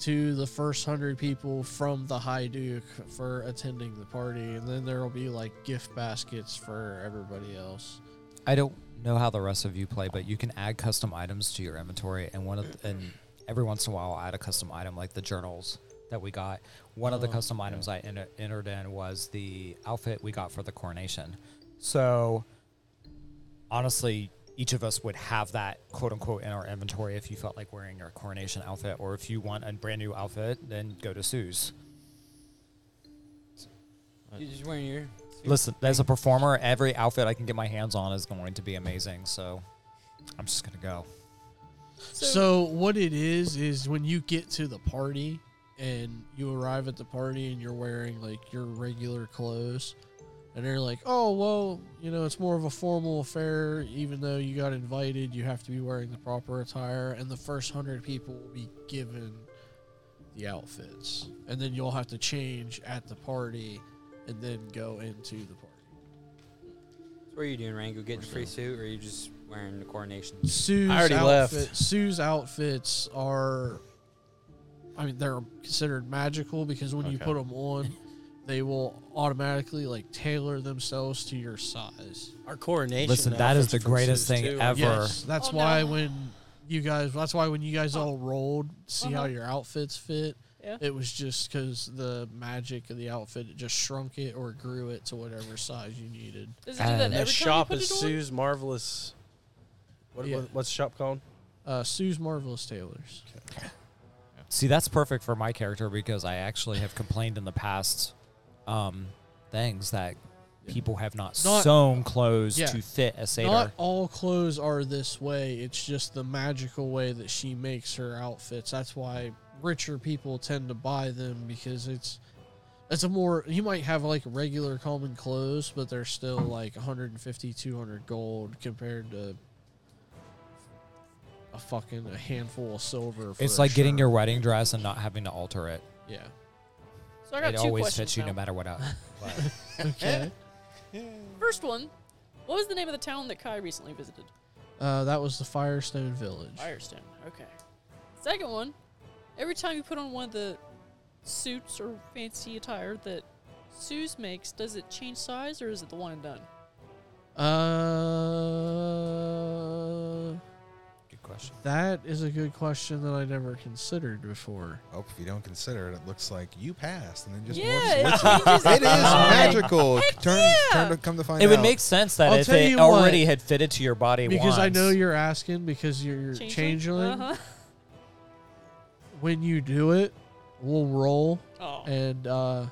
Speaker 2: to the first hundred people from the High Duke for attending the party, and then there will be like gift baskets for everybody else.
Speaker 5: I don't know how the rest of you play, but you can add custom items to your inventory, and one of and every once in a while, I'll add a custom item like the journals that we got. One of the
Speaker 2: Oh,
Speaker 5: custom items I enter, entered in was the outfit we got for the coronation. So, honestly, each of us would have that quote unquote in our inventory if you felt like wearing your coronation outfit, or if you want a brand new outfit, then go to Sue's.
Speaker 1: You're just wearing your. suit.
Speaker 5: Listen, as a performer, every outfit I can get my hands on is going to be amazing. So, I'm just gonna go.
Speaker 9: So,
Speaker 2: So what it is is when you get to the party and you arrive at the party and you're wearing like your regular clothes and they're like, "Oh, well, you know, it's more of a formal affair even though you got invited, you have to be wearing the proper attire and the first 100 people will be given the outfits. And then you'll have to change at the party and then go into the party.
Speaker 1: What are you doing, Rango? Getting a free suit, or are you just wearing the coronation?
Speaker 2: Sue's
Speaker 3: I already left.
Speaker 2: outfit, Sue's outfits are, I mean, they're considered magical because when you
Speaker 7: Okay.
Speaker 2: put them on, they will automatically like tailor themselves to your size.
Speaker 3: Our coronation.
Speaker 5: Listen, that is
Speaker 3: outfits
Speaker 5: the
Speaker 3: from
Speaker 5: greatest
Speaker 3: Suits,
Speaker 5: thing
Speaker 3: too.
Speaker 5: ever.
Speaker 2: Yes, that's
Speaker 9: Oh, no.
Speaker 2: why when you guys, that's why when you guys
Speaker 9: Oh.
Speaker 2: all rolled, see how
Speaker 9: Uh-huh.
Speaker 2: your outfits fit.
Speaker 9: Yeah.
Speaker 2: It was just because the magic of the outfit it just shrunk it or grew it to whatever size you needed.
Speaker 9: does it do that
Speaker 5: And
Speaker 9: every
Speaker 3: The
Speaker 9: time
Speaker 3: shop
Speaker 9: you put
Speaker 3: is
Speaker 9: it on?
Speaker 3: Sue's marvelous. What,
Speaker 2: Yeah.
Speaker 3: what- what's the shop called?
Speaker 2: Uh, Sue's marvelous tailors.
Speaker 5: See, that's perfect for my character because I actually have complained in the past um, things that people have not,
Speaker 2: Not-
Speaker 5: sewn clothes
Speaker 2: yeah.
Speaker 5: to fit a satyr.
Speaker 2: Not all clothes are this way. It's just the magical way that she makes her outfits. That's why richer people tend to buy them because it's it's a more you might have like regular common clothes, but they're still like 150 200 gold compared to a fucking a handful of silver. For
Speaker 5: it's
Speaker 2: a
Speaker 5: like getting
Speaker 2: shirt.
Speaker 5: your wedding dress and not having to alter it.
Speaker 2: yeah.
Speaker 9: So I got
Speaker 5: It
Speaker 9: two
Speaker 5: always
Speaker 9: questions
Speaker 5: fits you
Speaker 9: now.
Speaker 5: no matter what. I,
Speaker 2: Okay.
Speaker 9: First one, what was the name of the town that Kai recently visited?
Speaker 2: uh, that was the Firestone Village.
Speaker 9: Firestone. Okay. Second one, every time you put on one of the suits or fancy attire that Sue's makes, does it change size or is it the one and done?
Speaker 2: Uh.
Speaker 5: good question.
Speaker 2: That is a good question that I never considered before.
Speaker 4: Oh, if you don't consider it, it looks like you passed, and then just (laughs)
Speaker 9: yeah,
Speaker 4: morphs-
Speaker 9: it
Speaker 4: which-
Speaker 9: changes.
Speaker 4: It is
Speaker 9: size.
Speaker 4: magical.
Speaker 9: Heck
Speaker 4: Turn,
Speaker 9: yeah.
Speaker 4: turn to come to find
Speaker 5: It
Speaker 4: out.
Speaker 8: would
Speaker 5: would make sense that
Speaker 2: I'll
Speaker 5: if
Speaker 2: tell
Speaker 8: it
Speaker 2: you
Speaker 5: it
Speaker 2: what,
Speaker 5: already had fitted to your body
Speaker 2: Because I know
Speaker 5: once-
Speaker 2: you're asking because you're
Speaker 9: Changeling?
Speaker 2: changeling.
Speaker 9: Uh-huh.
Speaker 2: When you do it, we'll roll
Speaker 9: Oh.
Speaker 5: Eh.
Speaker 2: and uh,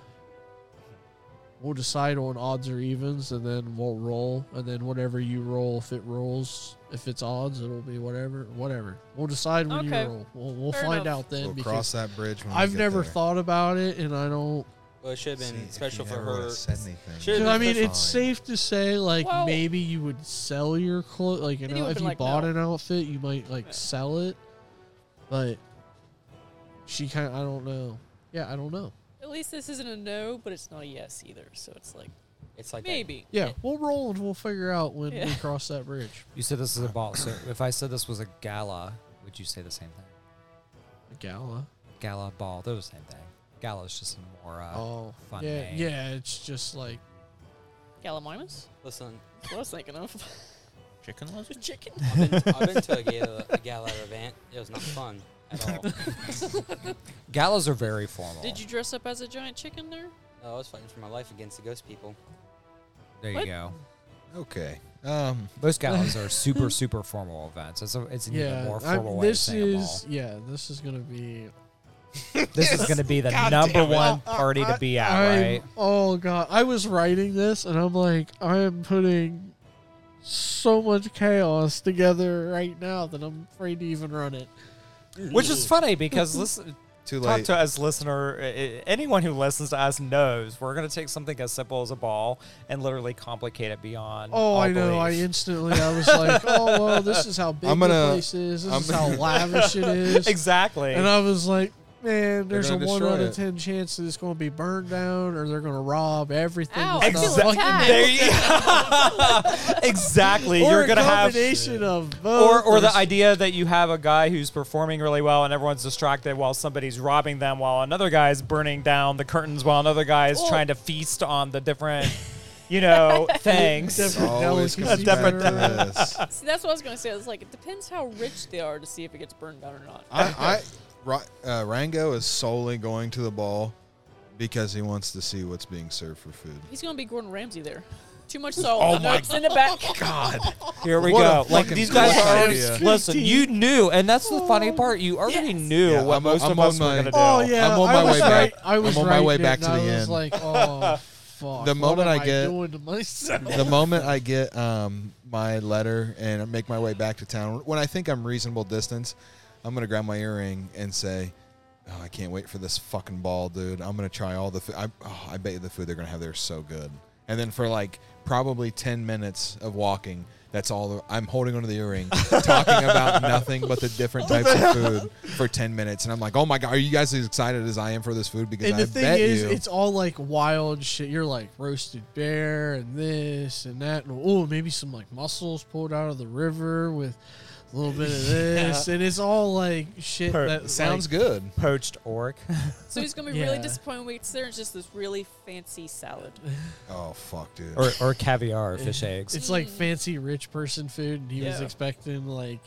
Speaker 2: we'll decide on odds or evens, and then we'll roll, and then whatever you roll, if it rolls, if it's odds, it'll be whatever, whatever. We'll decide when
Speaker 9: Okay.
Speaker 2: you roll. We'll, we'll
Speaker 9: Fair
Speaker 2: find
Speaker 9: enough.
Speaker 2: out then
Speaker 4: We'll
Speaker 2: because
Speaker 4: cross that bridge. When we
Speaker 2: I've
Speaker 4: get
Speaker 2: never
Speaker 4: there.
Speaker 2: thought about it, and I don't.
Speaker 1: Well, it should have
Speaker 4: See,
Speaker 1: been
Speaker 4: if
Speaker 1: special
Speaker 4: you
Speaker 1: for
Speaker 4: never would've
Speaker 1: her.
Speaker 4: Said anything.
Speaker 1: Should-
Speaker 2: Cause, I mean,
Speaker 4: Fine.
Speaker 2: it's safe to say, like,
Speaker 9: Well-
Speaker 2: maybe you would sell your clothes. Like, you
Speaker 9: Then you
Speaker 2: know,
Speaker 9: would've
Speaker 2: if
Speaker 9: been
Speaker 2: you
Speaker 9: like,
Speaker 2: bought
Speaker 9: no.
Speaker 2: an outfit, you might, like,
Speaker 9: Yeah.
Speaker 2: sell it. But she kind of, I don't know. Yeah, I don't know.
Speaker 9: At least this isn't a no, but it's not a yes either. So it's like
Speaker 1: It's like that.
Speaker 9: Maybe. Eh,
Speaker 2: Yeah, we'll roll and we'll figure out when we
Speaker 9: Yeah. (laughs)
Speaker 2: cross that bridge.
Speaker 5: You said this is a ball. So if I said this was a gala, would you say the same thing?
Speaker 2: Gala.
Speaker 5: Gala ball, they're the same thing. Gala is just a more. Uh,
Speaker 2: Oh,
Speaker 5: fun
Speaker 2: yeah,
Speaker 5: name.
Speaker 2: yeah. It's just like
Speaker 9: Gallimimus?
Speaker 1: Listen,
Speaker 9: That's what I was thinking of. (laughs)
Speaker 7: Chicken lizard?
Speaker 9: Chicken.
Speaker 1: I've been, I've been to a gala, a gala event. It was not fun at all.
Speaker 5: Galas are very formal.
Speaker 9: Did you dress up as a giant chicken there?
Speaker 1: No, I was fighting for my life against the ghost people.
Speaker 5: There you
Speaker 9: What?
Speaker 5: go.
Speaker 4: Okay. Um,
Speaker 5: Those
Speaker 2: (laughs)
Speaker 5: galas are super, super formal events. It's a, it's an even
Speaker 2: yeah.
Speaker 5: more
Speaker 2: I-
Speaker 5: formal way
Speaker 2: this
Speaker 5: of saying a ball.
Speaker 2: is yeah. This is gonna be
Speaker 5: This is going
Speaker 2: (laughs)
Speaker 5: to be the
Speaker 4: God
Speaker 5: number
Speaker 4: damn it.
Speaker 5: one party to be at,
Speaker 2: I'm-
Speaker 5: right?
Speaker 2: Oh god, I was writing this and I'm like, I am putting so much chaos together right now that I'm afraid to even run it.
Speaker 5: Which is funny because listen,
Speaker 4: too
Speaker 5: talk
Speaker 4: late.
Speaker 5: to us, listener. uh, uh, Anyone who listens to us knows we're going to take something as simple as a ball and literally complicate it beyond.
Speaker 2: Oh,
Speaker 5: all
Speaker 2: I know. I
Speaker 5: belief.
Speaker 2: instantly I was
Speaker 5: (laughs)
Speaker 2: like, oh well, this is how big
Speaker 4: I'm
Speaker 2: the
Speaker 4: gonna-
Speaker 2: place is. This
Speaker 4: I'm-
Speaker 2: is how lavish
Speaker 5: (laughs)
Speaker 2: it is.
Speaker 5: exactly.
Speaker 2: And I was like, man, there's a
Speaker 4: gonna
Speaker 2: one
Speaker 4: destroy
Speaker 2: out of
Speaker 4: it.
Speaker 2: ten chance that it's going to be burned down or they're going to rob everything.
Speaker 9: Ow,
Speaker 2: that's
Speaker 9: I
Speaker 2: not-
Speaker 9: feel
Speaker 2: (laughs)
Speaker 9: attacked.
Speaker 5: Exactly. There you- exactly.
Speaker 2: or
Speaker 5: You're
Speaker 2: a
Speaker 5: gonna have
Speaker 2: combination of both,
Speaker 5: or, or the
Speaker 2: s-
Speaker 5: idea that you have a guy who's performing really well and everyone's distracted while somebody's robbing them while another guy's burning down the curtains while another guy's
Speaker 9: Or-
Speaker 5: trying to feast on the different
Speaker 2: (laughs)
Speaker 5: you know things
Speaker 2: Different
Speaker 4: (laughs) Always comes
Speaker 2: delicacy
Speaker 4: back
Speaker 2: matter.
Speaker 4: to (laughs) this.
Speaker 9: See, that's what I was going to say. It's like, it depends how rich they are to see if it gets burned down or not.
Speaker 4: I, I Ra- uh, Rango is solely going to the ball because he wants to see what's being served for food.
Speaker 9: He's going to be Gordon Ramsay there. Too much salt. Oh, my in the
Speaker 5: (laughs)
Speaker 9: back.
Speaker 4: God,
Speaker 5: here we
Speaker 4: What a
Speaker 5: go like
Speaker 4: fucking
Speaker 5: these guys
Speaker 4: great
Speaker 5: are already
Speaker 4: idea.
Speaker 5: listen you knew and that's the funny part you already knew
Speaker 4: Yeah,
Speaker 5: what
Speaker 4: I'm-
Speaker 5: most
Speaker 4: I'm
Speaker 5: of
Speaker 4: on
Speaker 5: us were
Speaker 4: my-
Speaker 5: going to do
Speaker 2: Oh yeah,
Speaker 4: I'm on my
Speaker 2: I was
Speaker 4: way
Speaker 2: right.
Speaker 4: back.
Speaker 2: I was
Speaker 4: I'm on my
Speaker 2: right,
Speaker 4: way
Speaker 2: Nick,
Speaker 4: back to
Speaker 2: and
Speaker 4: the
Speaker 2: I was
Speaker 4: end.
Speaker 2: like,
Speaker 4: (laughs)
Speaker 2: oh fuck.
Speaker 4: The moment
Speaker 2: what am
Speaker 4: I get-
Speaker 2: doing to
Speaker 4: (laughs)
Speaker 2: myself.
Speaker 4: the moment I get um, my letter and I make my way back to town, when I think I'm reasonable distance, I'm gonna grab my earring and say, "Oh, I can't wait for this fucking ball, dude! I'm gonna try all the food. I, oh, I bet you the food they're gonna have there is so good." And then for like probably ten minutes of walking, that's all the- I'm holding onto
Speaker 2: (laughs)
Speaker 4: the earring, talking about nothing but the different types of food for ten minutes. And I'm like, "Oh my god, are you guys as excited as I am for this food?" Because
Speaker 2: And
Speaker 4: I
Speaker 2: the thing
Speaker 4: bet
Speaker 2: is,
Speaker 4: you,
Speaker 2: it's all like wild shit. You're like roasted bear and this and that, and oh, maybe some like mussels pulled out of the river with a little bit
Speaker 4: (laughs)
Speaker 2: of this, and it's all like shit
Speaker 5: Per-
Speaker 2: that
Speaker 4: sounds good.
Speaker 5: poached orc
Speaker 9: So he's going to be really
Speaker 2: Yeah.
Speaker 9: disappointed when he gets there. It's just this really fancy salad.
Speaker 5: (laughs)
Speaker 4: Oh fuck, dude!
Speaker 5: or, or caviar or fish eggs
Speaker 2: It's like fancy rich person food, and he was
Speaker 9: Yeah.
Speaker 2: expecting like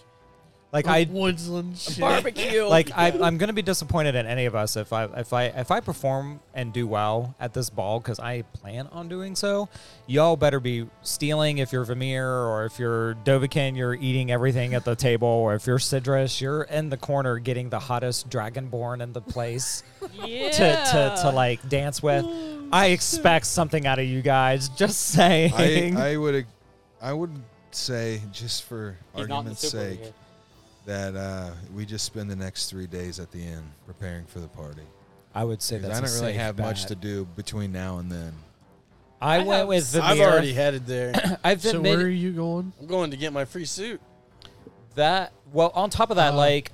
Speaker 5: like i
Speaker 2: woodsland
Speaker 6: (laughs)
Speaker 2: shit.
Speaker 9: Barbecue.
Speaker 5: like I, I'm gonna be disappointed in any of us if I if I if I perform and do well at this ball because I plan on doing so. Y'all better be stealing if you're Vamir or if you're Dovakin, you're eating everything at the table, or if you're Sidrus, you're in the corner getting the hottest Dragonborn in the place
Speaker 9: yeah.
Speaker 5: to, to to like dance with. I expect something out of you guys. Just
Speaker 4: I,
Speaker 5: saying.
Speaker 4: I would ag- I would say just for
Speaker 1: He's not in the
Speaker 4: argument's
Speaker 1: super
Speaker 4: sake that uh, we just spend the next three days at the inn preparing for the party.
Speaker 5: I would say
Speaker 4: 'Cause
Speaker 5: that's
Speaker 4: I
Speaker 5: a
Speaker 4: don't really
Speaker 5: safe
Speaker 4: have much
Speaker 5: bet.
Speaker 4: to do between now and then.
Speaker 5: I
Speaker 9: I
Speaker 5: went
Speaker 9: have-
Speaker 5: with Vamir.
Speaker 3: I've
Speaker 5: (coughs)
Speaker 3: already headed there. (coughs)
Speaker 5: I've
Speaker 2: So
Speaker 5: admitted-
Speaker 2: where are you going?
Speaker 3: I'm going to get my free suit.
Speaker 5: That well, on top of that,
Speaker 2: Uh,
Speaker 5: like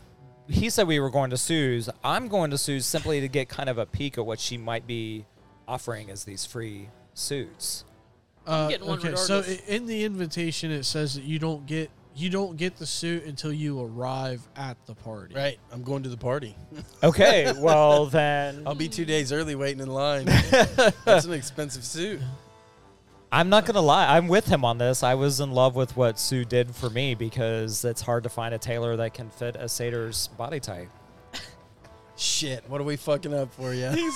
Speaker 5: he said, we were going to Sue's. I'm going to Sue's simply to get kind of a peek at what she might be offering as these free suits.
Speaker 2: Uh,
Speaker 9: getting one
Speaker 2: okay, so
Speaker 9: regardless.
Speaker 2: i- in the invitation it says that you don't get you don't get the suit until you arrive at the party.
Speaker 3: Right. I'm going to the party.
Speaker 5: Okay, (laughs) well then,
Speaker 3: I'll be two days early waiting in
Speaker 5: (laughs)
Speaker 3: line. That's an expensive suit.
Speaker 5: I'm not gonna lie. I'm with him on this. I was in love with what Sue did for me because it's hard to find a tailor that can fit a satyr's body type.
Speaker 3: Shit. What are we fucking up for, you?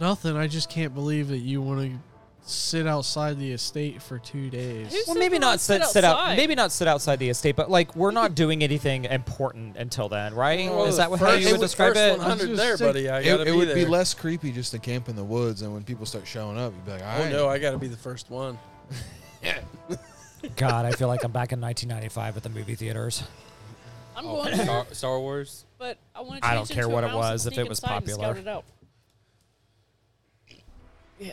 Speaker 2: Nothing. I just can't believe that you want to sit outside the estate for two days.
Speaker 9: Who's-
Speaker 5: Well,
Speaker 9: said
Speaker 5: maybe
Speaker 9: we
Speaker 5: not
Speaker 9: would sit
Speaker 5: sit, sit out.
Speaker 9: outside?
Speaker 5: Maybe not sit outside the estate, but like we're not doing anything important until then, right?
Speaker 3: Well,
Speaker 5: Is that what,
Speaker 3: the
Speaker 5: how
Speaker 3: first-
Speaker 5: you would
Speaker 3: the
Speaker 5: describe
Speaker 3: first
Speaker 5: it?
Speaker 3: 100
Speaker 2: just
Speaker 3: there,
Speaker 2: saying-
Speaker 3: buddy. I
Speaker 4: It,
Speaker 3: gotta
Speaker 4: it
Speaker 3: be
Speaker 4: would
Speaker 3: there.
Speaker 4: be less creepy just to camp in the woods, and when people start showing up, you'd be like, "All
Speaker 3: Oh
Speaker 4: right,
Speaker 3: no, I gotta be the first one.
Speaker 5: God, I feel like I'm back in 1995 at the movie theaters.
Speaker 9: I'm
Speaker 1: Oh,
Speaker 9: going there,
Speaker 1: Star, Star Wars.
Speaker 9: but I want to
Speaker 5: I
Speaker 9: change
Speaker 5: don't care
Speaker 9: into a
Speaker 5: what it
Speaker 9: mouse and
Speaker 5: was, if
Speaker 9: sneak
Speaker 5: it was
Speaker 9: inside and
Speaker 5: popular.
Speaker 9: scout it out. Yeah.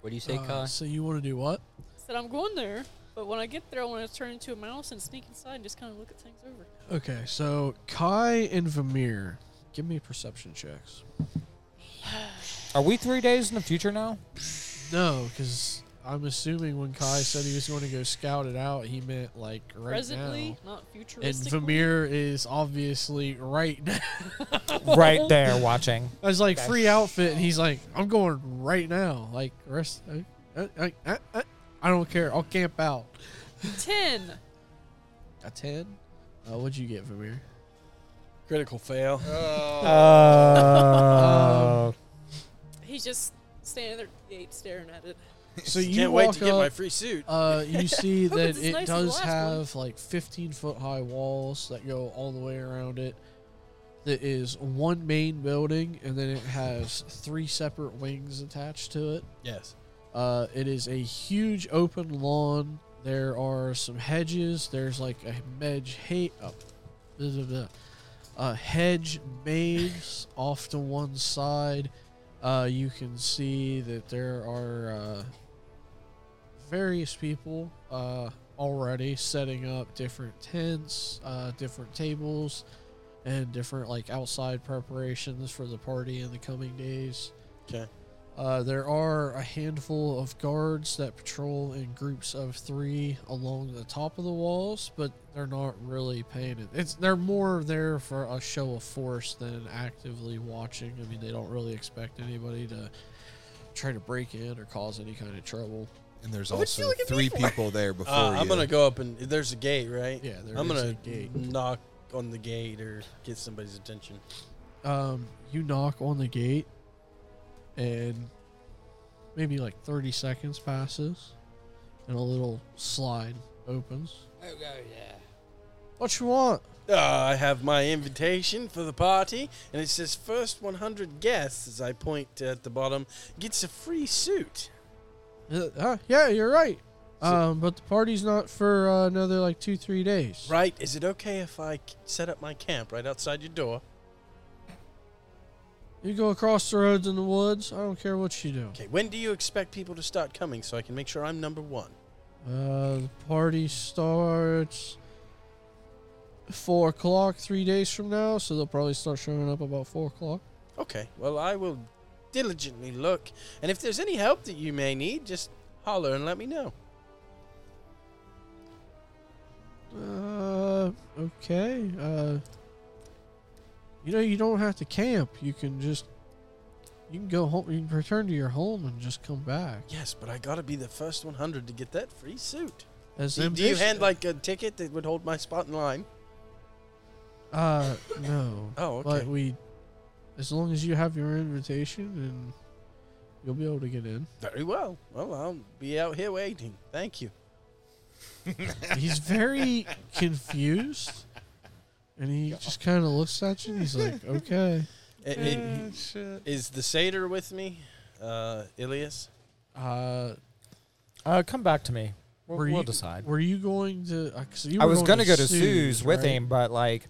Speaker 1: What do you say,
Speaker 2: Uh,
Speaker 1: Kai?
Speaker 2: so you want to do what?
Speaker 9: Said I'm going there, but when I get there, I want to turn into a mouse and sneak inside and just kind of look at things over.
Speaker 2: Okay, so Kai and Vamir, give me perception checks.
Speaker 5: Are we three days in the future now?
Speaker 2: No, because I'm assuming when Kai said he was going to go scout it out, he meant like right
Speaker 6: Presently,
Speaker 2: now.
Speaker 6: not
Speaker 2: And
Speaker 6: futuristic.
Speaker 2: Vamir is obviously right now.
Speaker 5: right there, (laughs) watching.
Speaker 2: I was like free outfit, and he's like, "I'm going right now." Like rest, uh, I, I, I, I, I don't care. I'll camp out.
Speaker 6: Ten.
Speaker 2: A ten. Uh, what'd you get, Vamir?
Speaker 3: Critical fail.
Speaker 5: Oh.
Speaker 6: He's just standing there, at the gate staring at it.
Speaker 2: So you
Speaker 3: Can't
Speaker 2: walk
Speaker 3: wait to get
Speaker 2: up,
Speaker 3: my free suit.
Speaker 2: uh, (laughs) you see
Speaker 6: Hope
Speaker 2: that
Speaker 6: it's as
Speaker 2: it
Speaker 6: nice as the
Speaker 2: does
Speaker 6: last one.
Speaker 2: have like 15 foot high walls that go all the way around it. That is one main building, and then it has three separate wings attached to it.
Speaker 3: Yes.
Speaker 2: Uh, it is a huge open lawn. There are some hedges. There's like a hedge oh, hay up, a Uh, hedge maze off to one side. Uh, you can see that there are uh, various people uh, already setting up different tents, uh, different tables, and different like outside preparations for the party in the coming days.
Speaker 3: Okay.
Speaker 2: Uh, there are a handful of guards that patrol in groups of three along the top of the walls, but they're not really paying it. It's they're more there for a show of force than actively watching. I mean, they don't really expect anybody to try to break in or cause any kind of trouble.
Speaker 4: And there's also three people there before
Speaker 3: Uh, I'm
Speaker 4: you.
Speaker 3: gonna go up and there's a gate, right?
Speaker 2: Yeah, there
Speaker 3: I'm
Speaker 2: is
Speaker 3: gonna
Speaker 2: a gate.
Speaker 3: knock on the gate or get somebody's attention.
Speaker 2: Um, you knock on the gate, and maybe like thirty seconds passes, and a little slide opens.
Speaker 1: Oh, yeah.
Speaker 2: What you want?
Speaker 3: Uh, I have my invitation for the party, and it says first 100 guests, as I point at the bottom, gets a free suit.
Speaker 2: Uh, uh, yeah, you're right.
Speaker 3: So-
Speaker 2: Um, but the party's not for uh, another like two, three days.
Speaker 3: Right? Is it okay if I c- set up my camp right outside your door?
Speaker 2: You go across the roads in the woods. I don't care what you do.
Speaker 3: Okay. When do you expect people to start coming so I can make sure I'm number one?
Speaker 2: Uh, the party starts four o'clock three days from now, so they'll probably start showing up about four o'clock.
Speaker 3: Okay. Well, I will diligently look, and if there's any help that you may need, just holler and let me know.
Speaker 2: Uh, okay. Uh, you know you don't have to camp. You can just you can go home. You can return to your home and just come back.
Speaker 3: Yes, but I gotta be the first 100 to get that free suit.
Speaker 2: As
Speaker 3: Do, do you
Speaker 2: ambitious-
Speaker 3: hand like a ticket that would hold my spot in line?
Speaker 2: Uh, no.
Speaker 3: Oh, okay.
Speaker 2: But we, as long as you have your invitation, and you'll be able to
Speaker 1: (laughs)
Speaker 2: get in.
Speaker 3: Very well. Well, I'll be out here waiting. Thank you.
Speaker 2: He's very confused, and he just kind of looks at you. and
Speaker 1: (laughs)
Speaker 2: He's like, "Okay."
Speaker 3: I-
Speaker 5: Ah,
Speaker 3: i- Eh, Is the satyr with me, uh, Ilias?
Speaker 2: Uh,
Speaker 5: Uh, come back to me. We'll,
Speaker 2: Were
Speaker 5: we'll
Speaker 2: you-
Speaker 5: decide.
Speaker 2: were you going to? Uh, 'cause you
Speaker 5: I
Speaker 2: were
Speaker 5: was
Speaker 2: going
Speaker 5: going to go to Sue's with
Speaker 2: right?
Speaker 5: him, but like,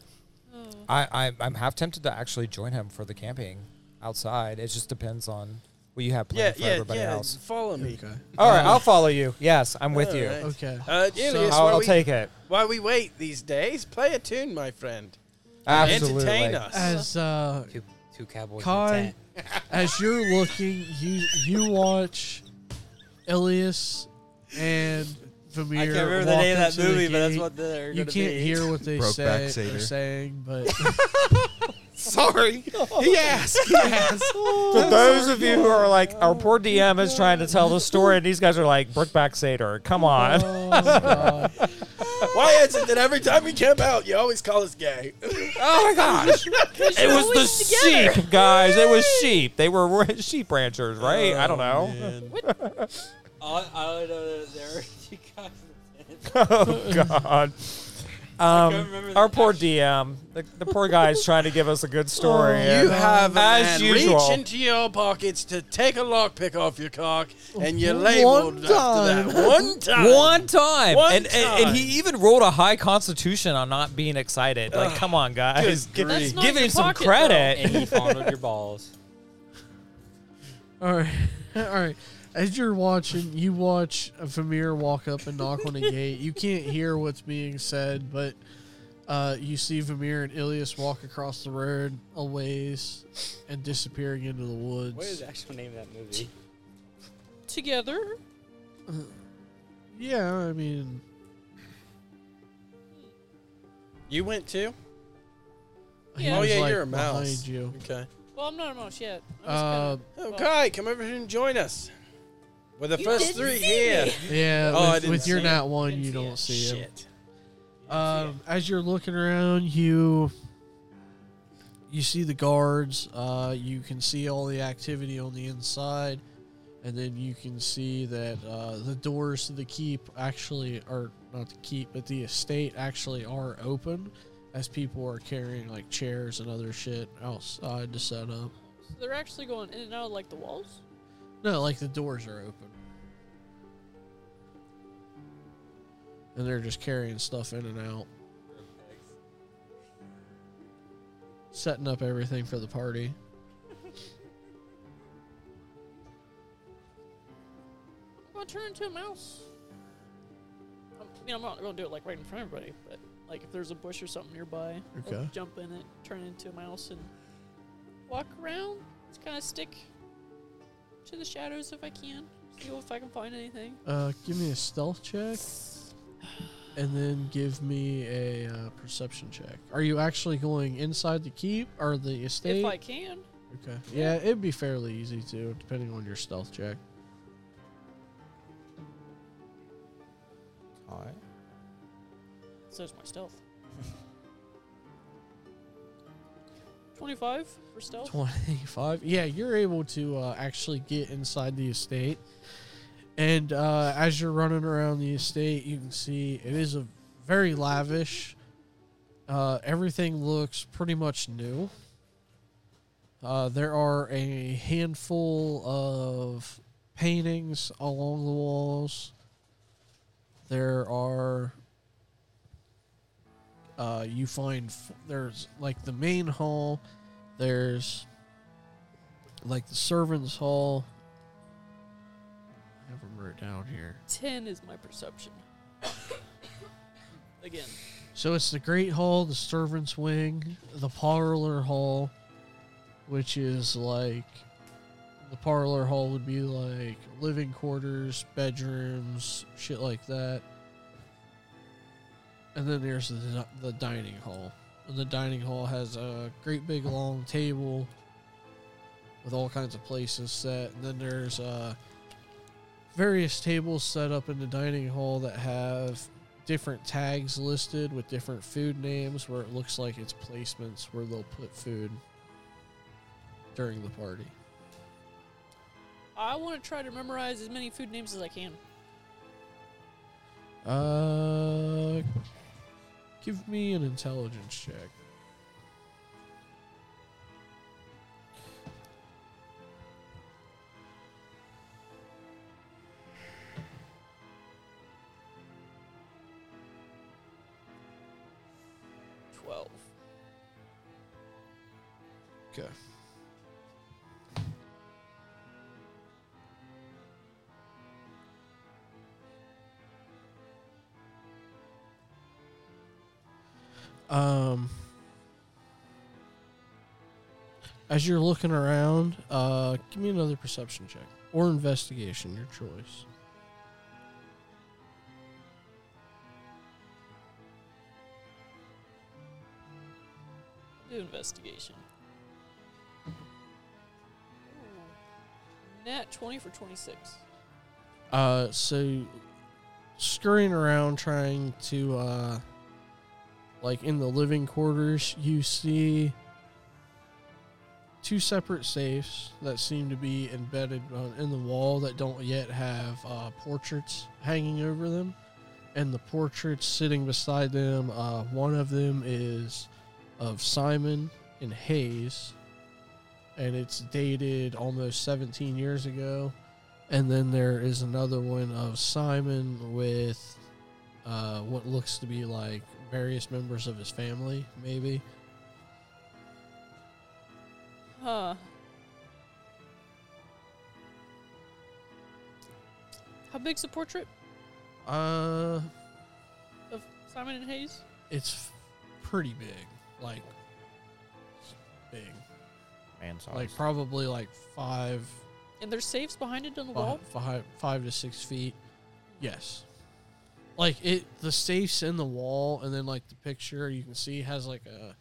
Speaker 6: Oh.
Speaker 5: I, I, I'm half tempted to actually join him for the camping outside. It just depends on what you have
Speaker 3: Yeah,
Speaker 5: planned for
Speaker 3: yeah,
Speaker 5: everybody
Speaker 3: yeah.
Speaker 5: else.
Speaker 3: Follow me.
Speaker 1: (laughs)
Speaker 2: Okay.
Speaker 5: All right, I'll follow you. Yes, I'm with you.
Speaker 3: Alright.
Speaker 2: Okay.
Speaker 3: Uh, Ilias,
Speaker 5: I'll,
Speaker 3: while,
Speaker 5: I'll
Speaker 3: we,
Speaker 5: take it.
Speaker 3: while we wait these days, play a tune, my friend.
Speaker 5: Absolutely.
Speaker 3: Entertain us.
Speaker 2: As uh,
Speaker 1: Two, two cowboys in a
Speaker 2: Kai,
Speaker 1: tent.
Speaker 2: as you're looking, you you watch Ilias and Vamir.
Speaker 1: I can't remember the
Speaker 2: walk
Speaker 1: name of that
Speaker 2: into the
Speaker 1: movie, but that's
Speaker 2: gate.
Speaker 1: what they're
Speaker 2: You
Speaker 1: gonna
Speaker 2: can't
Speaker 1: be.
Speaker 2: hear what they
Speaker 4: Brokeback
Speaker 2: say.
Speaker 4: Seder.
Speaker 2: They're saying, but (laughs)
Speaker 4: Sorry. Yes. Yes.
Speaker 5: For those of you who are like, our poor DM is trying to tell the story, and these guys are like, Brickback Seder, come on.
Speaker 2: Oh, God.
Speaker 3: (laughs) Why is it that every time we camp out, you always call us gay?
Speaker 5: Oh my gosh. it was the sheep, guys. It was sheep. They were (laughs) ra- sheep ranchers, right? I don't
Speaker 3: Oh,
Speaker 5: know.
Speaker 1: All, all Oh, I know is there are two guys in a tent.
Speaker 5: (laughs) Oh, God. Um,
Speaker 1: remember
Speaker 5: our
Speaker 1: the
Speaker 5: poor
Speaker 1: actual-
Speaker 5: DM. The, the poor guy's trying to give us a good story.
Speaker 3: Oh, You
Speaker 5: and
Speaker 3: have
Speaker 5: As
Speaker 3: as
Speaker 5: usual.
Speaker 3: reach into your pockets to take a lockpick off your cock, and you're
Speaker 2: One
Speaker 3: labeled after that one time.
Speaker 5: One time.
Speaker 3: One
Speaker 5: and, And,
Speaker 3: time.
Speaker 5: and he even rolled a high constitution on not being excited. Like, come on, guys.
Speaker 3: Good grief.
Speaker 6: That's not
Speaker 5: Give
Speaker 6: your
Speaker 5: him some
Speaker 6: pocket,
Speaker 5: credit.
Speaker 1: And
Speaker 5: (laughs)
Speaker 1: he fondled (laughs) your balls.
Speaker 2: all right, (laughs) all right. As you're watching, you watch Famir walk up and knock on a gate. You can't hear what's being said, but Uh, you see Vamir and Ilias walk across the road a ways and disappearing into the woods.
Speaker 1: What is the actual name of that movie?
Speaker 6: Together?
Speaker 2: Yeah, I mean,
Speaker 3: You went too?
Speaker 2: he
Speaker 6: Yeah. Oh,
Speaker 2: was,
Speaker 3: yeah,
Speaker 2: like,
Speaker 3: you're a mouse.
Speaker 2: behind you.
Speaker 3: Okay.
Speaker 6: Well, I'm not a mouse yet. I'm just
Speaker 2: Uh,
Speaker 6: Well-
Speaker 3: Okay, come over here and join us. We're the
Speaker 6: You
Speaker 3: first
Speaker 6: didn't
Speaker 3: three
Speaker 6: see
Speaker 3: here.
Speaker 6: me.
Speaker 2: yeah,
Speaker 3: Oh, I
Speaker 2: with,
Speaker 3: didn't
Speaker 2: with your
Speaker 3: see
Speaker 2: nat one,
Speaker 6: Didn't
Speaker 2: you
Speaker 6: see
Speaker 2: don't
Speaker 6: it.
Speaker 2: see him.
Speaker 3: Shit.
Speaker 2: Um, as you're looking around, you you see the guards. Uh, you can see all the activity on the inside, and then you can see that uh, the doors to the keep actually are not the keep, but the estate actually are open, as people are carrying like chairs and other shit outside to set up.
Speaker 6: So they're actually going in and out like the walls?
Speaker 2: No, like the doors are open. And they're just carrying stuff in and out. Setting up everything for the party.
Speaker 6: I'm going to turn into a mouse. I mean, I'm not going to do it like right in front of everybody, but like if there's a bush or something nearby, I'll
Speaker 2: Okay.
Speaker 6: jump in it, turn into a mouse, and walk around. Just kind of stick to the shadows if I can. See if I can find anything.
Speaker 2: Uh, give me a stealth check, and then give me a uh, perception check. Are you actually going inside the keep or the estate?
Speaker 6: If I can.
Speaker 2: okay. Yeah, it'd be fairly easy too, depending on your stealth check.
Speaker 7: Hi.
Speaker 6: So it's my stealth. 25 for stealth.
Speaker 2: 25 yeah you're able to uh, actually get inside the estate and uh, as you're running around the estate you can see it is a very lavish uh, everything looks pretty much new uh, there are a handful of paintings along the walls there are uh, you find f- there's like the main hall there's like the servants hall. I have them wrote down here.
Speaker 6: 10 is my perception. Again.
Speaker 2: So it's the great hall, the servants wing, the parlor hall, which is like the parlor hall would be like living quarters, bedrooms, shit like that. And then there's the, the dining hall. And the dining hall has a great big long table with all kinds of places set. And then there's uh, various tables set up in the dining hall that have different tags listed with different food names where it looks like it's placements where they'll put food during the party.
Speaker 6: I want to try to memorize as many food names as I can.
Speaker 2: Uh, give me an intelligence check.
Speaker 6: Twelve.
Speaker 2: Okay. Um, as you're looking around, uh, give me another perception check or investigation, your choice.
Speaker 6: Do investigation. Ooh. Nat twenty for twenty-six.
Speaker 2: Uh, so scurrying around trying to uh like in the living quarters, you see two separate safes that seem to be embedded uh, in the wall that don't yet have uh, portraits hanging over them. And the portraits sitting beside them, uh, one of them is of Simon and Hayes, and it's dated almost 17 years ago. And then there is another one of Simon with uh, what looks to be like various members of his family, maybe.
Speaker 6: Huh. How big's the portrait
Speaker 2: Uh,
Speaker 6: of Simon and Hayes?
Speaker 2: it's f- pretty big, like big,
Speaker 7: Man size.
Speaker 2: like probably like five,
Speaker 9: And there's safes behind it on the wall.
Speaker 2: five, five, five to six feet. Yes, like it. The safe's in the wall, and then like the picture you can see has like a,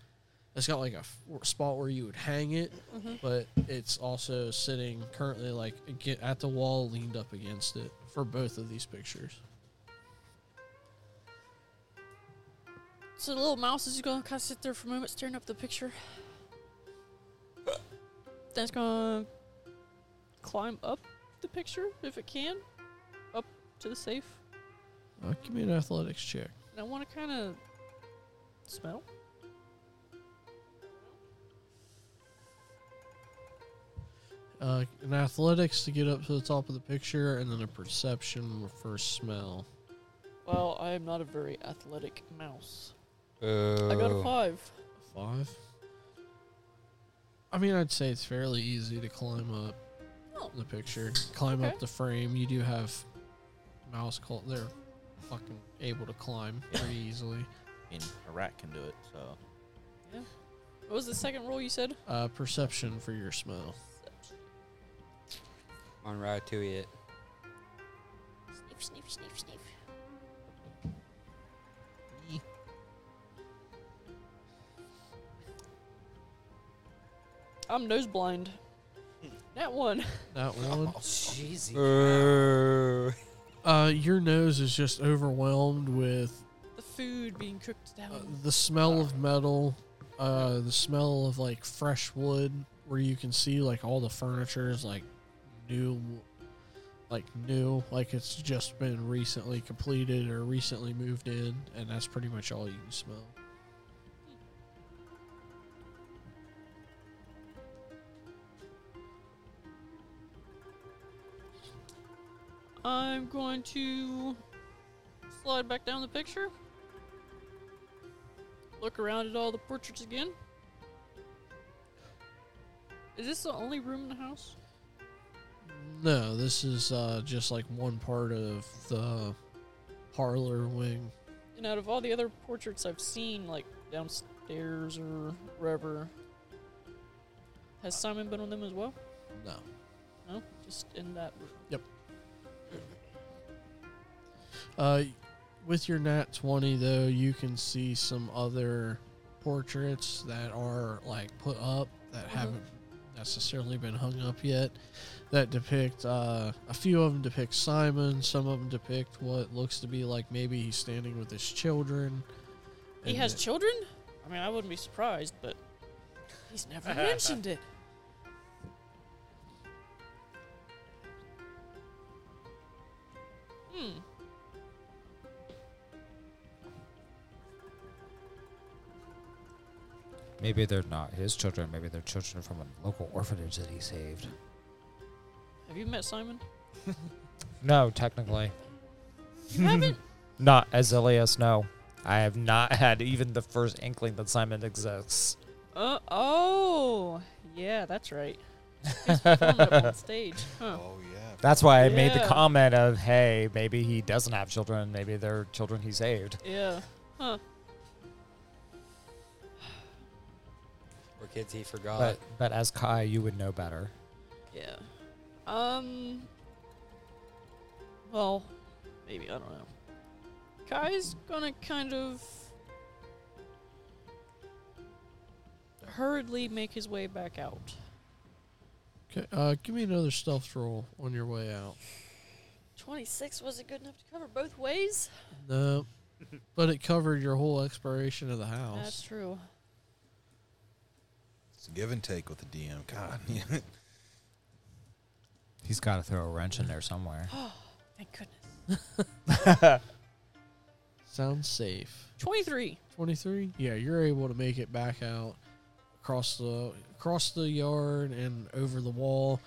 Speaker 2: it's got like a f- spot where you would hang it,
Speaker 6: Mm-hmm.
Speaker 9: Mhm.
Speaker 2: but it's also sitting currently like ag- at the wall, leaned up against it for both of these pictures.
Speaker 9: So the little mouse is going to kind of sit there for a moment, staring up at the picture. That's going to climb up the picture if it can, up to the safe.
Speaker 2: Uh, give me an athletics check.
Speaker 9: And I want to kind of smell.
Speaker 2: Uh, an athletics to get up to the top of the picture, and then a perception for smell.
Speaker 9: Well, I am not a very athletic mouse.
Speaker 1: Oh.
Speaker 9: I got a five.
Speaker 2: Five. I mean, I'd say it's fairly easy to climb up
Speaker 9: Oh.
Speaker 2: the picture, climb
Speaker 9: Okay.
Speaker 2: up the frame. You do have mouse call; they're fucking able to climb pretty easily.
Speaker 7: and a rat can do it. So
Speaker 9: What was the second rule you said?
Speaker 2: Uh, perception for your smell.
Speaker 1: On Ratatouille.
Speaker 9: Sniff, sniff, sniff, sniff. I'm nose blind. That one. (laughs)
Speaker 2: That one.
Speaker 1: Oh.
Speaker 2: Uh, your nose is just overwhelmed with
Speaker 9: The food being cooked down.
Speaker 2: Uh, the smell of metal, uh, the smell of like fresh wood, where you can see like all the furniture is like new, like new, like it's just been recently completed or recently moved in, and that's pretty much all you can smell.
Speaker 9: I'm going to slide back down the picture. Look around at all the portraits again. Is this the only room in the house?
Speaker 2: No, this is uh, just like one part of the parlor wing.
Speaker 9: And out of all the other portraits I've seen, like downstairs or wherever, has Simon been on them as well?
Speaker 2: No.
Speaker 9: No, just in that room.
Speaker 2: Uh, with your nat 20 though you can see some other portraits that are like put up that
Speaker 9: Mm-hmm.
Speaker 2: haven't necessarily been hung up yet that depict uh, a few of them depict simon some of them depict what looks to be like maybe he's standing with his children
Speaker 9: He
Speaker 2: and
Speaker 9: has
Speaker 2: th-
Speaker 9: children? I mean, I wouldn't be surprised, but he's never mentioned it. Hmm.
Speaker 5: Maybe they're not his children. Maybe they're children from a local orphanage that he saved.
Speaker 9: Have you met Simon?
Speaker 5: No, technically.
Speaker 9: You haven't?
Speaker 5: (laughs) Not as Ilias, no. I have not had even the first inkling that Simon exists.
Speaker 9: Uh, oh, yeah, that's right.
Speaker 6: (laughs)
Speaker 9: He's performed up on stage. Huh.
Speaker 4: Oh yeah.
Speaker 5: That's why I made the
Speaker 9: Yeah.
Speaker 5: comment of, hey, maybe he doesn't have children. Maybe they're children he saved.
Speaker 9: Yeah. Huh.
Speaker 1: Or kids he
Speaker 9: Uh,
Speaker 1: forgot.
Speaker 5: But, but as Kai, you would know better.
Speaker 9: Yeah. Um. Well, maybe I don't know. Kai's gonna kind of hurriedly make his way back out.
Speaker 2: okay, uh, give me another stealth roll on your way out
Speaker 9: Twenty-six wasn't good enough to cover both ways. (laughs)
Speaker 2: no but it covered your whole exploration of the house
Speaker 9: That's true.
Speaker 4: It's give and take with the DM. God.
Speaker 5: He's got to throw a wrench in there somewhere.
Speaker 9: Thank goodness.
Speaker 2: sounds safe
Speaker 9: Twenty-three.
Speaker 2: 23 yeah you're able to make it back out across the across the yard and over the wall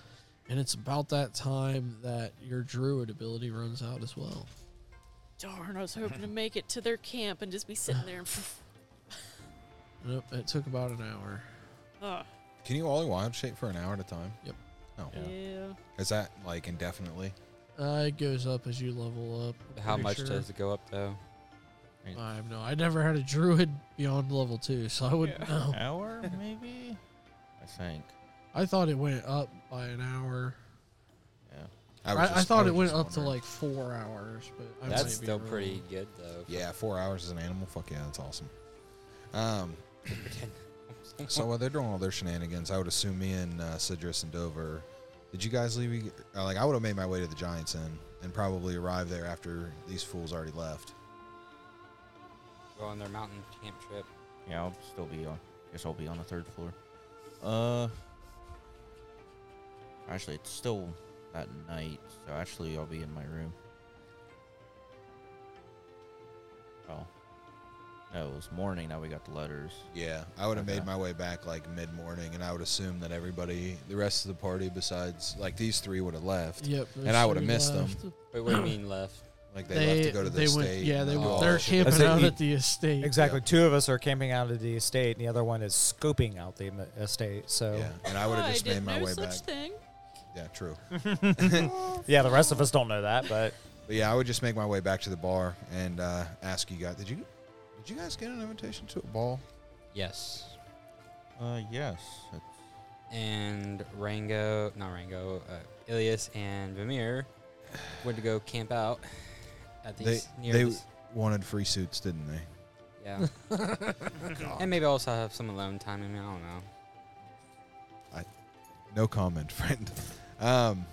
Speaker 2: and it's about that time that your druid ability runs out as well
Speaker 9: Darn, I was hoping to make it to their camp and just be sitting (sighs) there and. (laughs)
Speaker 2: nope it took about an hour
Speaker 9: Ah,
Speaker 4: (laughs) Can you all wild shape for an hour at a time?
Speaker 2: Yep.
Speaker 4: Oh.
Speaker 9: yeah.
Speaker 4: Is that like indefinitely?
Speaker 2: uh, it goes up as you level up I'm
Speaker 1: How
Speaker 2: pretty
Speaker 1: much
Speaker 2: sure.
Speaker 1: does it go up though?
Speaker 2: I have no. I never had a druid beyond level two, so I wouldn't know.
Speaker 7: Hour, maybe? I think.
Speaker 2: I thought it went up by an hour.
Speaker 7: Yeah.
Speaker 2: I,
Speaker 4: was
Speaker 2: I
Speaker 4: just-
Speaker 2: thought
Speaker 4: was
Speaker 2: it went
Speaker 4: just
Speaker 2: up to
Speaker 4: wondering.
Speaker 2: like four hours, but I might
Speaker 1: That's
Speaker 2: be
Speaker 1: still
Speaker 2: wrong.
Speaker 1: pretty good though.
Speaker 4: Yeah, four hours as an animal. Fuck yeah, that's awesome. Um, so while they're doing all their shenanigans, I would assume me and uh, Sidrus and Dover. Did you guys leave? Uh, like I would have made my way to the Giants Inn and probably arrived there after these fools already left.
Speaker 1: Go on their mountain camp trip.
Speaker 7: Yeah, I'll still be on. Guess I'll be on the third floor. Uh, actually, it's still that night, so actually, I'll be in my room. Oh, no, it was morning that we got the letters.
Speaker 4: Yeah, I would have
Speaker 7: Okay.
Speaker 4: made my way back like mid morning, and I would assume that everybody, the rest of the party, besides like these three, would have left.
Speaker 2: Yep.
Speaker 4: And I would've missed them.
Speaker 2: them.
Speaker 1: Wait, what do you mean left?
Speaker 4: Like they,
Speaker 2: They,
Speaker 4: left to go to the
Speaker 2: they
Speaker 4: state.
Speaker 2: went, Yeah,
Speaker 4: and
Speaker 2: they
Speaker 4: all
Speaker 2: went,
Speaker 4: that
Speaker 2: they're
Speaker 4: shit.
Speaker 2: camping
Speaker 5: That's it,
Speaker 2: out
Speaker 5: you-
Speaker 2: at the estate.
Speaker 5: Exactly. Two of us are camping out of the estate, and the other one is scoping out the em- estate. So,
Speaker 4: Yeah, and I would have
Speaker 6: I
Speaker 4: just
Speaker 6: did
Speaker 4: made my
Speaker 6: no
Speaker 4: way
Speaker 6: such
Speaker 4: back.
Speaker 6: thing.
Speaker 4: Yeah, true. (laughs)
Speaker 5: yeah, the rest of us don't know that, but
Speaker 4: But yeah, I would just make my way back to the bar and uh, ask you guys. Did you did you guys get an invitation to a ball?
Speaker 1: Yes.
Speaker 7: Uh, yes, it's
Speaker 1: And Rango, not Rango, uh, Ilias and Vimir went to go camp out at
Speaker 4: They-
Speaker 1: these near.
Speaker 4: they-
Speaker 1: this-
Speaker 4: Wanted free suits, didn't they? (laughs)
Speaker 1: yeah. and maybe also have some alone time. I mean, I don't know.
Speaker 4: No comment, (laughs) friend. Um,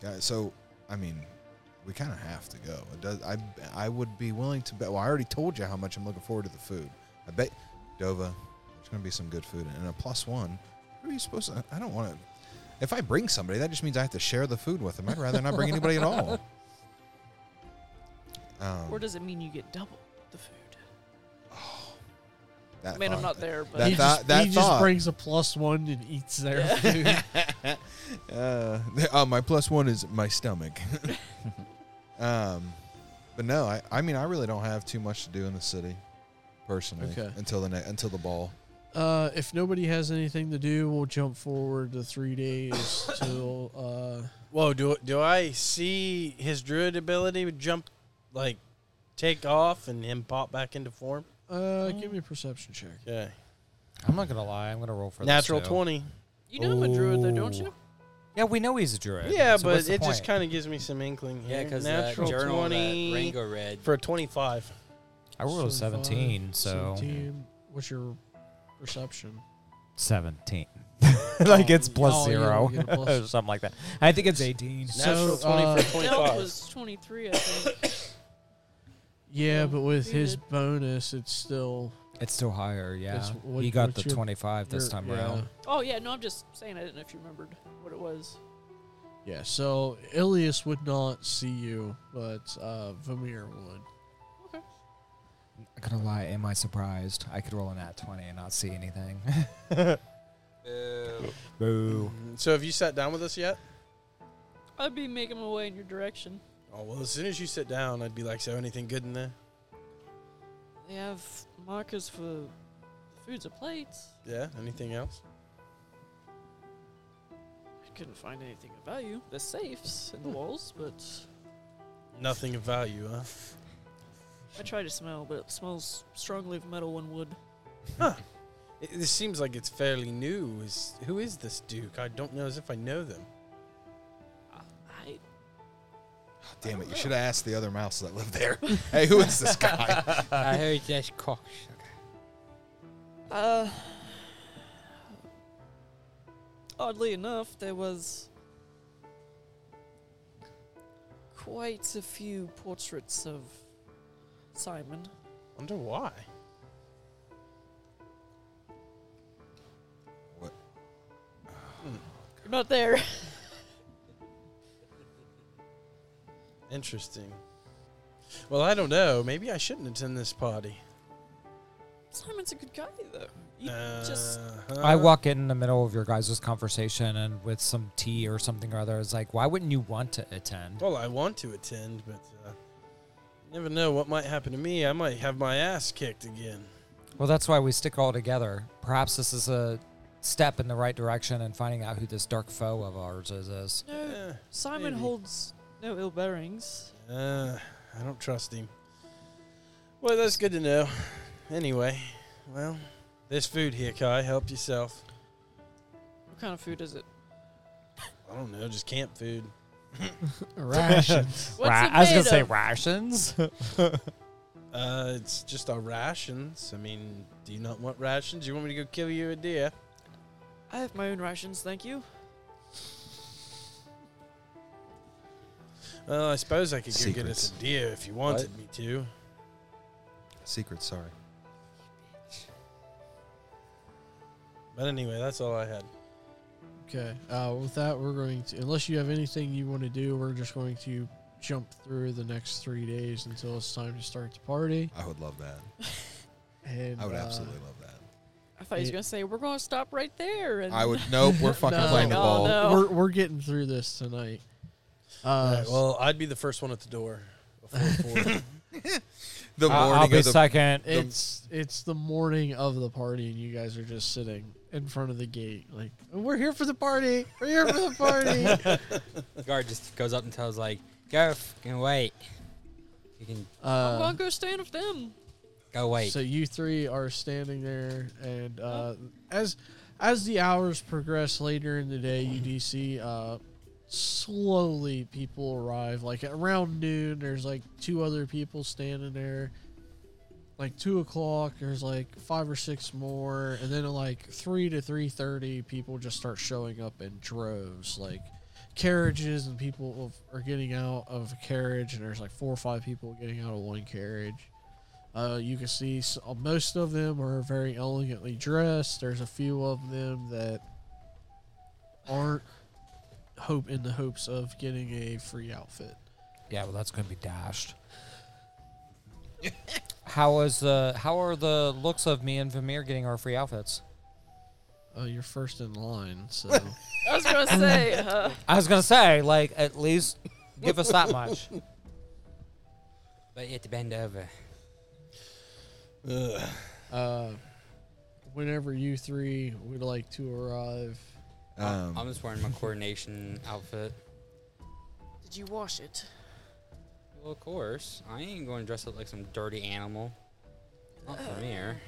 Speaker 4: yeah, so I mean, we kind of have to go. It does. I I would be willing to bet. Well, I already told you how much I'm looking forward to the food. I bet Dova, there's going to be some good food and a plus one. Who are you supposed to? I don't want to. If I bring somebody, that just means I have to share the food with them. I'd rather not bring anybody at all. Um,
Speaker 6: Or does it mean you get double the food?
Speaker 4: that
Speaker 6: I mean, I'm
Speaker 4: thought-
Speaker 6: not there, but
Speaker 4: that
Speaker 2: he
Speaker 4: thought-
Speaker 2: just,
Speaker 4: that
Speaker 2: he
Speaker 4: thought.
Speaker 2: just
Speaker 4: (laughs)
Speaker 2: brings a plus one and eats their food.
Speaker 4: uh, uh, my plus one is my stomach. (laughs) um, but no, I, I mean, I really don't have too much to do in the city, personally,
Speaker 2: Okay.
Speaker 4: until the ne- until the ball.
Speaker 2: (laughs) Uh, if nobody has anything to do, we'll jump forward to three
Speaker 4: (laughs)
Speaker 2: days till. Uh,
Speaker 3: Whoa, do do I see his druid ability would jump, like, take off and him pop back into form?
Speaker 2: uh, give me a perception check.
Speaker 3: Okay.
Speaker 5: I'm not gonna lie. I'm gonna roll for
Speaker 3: Natural
Speaker 5: this too.
Speaker 3: twenty.
Speaker 6: you know I'm a druid, though, don't
Speaker 5: Ooh.
Speaker 6: you?
Speaker 5: Yeah, we know he's a druid.
Speaker 3: Yeah,
Speaker 5: so
Speaker 3: but
Speaker 5: what's
Speaker 3: it
Speaker 5: the
Speaker 3: just
Speaker 5: point?
Speaker 3: kind of gives me some inkling here.
Speaker 1: Yeah, because that
Speaker 3: natural
Speaker 1: journal
Speaker 3: twenty
Speaker 1: that Rango read.
Speaker 3: for a twenty-five.
Speaker 5: I rolled a
Speaker 2: So far,
Speaker 5: seventeen, so
Speaker 2: 17. What's your perception?
Speaker 5: seventeen. like it's
Speaker 2: Oh,
Speaker 5: plus
Speaker 2: oh, yeah,
Speaker 5: zero
Speaker 2: we get a
Speaker 5: or
Speaker 2: plus.
Speaker 5: something like that. I think it's eighteen.
Speaker 3: Natural
Speaker 2: So,
Speaker 3: twenty
Speaker 2: uh,
Speaker 3: for
Speaker 6: That
Speaker 3: twenty-five.
Speaker 6: was 23, I think.
Speaker 2: Yeah,
Speaker 6: Yeah,
Speaker 2: but with
Speaker 6: we
Speaker 2: his
Speaker 6: did.
Speaker 2: bonus, it's still
Speaker 5: It's still higher. Yeah,
Speaker 2: It's what-
Speaker 5: he got
Speaker 2: what's
Speaker 5: the
Speaker 2: your-
Speaker 5: twenty-five this
Speaker 2: your-
Speaker 5: time
Speaker 2: yeah.
Speaker 5: around.
Speaker 6: oh, yeah, no, I'm just saying I didn't know if you remembered what it was.
Speaker 2: Yeah, so Ilias would not see you, but uh, Vamir would.
Speaker 5: I'm not gonna lie. Am I surprised? I could roll a nat twenty and not see anything. (laughs) Boo.
Speaker 3: So have you sat down with us yet?
Speaker 6: I'd be making my way in your direction.
Speaker 3: Oh well, as soon as you sit down, I'd be like, "So anything good in there?"
Speaker 6: They have markers for foods or plates.
Speaker 3: Yeah. Anything else?
Speaker 6: I couldn't find anything of value. There's safes in the walls, but
Speaker 3: Nothing of value, huh?
Speaker 6: I try to smell, but it smells strongly of metal and wood.
Speaker 3: It, this seems like it's fairly new. Is who is this Duke? I don't know as if I know them.
Speaker 6: I,
Speaker 4: Damn it! You should have asked the other mouse that lived there. (laughs) hey, who is this
Speaker 6: (laughs)
Speaker 4: guy?
Speaker 1: I heard that's cocksucker.
Speaker 6: uh, oddly enough, there was quite a few portraits of Simon.
Speaker 3: Wonder why.
Speaker 6: You're not there. (laughs)
Speaker 3: Interesting. Well, I don't know. Maybe I shouldn't attend this party.
Speaker 6: Simon's a good guy, though. You
Speaker 3: Uh,
Speaker 6: just
Speaker 5: I walk in the middle of your guys' conversation and with some tea or something or other. It's like, why wouldn't you want to attend?
Speaker 3: Well, I want to attend, but uh, you never know what might happen to me. I might have my ass kicked again.
Speaker 5: Well, that's why we stick all together. Perhaps this is a step in the right direction and finding out who this dark foe of ours
Speaker 3: (laughs)
Speaker 5: is. is.
Speaker 6: no.
Speaker 3: Eh,
Speaker 6: Simon
Speaker 3: maybe.
Speaker 6: holds no ill bearings.
Speaker 3: Uh, I don't trust him. Well, that's good to know. Anyway, well, there's food here, Kai. Help yourself.
Speaker 6: What kind of food is it?
Speaker 3: I don't know, just camp food.
Speaker 2: Rations.
Speaker 6: What's
Speaker 5: Ra-
Speaker 6: it
Speaker 5: I was gonna
Speaker 6: made
Speaker 5: say
Speaker 6: of?
Speaker 9: (laughs)
Speaker 5: rations.
Speaker 3: Uh, it's just our rations. I mean, do you not want rations? You want me to go kill you a deer?
Speaker 6: I have my own rations, thank you.
Speaker 3: Well, I suppose I could go get us
Speaker 4: Secrets.
Speaker 3: a deer if you wanted me to.
Speaker 4: Secret, sorry.
Speaker 3: But anyway, that's all I had.
Speaker 2: okay. Uh, with that, we're going to, unless you have anything you want to do, we're just going to jump through the next three days until it's time to start the party.
Speaker 4: I would love that.
Speaker 2: And
Speaker 4: I would
Speaker 2: uh,
Speaker 4: absolutely love that.
Speaker 6: I thought he was
Speaker 2: Yeah.
Speaker 6: gonna say we're gonna stop right there. And
Speaker 4: I would. Nope, we're fucking
Speaker 2: No.
Speaker 4: playing the
Speaker 6: Oh,
Speaker 4: ball.
Speaker 6: no.
Speaker 2: We're, we're getting through this tonight.
Speaker 3: All
Speaker 2: Uh,
Speaker 3: right, well, I'd be the first one at the door. Before four.
Speaker 4: The
Speaker 5: I'll,
Speaker 4: morning
Speaker 5: I'll be
Speaker 4: of the
Speaker 5: second.
Speaker 2: it's it's the morning of the party, and you guys are just sitting in front of the gate, like we're here for the party. We're here for the party. Uh,
Speaker 1: Guard just goes up and tells like, "Go fucking wait. You can
Speaker 6: I'm
Speaker 2: Uh,
Speaker 6: gonna go stand with them. (laughs)
Speaker 1: go wait."
Speaker 2: So you three are standing there, and uh, as as the hours progress later in the day, you do see uh, slowly people arrive. Like at around noon, there's like two other people standing there. Like two o'clock, there's like five or six more, and then at like three to three thirty, people just start showing up in droves, like carriages, and people are getting out of a carriage, and there's like four or five people getting out of one carriage. Uh, you can see s- uh, most of them are very elegantly dressed. There's a few of them that aren't hope in the hopes of getting a free outfit.
Speaker 9: Yeah, well, that's gonna
Speaker 4: (laughs)
Speaker 9: be dashed. how is the how are the looks of me and Vamir getting our free outfits?
Speaker 2: Uh, you're first in line, so
Speaker 6: I was
Speaker 4: (laughs)
Speaker 6: gonna say, uh,
Speaker 9: I was gonna say, like, at least give us
Speaker 4: (laughs)
Speaker 9: that much.
Speaker 1: but you have to bend over.
Speaker 3: Ugh.
Speaker 2: uh, whenever you three would like to arrive,
Speaker 4: Um,
Speaker 1: I'm just wearing my coordination outfit.
Speaker 6: did you wash it?
Speaker 1: Well, of course, I ain't going to dress up like some dirty animal. Not from here.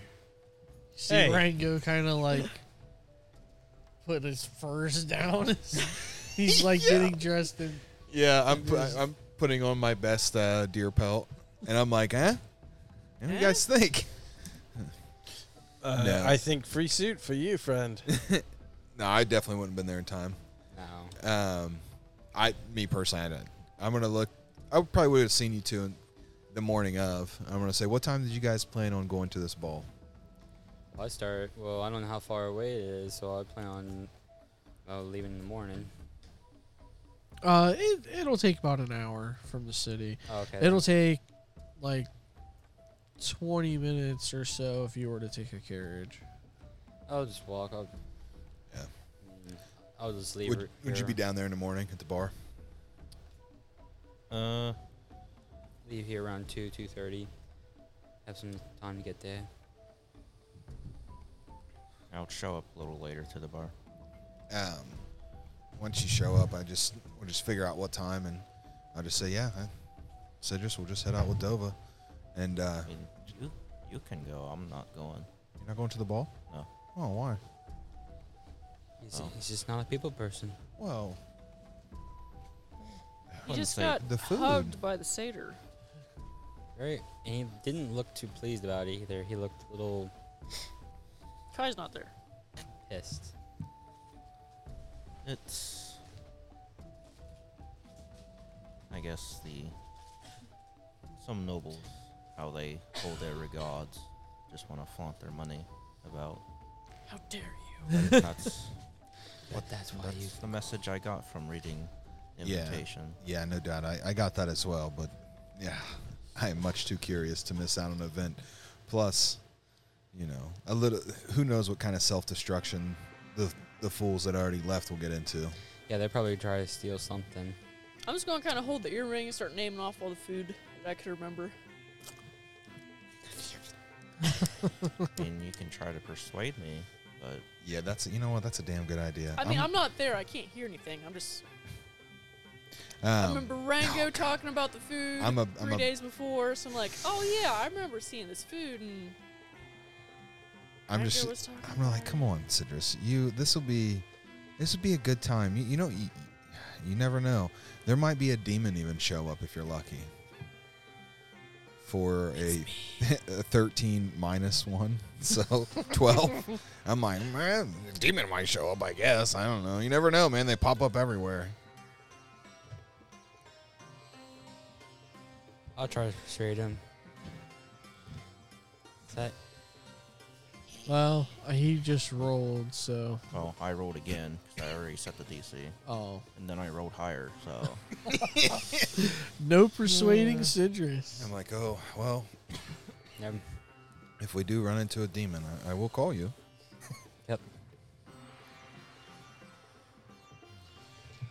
Speaker 2: you see
Speaker 3: Hey.
Speaker 2: Rango kind of like putting his furs (laughs) down. He's like getting dressed in.
Speaker 4: yeah, I'm. pu- I'm putting on my best uh, deer pelt, and I'm like, eh. What do you
Speaker 6: Eh?
Speaker 4: guys think? (laughs)
Speaker 3: Uh,
Speaker 4: No.
Speaker 3: I think free suit for you, friend.
Speaker 4: No, I definitely wouldn't have been there in time.
Speaker 1: No.
Speaker 4: Um, I, me personally, I don't. I'm gonna look. I probably would have seen you two in the morning of. I'm gonna say, what time did you guys plan on going to this ball?
Speaker 1: Well, I start. Well, I don't know how far away it is, so I plan on uh, leaving in the morning.
Speaker 2: Uh, it, it'll take about an hour from the city.
Speaker 1: Oh, okay.
Speaker 2: It'll take like 20 minutes or so if you were to take a carriage.
Speaker 1: I'll just walk. I'll,
Speaker 4: Yeah.
Speaker 1: Mm, I'll just leave
Speaker 4: Would,
Speaker 1: her.
Speaker 4: would you
Speaker 1: here-
Speaker 4: be down there in the morning at the bar?
Speaker 7: Uh,
Speaker 1: Leave here around two, two thirty. Have some time to get there.
Speaker 7: I'll show up a little later to the bar.
Speaker 4: Um, once you show up, I just we'll just figure out what time, and I'll just say, yeah, I, Cedrus, we'll just head out with Dova, and uh,
Speaker 7: I mean, you you can go. I'm not going.
Speaker 4: you're not going to the ball?
Speaker 7: No.
Speaker 4: Oh, why?
Speaker 1: He's,
Speaker 7: Oh.
Speaker 1: he's just not a people person.
Speaker 4: Well,
Speaker 6: You
Speaker 7: Wouldn't
Speaker 6: just
Speaker 7: say-
Speaker 6: got
Speaker 4: The food.
Speaker 6: hugged by the satyr.
Speaker 1: Very. And he didn't look too pleased about it either. He looked a little
Speaker 6: Kai's not there.
Speaker 1: pissed.
Speaker 7: It's. I guess the. Some nobles, how they hold their regards, just want to flaunt their money
Speaker 2: (laughs)
Speaker 7: about.
Speaker 6: How dare you?
Speaker 7: but That's,
Speaker 1: But that's why you.
Speaker 7: that's the message I got from reading the
Speaker 2: (laughs)
Speaker 4: Yeah.
Speaker 7: invitation.
Speaker 4: yeah, no doubt, I, I got that as well, but yeah, (laughs) I am much too curious to miss out on an event. Plus, you know, a little. Who knows what kind of self destruction the the fools that already left will get into.
Speaker 1: Yeah, they probably try to steal something.
Speaker 6: I'm just gonna kind of hold the earring and start naming off all the food that I could remember.
Speaker 7: I mean, you can try to persuade me, but
Speaker 4: Yeah, that's you know what? That's a damn good idea.
Speaker 6: I mean, I'm, not there. I can't hear anything. I'm just. I
Speaker 4: Um,
Speaker 6: remember Rango talking about the food
Speaker 4: I'm a-
Speaker 6: 3
Speaker 4: I'm a-
Speaker 6: days before, so I'm like, oh yeah, I remember seeing this food, and
Speaker 4: I'm
Speaker 6: Rango
Speaker 4: just,
Speaker 6: was talking.
Speaker 4: I'm really like, come on, Citrus. You, this will be, this will be a good time. You, you know, you, you never know. There might be a demon even show up if you're lucky. For a, (laughs) a 13 minus one, (laughs) so 12. I'm like, man, a demon might show up. I guess I don't know. You never know, man. They pop up everywhere.
Speaker 1: I'll try to persuade him. Is that
Speaker 2: Well, uh, he just rolled, so
Speaker 7: Oh, I rolled again 'cause I already set the DC,
Speaker 2: oh,
Speaker 7: and then I rolled higher.
Speaker 2: (laughs)
Speaker 7: So
Speaker 2: no persuading Sidrus.
Speaker 4: I'm like, oh well,
Speaker 1: never?
Speaker 4: if we do run into a demon, I, I will call you.
Speaker 1: Yep.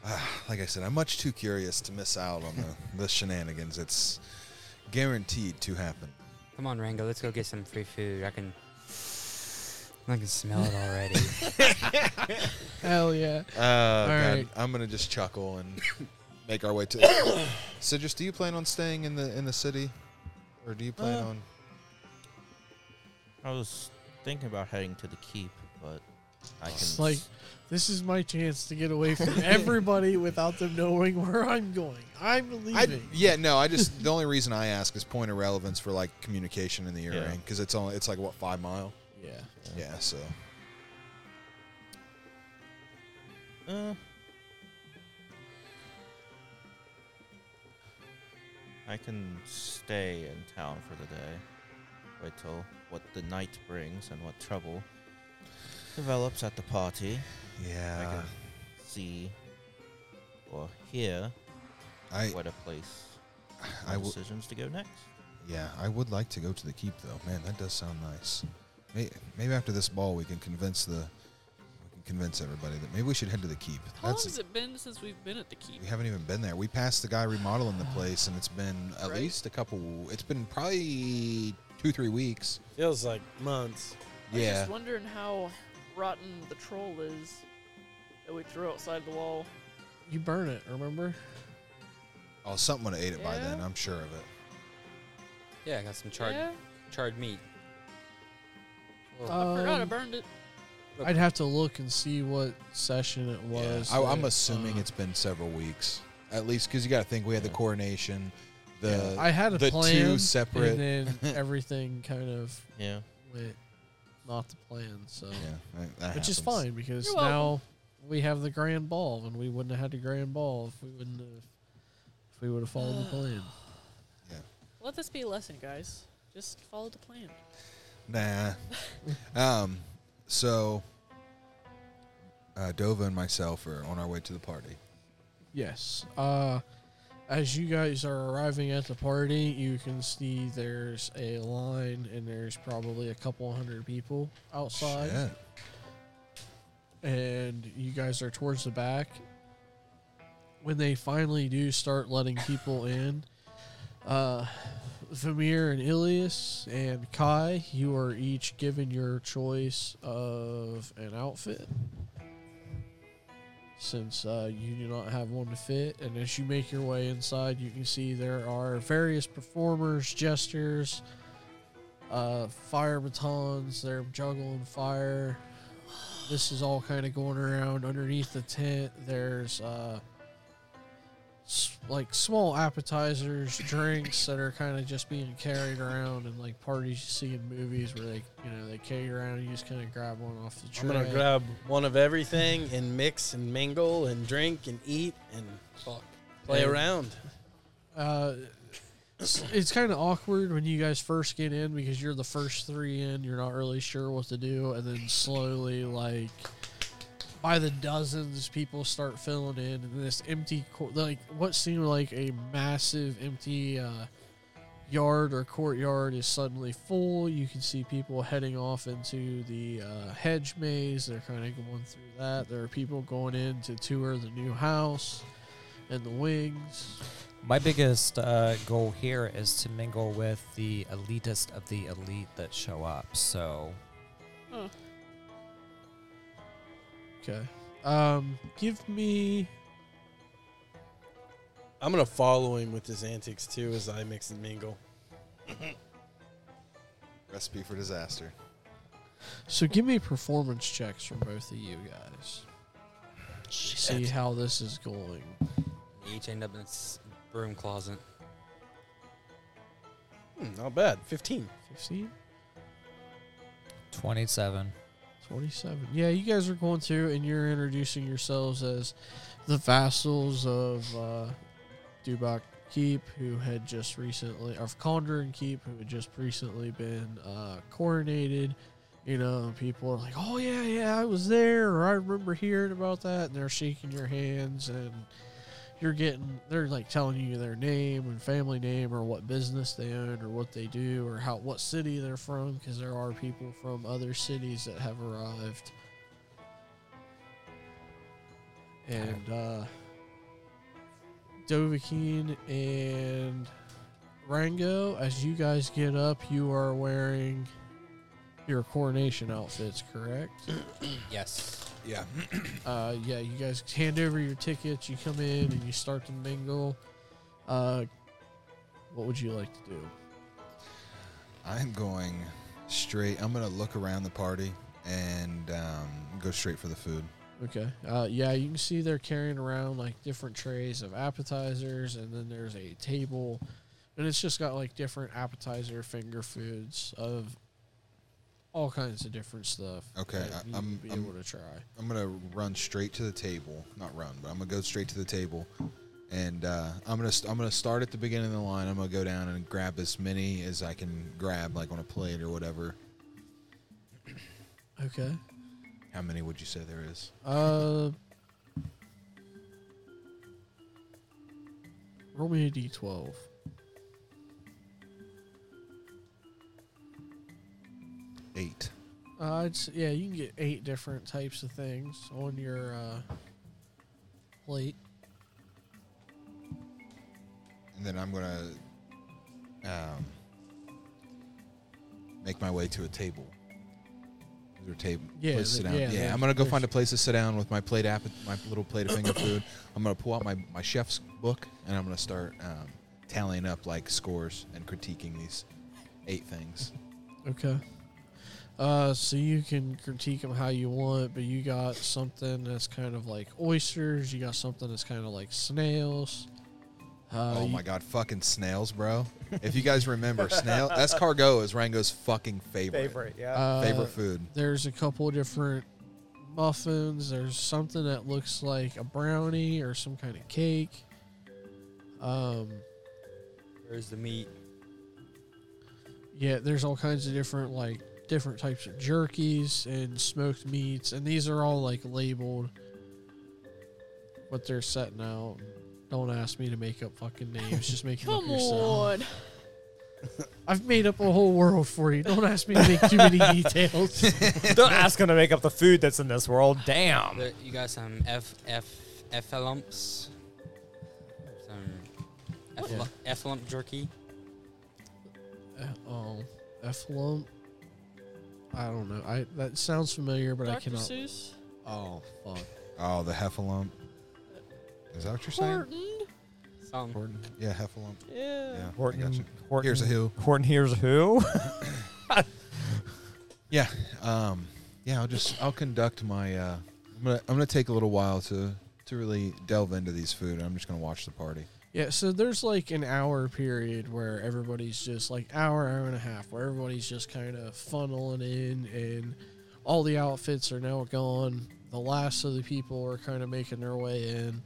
Speaker 4: Ah, like I said, I'm much too curious to miss out on the, the shenanigans. It's guaranteed to happen.
Speaker 1: Come on, Rango. Let's go get some free food. I can. I can smell it already.
Speaker 2: Hell yeah!
Speaker 4: Oh, God.
Speaker 2: right.
Speaker 4: I'm gonna just chuckle (coughs) and make our (coughs) way to. Sidrus, do you plan on staying in the in the city, or do you plan
Speaker 7: Uh,
Speaker 4: on?
Speaker 7: I was thinking about heading to the keep, but I can.
Speaker 2: It's like- This is my chance to get away
Speaker 6: (laughs)
Speaker 2: from everybody without them knowing where I'm going. I'm leaving.
Speaker 4: I, yeah, no. I (laughs) just the only reason I ask is point of relevance for like communication in the
Speaker 7: Yeah.
Speaker 4: earring because it's only it's like what five mile.
Speaker 2: yeah.
Speaker 4: Yeah, so
Speaker 7: Uh, I can stay in town for the day. Wait till what the night brings and what trouble develops at the party. I
Speaker 4: yeah,
Speaker 7: can see or hear
Speaker 4: I
Speaker 7: what a place
Speaker 4: I
Speaker 7: and
Speaker 4: will-
Speaker 7: decisions to go next.
Speaker 4: yeah I would like to go to the keep though. Man, that does sound nice. Maybe, maybe after this ball, we can convince the we can convince everybody that maybe we should head to the keep.
Speaker 6: How long has it been since we've been at the keep?
Speaker 4: we haven't even been there. We passed the guy remodeling
Speaker 6: (sighs)
Speaker 4: the place, and it's been at
Speaker 6: Right.
Speaker 4: least a couple. It's been probably two three weeks.
Speaker 3: Feels like months.
Speaker 6: I'm just wondering how rotten the troll is that we threw outside the wall.
Speaker 2: You burn it, remember?
Speaker 4: Oh, something would have ate it by
Speaker 6: Yeah.
Speaker 4: then. I'm sure of it.
Speaker 1: (laughs) yeah, I got some charred
Speaker 6: Yeah,
Speaker 1: charred meat. Well,
Speaker 6: I forgot I
Speaker 2: Um,
Speaker 6: burned it.
Speaker 2: I'd have to look and see what session it was.
Speaker 4: (laughs) I, I'm
Speaker 2: that,
Speaker 4: assuming
Speaker 2: uh,
Speaker 4: it's been several weeks, at least because you got to think we had the coronation, the
Speaker 2: I had a (laughs)
Speaker 4: the
Speaker 2: plan,
Speaker 4: two separate.
Speaker 2: and then everything kind of
Speaker 7: Yeah.
Speaker 2: went not to plan. So,
Speaker 4: yeah, that- that
Speaker 2: which is
Speaker 4: happens.
Speaker 2: fine because
Speaker 6: You're
Speaker 2: now we have the grand ball, and we wouldn't have had the grand ball if we wouldn't have if we would have followed (sighs) the plan.
Speaker 6: Let this be a lesson, guys. Just follow the plan.
Speaker 4: Nah. um, so uh, Dova and myself are on our way to the party.
Speaker 2: Yes. Uh, as you guys are arriving at the party, you can see there's a line, and there's probably a couple hundred people outside.
Speaker 4: Shit.
Speaker 2: and you guys are towards the back. When they finally do start letting people in, uh, Vamir and Ilias and Kai, you are each given your choice of an outfit. Since uh, you do not have one to fit, and as you make your way inside, you can see there are various performers, jesters, uh, fire batons. They're juggling fire this is all kind of going around underneath the tent. There's uh, s- like small appetizers, drinks that are kind of just being carried around, and like parties you see in movies where they, you know, they carry around and you just kind of grab one off the
Speaker 3: I'm
Speaker 2: tray.
Speaker 3: gonna grab one of everything and mix and mingle and drink and eat and play
Speaker 2: And-
Speaker 3: around.
Speaker 2: uh, it's, it's kind of awkward when you guys first get in because you're the first three in. You're not really sure what to do, and then slowly, like by the dozens, people start filling in, and this empty, cour- like what seemed like a massive empty uh, yard or courtyard is suddenly full. You can see people heading off into the uh, hedge maze. They're kind of going through that. There are people going in to tour the new house and the wings.
Speaker 9: My biggest uh, goal here is to mingle with the elitist of the elite that show up. So
Speaker 2: Okay. Um, give me
Speaker 3: I'm gonna follow him with his antics too as I mix and mingle.
Speaker 4: Recipe for disaster.
Speaker 2: So give me performance checks from both of you guys. See how this is going.
Speaker 1: We each end up in this broom closet.
Speaker 3: Hmm, not bad. Fifteen.
Speaker 2: 15?
Speaker 9: 27.
Speaker 2: 27. Yeah, you guys are going through and you're introducing yourselves as the vassals of uh, Dubak Keep, who had just recently, of Condor and Keep, who had just recently been uh, coronated. You know, people are like, oh, yeah, yeah, I was there, or I remember hearing about that. And they're shaking your hands and you're getting, they're like telling you their name and family name or what business they own or what they do or how, what city they're from, because there are people from other cities that have arrived. And, uh, Dovahkiin and Rango, as you guys get up, you are wearing your coronation outfits, correct?
Speaker 1: Yes.
Speaker 4: Yeah.
Speaker 2: uh, yeah, you guys hand over your tickets, you come in and you start to mingle. Uh, what would you like to do?
Speaker 4: I'm going straight. I'm going to look around the party and um, go straight for the food.
Speaker 2: Okay. Uh, yeah, you can see they're carrying around like different trays of appetizers, and then there's a table, and it's just got like different appetizer finger foods of all kinds of different stuff.
Speaker 4: Okay,
Speaker 2: that
Speaker 4: I-
Speaker 2: you
Speaker 4: I'm-
Speaker 2: would be
Speaker 4: I'm-
Speaker 2: able to try.
Speaker 4: I'm gonna run straight to the table. Not run, but I'm gonna go straight to the table, and uh, I'm gonna st- I'm gonna start at the beginning of the line. I'm gonna go down and grab as many as I can grab, like on a plate or whatever.
Speaker 2: Okay.
Speaker 4: How many would you say there is?
Speaker 2: Uh, roll me a d12.
Speaker 4: Eight.
Speaker 2: Uh, it's, yeah, you can get eight different types of things on your uh, plate.
Speaker 4: And then I'm gonna um, make my way to a table. Is there a table?
Speaker 2: Yeah,
Speaker 4: place to sit
Speaker 2: the-
Speaker 4: down.
Speaker 2: yeah,
Speaker 4: Yeah,
Speaker 2: there-
Speaker 4: I'm gonna go
Speaker 2: there's-
Speaker 4: find a place to sit down with my plate app, my little plate of finger food. I'm gonna pull out my my chef's book and I'm gonna start um, tallying up like scores and critiquing these eight things.
Speaker 2: Okay. Uh, so you can critique them how you want, but you got something that's kind of like oysters. You got something that's kind of like snails. Uh,
Speaker 4: oh
Speaker 2: you-
Speaker 4: my god, fucking snails, bro! if you guys remember,
Speaker 2: (laughs)
Speaker 4: snail that's cargo is Rango's fucking favorite favorite,
Speaker 9: yeah.
Speaker 2: uh,
Speaker 4: food.
Speaker 2: There's a couple different muffins. There's something that looks like a brownie or some kind of cake. Um,
Speaker 1: Where's the meat?
Speaker 2: yeah, there's all kinds of different like different types of jerkies and smoked meats, and these are all like labeled what they're setting out. Don't ask me to make up fucking names. Just make it up
Speaker 6: Come
Speaker 2: yourself.
Speaker 6: on.
Speaker 2: I've made up a whole world for you. Don't ask me to make too many details.
Speaker 6: (laughs)
Speaker 9: Don't ask him to make up the food that's in this world. Damn.
Speaker 1: There- you got some F F effalumps. Some
Speaker 2: What?
Speaker 1: effal- effalump jerky.
Speaker 2: Uh, Oh, Efflump. I don't know. I that sounds familiar, but I
Speaker 6: Dr.
Speaker 2: cannot.
Speaker 6: Seuss.
Speaker 2: Oh fuck.
Speaker 4: Oh, the heffalump. Is that what you're saying?
Speaker 6: Horton.
Speaker 1: Some.
Speaker 4: Horton? Yeah, heffalump. Yeah, I
Speaker 6: Yeah.
Speaker 4: got you.
Speaker 9: Horton, Horton,
Speaker 4: Here's a who.
Speaker 9: Horton hears who?
Speaker 4: Yeah. Um, yeah, I'll just I'll conduct my uh, I'm gonna I'm gonna take a little while to to really delve into these food. I'm just gonna watch the party.
Speaker 2: Yeah, so there's like an hour period where everybody's just like hour, hour and a half, where everybody's just kind of funneling in, and all the outfits are now gone. The last of the people are kind of making their way in,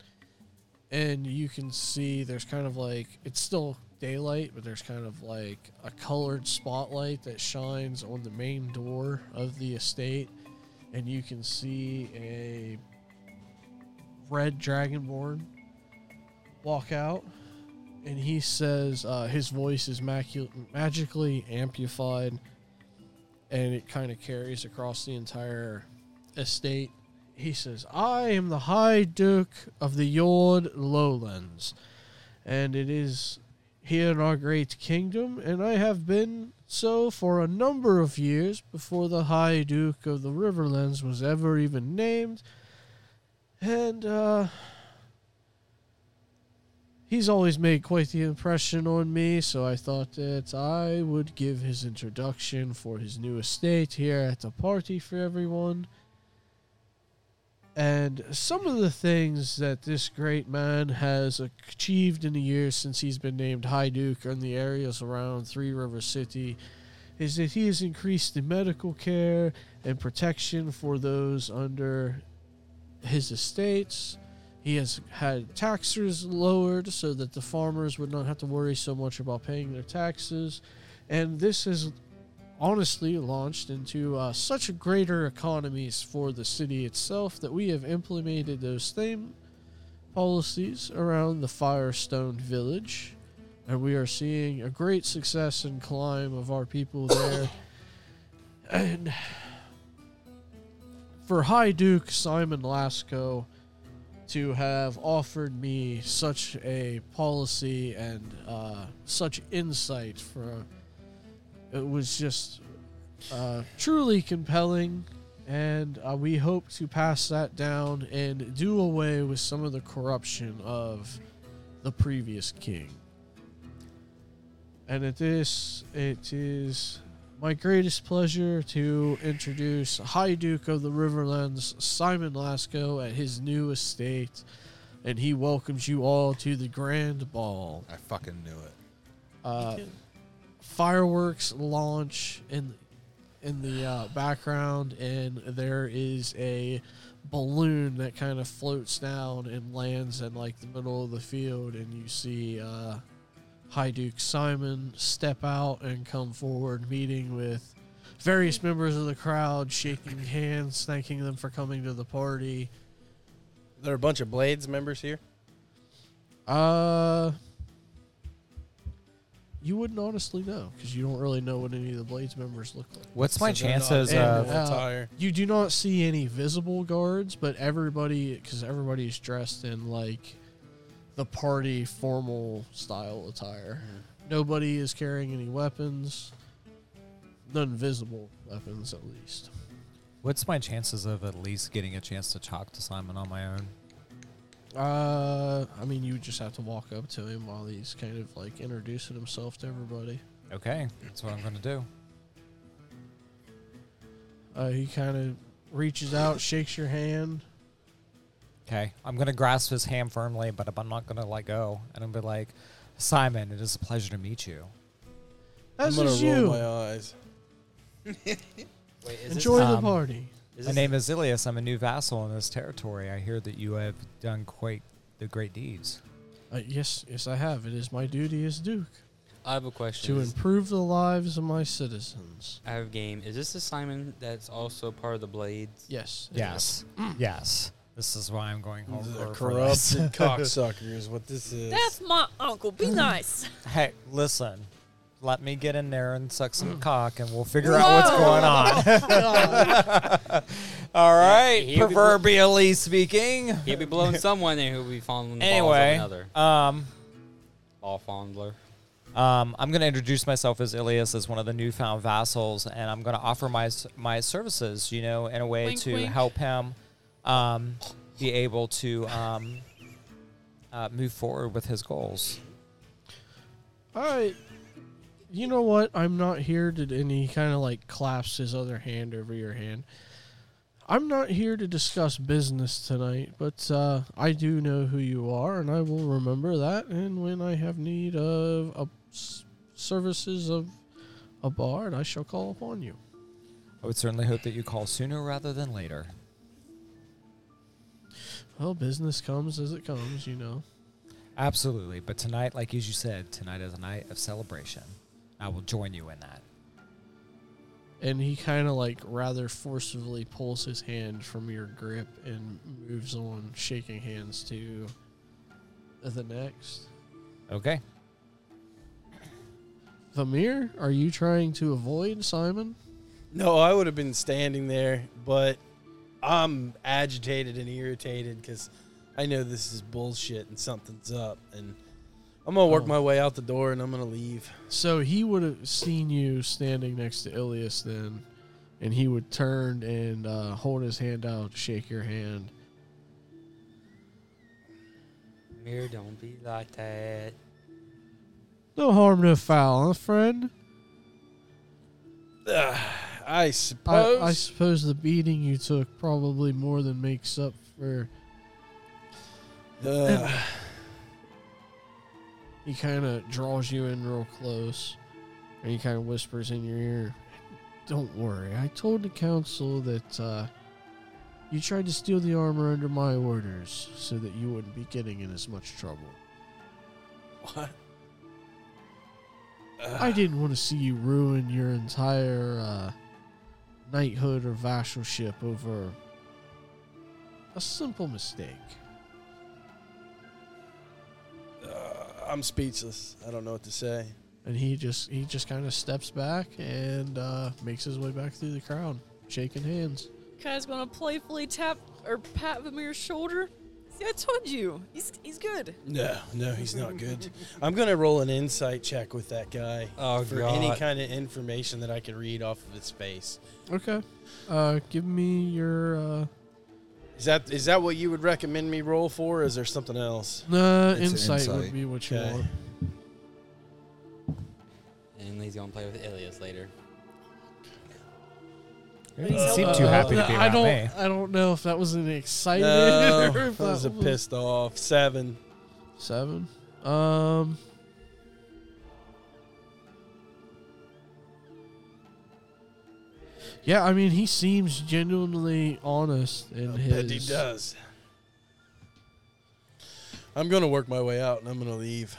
Speaker 2: and you can see there's kind of like it's still daylight, but there's kind of like a colored spotlight that shines on the main door of the estate, and you can see a red dragonborn walk out and he says uh, his voice is macu- magically amplified and it kind of carries across the entire estate. He says, I am the High Duke of the Yord Lowlands, and it is here in our great kingdom, and I have been so for a number of years before the High Duke of the Riverlands was ever even named. And, uh, He's always made quite the impression on me, so I thought that I would give his introduction for his new estate here at the party for everyone. And some of the things that this great man has achieved in the years since he's been named High Duke in the areas around Three River City is that he has increased the medical care and protection for those under his estates. He has had taxes lowered so that the farmers would not have to worry so much about paying their taxes. And this has honestly launched into uh, such a greater economies for the city itself that we have implemented those same policies around the Firestone Village. And we are seeing a great success and climb of our people there. and for High Duke Simon Lasco to have offered me such a policy and uh, such insight for it was just uh, truly compelling and uh, we hope to pass that down and do away with some of the corruption of the previous king and at this it is my greatest pleasure to introduce High Duke of the Riverlands, Simon Lasco, at his new estate, and he welcomes you all to the grand ball.
Speaker 4: I fucking knew it.
Speaker 2: Uh, fireworks launch in in the uh, background, and there is a balloon that kind of floats down and lands in like the middle of the field, and you see uh, High Duke Simon step out and come forward, meeting with various members of the crowd, shaking hands, thanking them for coming to the party.
Speaker 3: There are a bunch of Blades members here.
Speaker 2: Uh, you wouldn't honestly know because you don't really know what any of the Blades members look like.
Speaker 5: What's my
Speaker 3: So they're not
Speaker 5: chances
Speaker 3: in
Speaker 5: of
Speaker 2: And, uh,
Speaker 3: attire.
Speaker 2: You do not see any visible guards, but everybody, because everybody's dressed in like the party formal style attire. Nobody is carrying any weapons, none visible weapons at least.
Speaker 5: What's my chances of at least getting a chance to talk to Simon on my own?
Speaker 2: Uh, I mean, you just have to walk up to him while he's kind of like introducing himself to everybody.
Speaker 5: Okay, that's what I'm gonna do.
Speaker 2: Uh, he kind of reaches out, shakes your hand.
Speaker 5: Okay, I'm gonna grasp his hand firmly, but I'm not gonna let go, and I'm gonna be like, Simon, it is a pleasure to meet you.
Speaker 2: As
Speaker 3: I'm gonna
Speaker 2: is
Speaker 3: roll
Speaker 2: you.
Speaker 3: my
Speaker 1: (laughs)
Speaker 3: eyes.
Speaker 1: Wait, is this,
Speaker 2: Enjoy the
Speaker 5: um,
Speaker 2: party.
Speaker 1: is
Speaker 5: My
Speaker 1: this-
Speaker 5: name is Ilias. I'm a new vassal in this territory. I hear that you have done quite the great deeds.
Speaker 2: Uh, yes, yes, I have. It is my duty as Duke
Speaker 1: I have a question.
Speaker 2: to
Speaker 1: Is-
Speaker 2: improve the lives of my citizens.
Speaker 1: I have game. Is this the Simon that's also part of the Blades?
Speaker 2: Yes.
Speaker 5: Yes, yes. This is why I'm going home.
Speaker 3: The
Speaker 5: for- for this.
Speaker 3: corrupted (laughs)
Speaker 5: (laughs)
Speaker 3: cocksucker is what this is.
Speaker 10: That's my uncle. Be nice.
Speaker 6: (laughs)
Speaker 5: Hey, listen. Let me get in there and suck some cock, and we'll figure out what's going on.
Speaker 6: (laughs)
Speaker 5: (laughs) All right,
Speaker 1: Here we go.
Speaker 5: proverbially speaking.
Speaker 1: He'll be
Speaker 2: (laughs)
Speaker 1: blowing someone and he'll be fondling the
Speaker 5: Anyway,
Speaker 1: balls of another.
Speaker 5: Um,
Speaker 1: Ball fondler.
Speaker 5: Um, I'm going to introduce myself as Ilias, as one of the newfound vassals, and I'm going to offer my my services, you know, in a way
Speaker 6: Wink,
Speaker 5: to
Speaker 6: wink.
Speaker 5: help him um, be able to um, uh, move forward with his goals.
Speaker 2: I. You know what? I'm not here to. And he kind of like claps his other hand over your hand. I'm not here to discuss business tonight, but uh, I do know who you are, and I will remember that. And when I have need of a s- services of a bard, I shall call upon you.
Speaker 5: I would certainly hope that you call sooner rather than later.
Speaker 2: Well, business comes as it comes, you know.
Speaker 5: Absolutely, but tonight, like as you said, tonight is a night of celebration. I will join you in that.
Speaker 2: and he kind of like rather forcefully pulls his hand from your grip and moves on shaking hands to the next
Speaker 5: Okay.
Speaker 2: Vamir, are you trying to avoid Simon?
Speaker 3: No, I would have been standing there, but I'm agitated and irritated because I know this is bullshit and something's up. And I'm going to work
Speaker 2: Oh.
Speaker 3: my way out the door and I'm going to leave.
Speaker 2: So he would have seen you standing next to Ilias then, and he would turn and uh, hold his hand out to shake your hand.
Speaker 1: Mir, don't be like that.
Speaker 2: No harm, no foul, huh, friend?
Speaker 3: I
Speaker 2: I,
Speaker 3: suppose.
Speaker 2: I suppose the beating you took probably more than makes up for.
Speaker 3: Ugh.
Speaker 2: He kind of draws you in real close, and he kind of whispers in your ear, "Don't worry. I told the council that uh, you tried to steal the armor under my orders, so that you wouldn't be getting in as much trouble.
Speaker 3: (sighs) What? Ah.
Speaker 2: I didn't want to see you ruin your entire uh, knighthood or vassalship over a simple mistake."
Speaker 3: Uh, I'm speechless. I don't know what to say.
Speaker 2: and he just he just kind of steps back and uh, makes his way back through the crowd, shaking hands.
Speaker 6: Kai's gonna playfully tap or pat Vamir's shoulder.
Speaker 10: See, I told you. He's, he's good.
Speaker 3: No, no, he's not good. (laughs) I'm gonna roll an insight check with that guy
Speaker 1: Oh,
Speaker 3: for any kind of information that I can read off of his face.
Speaker 2: Okay, uh, give me your. Uh,
Speaker 3: Is that is that what you would recommend me roll for? Or is there something else?
Speaker 2: nah,
Speaker 4: It's
Speaker 2: insight,
Speaker 4: insight.
Speaker 2: would be what you
Speaker 3: Okay.
Speaker 2: want.
Speaker 1: And he's gonna play with Ilias later.
Speaker 5: You didn't seem too
Speaker 2: Uh,
Speaker 5: happy to be
Speaker 2: I
Speaker 5: around
Speaker 2: don't.
Speaker 5: me.
Speaker 2: I don't know if that was an excited. (laughs)
Speaker 3: No,
Speaker 2: or
Speaker 3: (laughs) that
Speaker 2: if
Speaker 3: was a pissed off seven.
Speaker 2: Seven. Um. Yeah, I mean, he seems genuinely honest in
Speaker 3: I
Speaker 2: his.
Speaker 3: bet he does. I'm gonna work my way out, and I'm gonna leave.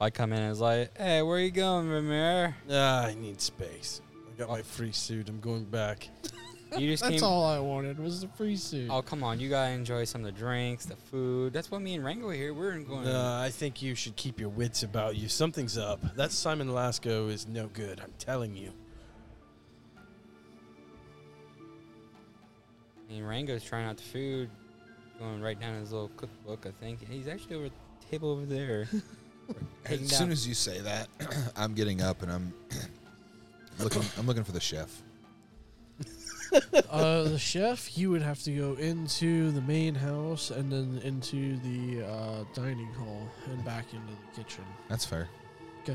Speaker 1: I come in and it's like, hey, where you going, Vamir?
Speaker 3: Ah, I need space. I got my free suit. I'm going back.
Speaker 1: You just
Speaker 2: (laughs) That's
Speaker 1: came.
Speaker 2: all I wanted was the free suit.
Speaker 1: Oh, come on. You gotta enjoy some of the drinks, the food. That's what me and Rango are here. We're going.
Speaker 3: Nah, Uh, I think you should keep your wits about you. Something's up. That Simon Lasco is no good. I'm telling you.
Speaker 1: And Rango's trying out the food, going right down his little cookbook, I think. And he's actually over the table over there. taking
Speaker 4: As soon
Speaker 1: down-
Speaker 4: as you say that, (clears throat) I'm getting up and I'm (clears throat) looking. I'm looking for the chef.
Speaker 2: uh, the chef, you would have to go into the main house and then into the uh, dining hall and back into the kitchen.
Speaker 4: That's fair.
Speaker 2: Uh,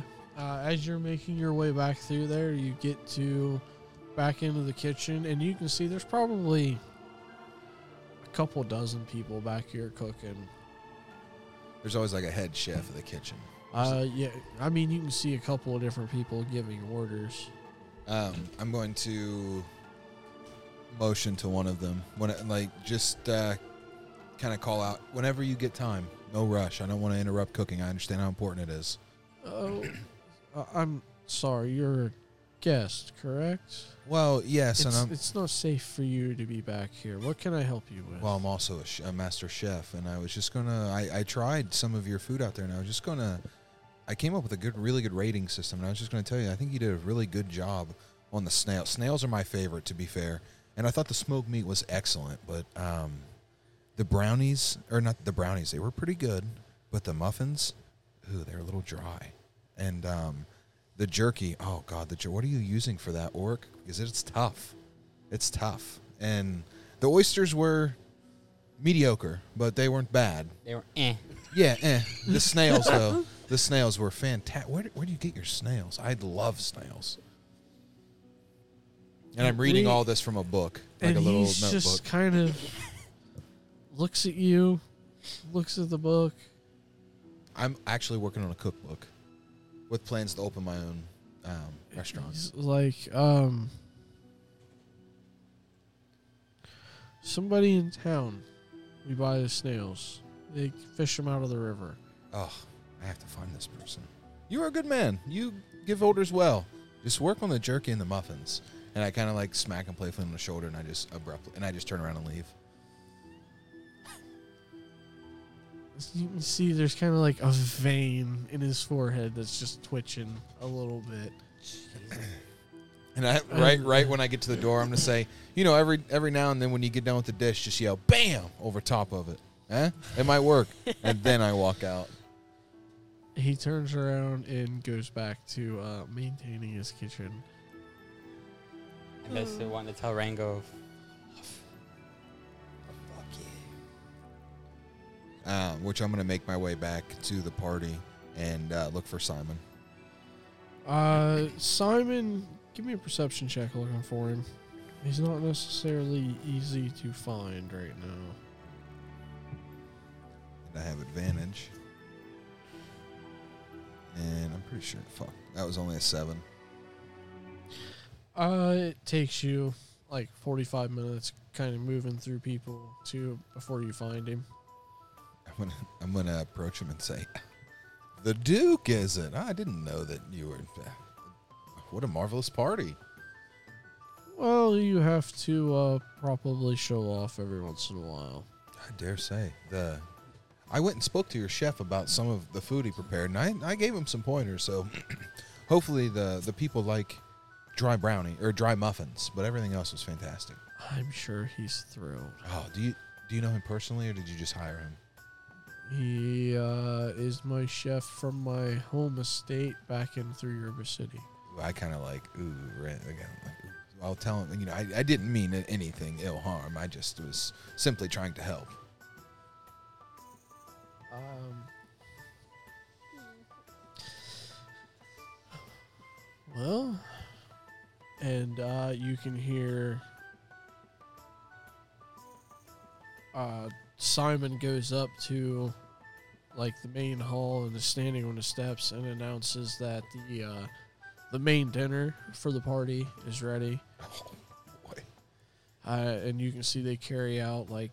Speaker 2: as you're making your way back through there, you get to back into the kitchen, and you can see there's probably a couple dozen people back here cooking.
Speaker 4: There's always like a head chef of the kitchen.
Speaker 2: Uh, yeah, I mean, you can see a couple of different people giving orders.
Speaker 4: Um, I'm going to motion to one of them. When it, like just uh, kind of call out whenever you get time. No rush. I don't want to interrupt cooking. I understand how important it is.
Speaker 2: Oh, (coughs) uh, I'm sorry, you're a guest, correct?
Speaker 4: Well, yes, and
Speaker 2: it's,
Speaker 4: I'm.
Speaker 2: it's not safe for you to be back here. What can I help you with?
Speaker 4: Well, I'm also a, sh- a master chef, and I was just gonna. I, I tried some of your food out there, and I was just gonna. I came up with a good, really good rating system, and I was just gonna tell you, I think you did a really good job on the snail. Snails are my favorite, to be fair, and I thought the smoked meat was excellent, but um, the brownies, or not the brownies, they were pretty good, but the muffins, ooh, they're a little dry, and um, the jerky, oh god, the jer- what are you using for that orc? Because it's tough, it's tough, and the oysters were mediocre, but they weren't bad.
Speaker 1: They were, eh.
Speaker 4: Yeah, eh.
Speaker 2: (laughs)
Speaker 4: The snails though, the snails were fantastic. Where, do- where do you get your snails? I love snails. And I'm reading
Speaker 2: We-
Speaker 4: all this from a book, like
Speaker 2: and
Speaker 4: a little
Speaker 2: he's
Speaker 4: notebook.
Speaker 2: just kind of
Speaker 4: (laughs)
Speaker 2: looks at you, looks at the book.
Speaker 4: I'm actually working on a cookbook with plans to open my own um, restaurant.
Speaker 2: He's like, um, somebody in town. We buy the snails. They fish them out of the river.
Speaker 4: Oh, I have to find this person. You're a good man. You give orders well. Just work on the jerky and the muffins. And I kind of like smack him playfully on the shoulder, and I just abruptly, and I just turn around and leave.
Speaker 2: You can see there's kind of like a vein in his forehead that's just twitching a little bit.
Speaker 4: And I, right, right when I get to the door, I'm gonna say, you know, every every now and then when you get done with the dish, just yell "bam" over top of it. Eh? It might work. and then I walk out.
Speaker 2: He turns around and goes back to uh, maintaining his kitchen.
Speaker 1: I basically wanted to tell Rango, fuck you.
Speaker 4: um, which I'm going to make my way back to the party and uh, look for Simon.
Speaker 2: Uh, Simon, give me a perception check looking for him. He's not necessarily easy to find right now.
Speaker 4: And I have advantage. And I'm pretty sure, fuck, that was only a seven. (laughs)
Speaker 2: Uh, it takes you like 45 minutes kind of moving through people to before you find him.
Speaker 4: I'm gonna, I'm gonna approach him and say, "The Duke, is it? I didn't know that you were. uh, What a marvelous party!
Speaker 2: Well, you have to uh, probably show off every once in a while.
Speaker 4: I dare say the. I went and spoke to your chef about some of the food he prepared, and I, I gave him some pointers. So, (clears throat) hopefully, the the people like dry brownie or dry muffins, but everything else was fantastic.
Speaker 2: I'm sure he's thrilled.
Speaker 4: Oh, do you do you know him personally, or did you just hire him?
Speaker 2: He uh, is my chef from my home estate back in Three River City.
Speaker 4: I kind of like ooh, right, again, like, ooh. I'll tell him. You know, I, I didn't mean anything ill harm. I just was simply trying to help.
Speaker 2: Um, well, and uh, you can hear uh, Simon goes up to like the main hall and is standing on the steps and announces that the uh, the main dinner for the party is ready.
Speaker 4: (laughs) Oh, boy.
Speaker 2: uh, and you can see they carry out like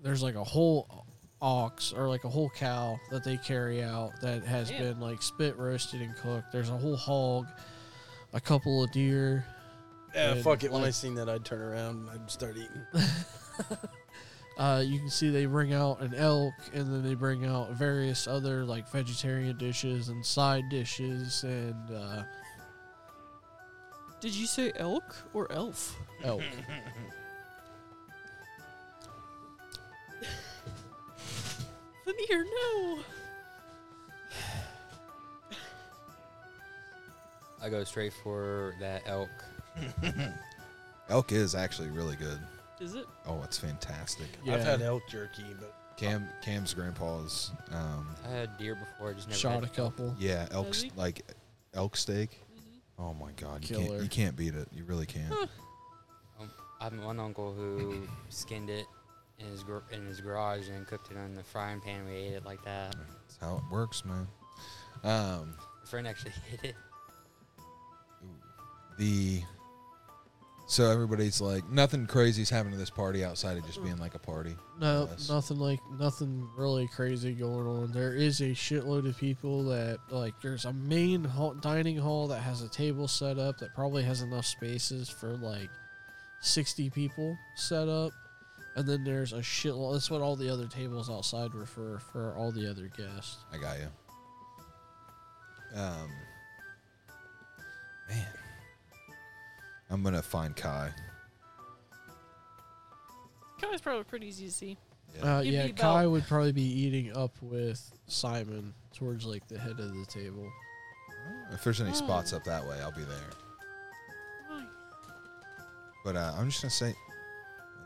Speaker 2: there's like a whole ox or like a whole cow that they carry out that has
Speaker 6: Damn.
Speaker 2: been like spit roasted and cooked. There's a whole hog, a couple of deer.
Speaker 3: Yeah,
Speaker 2: Good.
Speaker 3: fuck it. When I
Speaker 2: Like-
Speaker 3: seen that, I'd turn around and I'd start (laughs) eating.
Speaker 2: Uh, you can see they bring out an elk, and then they bring out various other like vegetarian dishes and side dishes and uh,
Speaker 6: Did you say elk or elf?
Speaker 2: elk.
Speaker 6: Veneer, no.
Speaker 1: I go straight for that elk.
Speaker 4: Elk is actually really good.
Speaker 6: Is it?
Speaker 4: Oh, it's fantastic.
Speaker 2: Yeah.
Speaker 3: (laughs) I've had elk jerky, but
Speaker 4: Cam Cam's grandpa's um,
Speaker 1: I had deer before. I just never
Speaker 2: shot
Speaker 1: had
Speaker 2: a couple.
Speaker 4: yeah elk
Speaker 6: Does
Speaker 4: s-
Speaker 6: he?
Speaker 4: like elk steak.
Speaker 6: Mm-hmm.
Speaker 4: Oh my god, you
Speaker 2: Killer.
Speaker 4: can't, you can't beat it. You really can't.
Speaker 1: I have one uncle who skinned it in his gar- in his garage and cooked it on the frying pan. We ate it like that.
Speaker 4: That's how it works, man. Um,
Speaker 1: My friend actually (laughs) hit it.
Speaker 4: the so everybody's like nothing crazy's happening to this party outside of just being like a party.
Speaker 2: No,
Speaker 4: Nice.
Speaker 2: nothing like nothing really crazy going on. There is a shitload of people that like. There's a main hall, dining hall that has a table set up that probably has enough spaces for like sixty people set up, and then there's a shitload. That's what all the other tables outside were for for all the other guests.
Speaker 4: I got you. Um, man, I'm gonna find Kai.
Speaker 6: Kai's probably pretty easy to see.
Speaker 2: Uh,
Speaker 6: You'd
Speaker 2: yeah,
Speaker 6: be
Speaker 2: Kai
Speaker 6: about-
Speaker 2: would probably be eating up with Simon towards like the head of the table.
Speaker 4: If there's any spots
Speaker 2: Oh.
Speaker 4: up that way, I'll be there.
Speaker 6: Why?
Speaker 4: But uh, I'm just gonna say,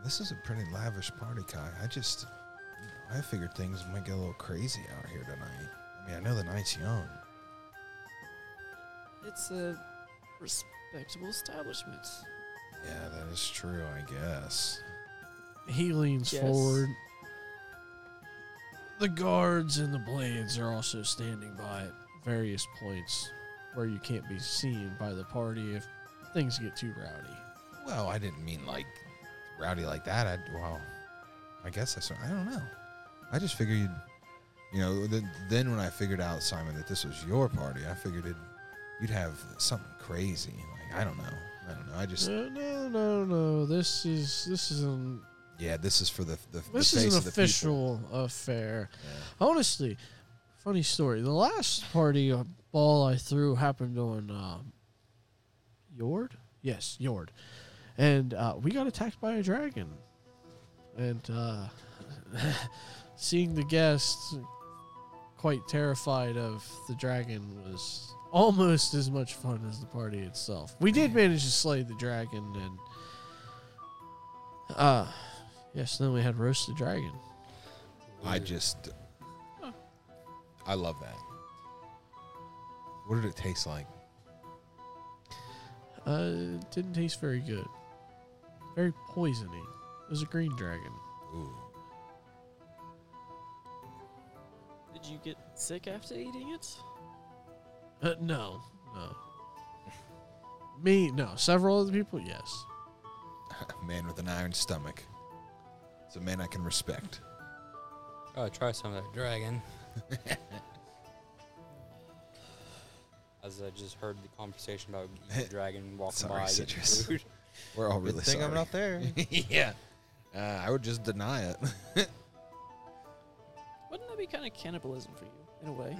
Speaker 4: this is a pretty lavish party, Kai. I just, I figured things might get a little crazy out here tonight. I mean, I know the night's young.
Speaker 6: It's a respectable establishment.
Speaker 4: Yeah, that is true, I guess.
Speaker 2: He leans
Speaker 6: Yes.
Speaker 2: forward. The guards and the blades are also standing by at various points where you can't be seen by the party if things get too rowdy.
Speaker 4: Well, I didn't mean like rowdy like that. I well, I guess I sort- I don't know. I just figured, you'd, you know, then, then when I figured out Simon that this was your party, I figured it, you'd have something crazy. Like I don't know, I don't know. I just
Speaker 2: No, Uh, no, no, no. This is this is an
Speaker 4: yeah, this is for the the,
Speaker 2: this
Speaker 4: the face
Speaker 2: is an
Speaker 4: of the people.
Speaker 2: official affair.
Speaker 4: Yeah.
Speaker 2: Honestly, funny story. The last party uh, ball I threw happened on um, Yord. Yes, Yord, and uh, we got attacked by a dragon. And uh, (laughs) seeing the guests quite terrified of the dragon was almost as much fun as the party itself. We did manage to slay the dragon, and uh, yes, then we had roasted dragon.
Speaker 4: I just,
Speaker 6: Huh.
Speaker 4: I love that. What did it taste like?
Speaker 2: Uh, it didn't taste very good. Very poisony. It was a green dragon.
Speaker 4: Ooh. (laughs)
Speaker 6: Did you get sick after eating it?
Speaker 2: Uh, no, no. (laughs) Me, no. Several other people, yes.
Speaker 4: man with an iron stomach. It's a man I can respect.
Speaker 1: Oh, try some of that dragon. As I just heard the conversation about the dragon walking
Speaker 4: Sorry,
Speaker 1: by. getting
Speaker 4: Citrus.
Speaker 1: food.
Speaker 4: We're all
Speaker 7: Good
Speaker 4: Oh, really
Speaker 7: thing
Speaker 4: sorry.
Speaker 7: I'm not there.
Speaker 4: (laughs) yeah, uh, I would just deny it. (laughs)
Speaker 6: Wouldn't that be kind of cannibalism for you, in a way?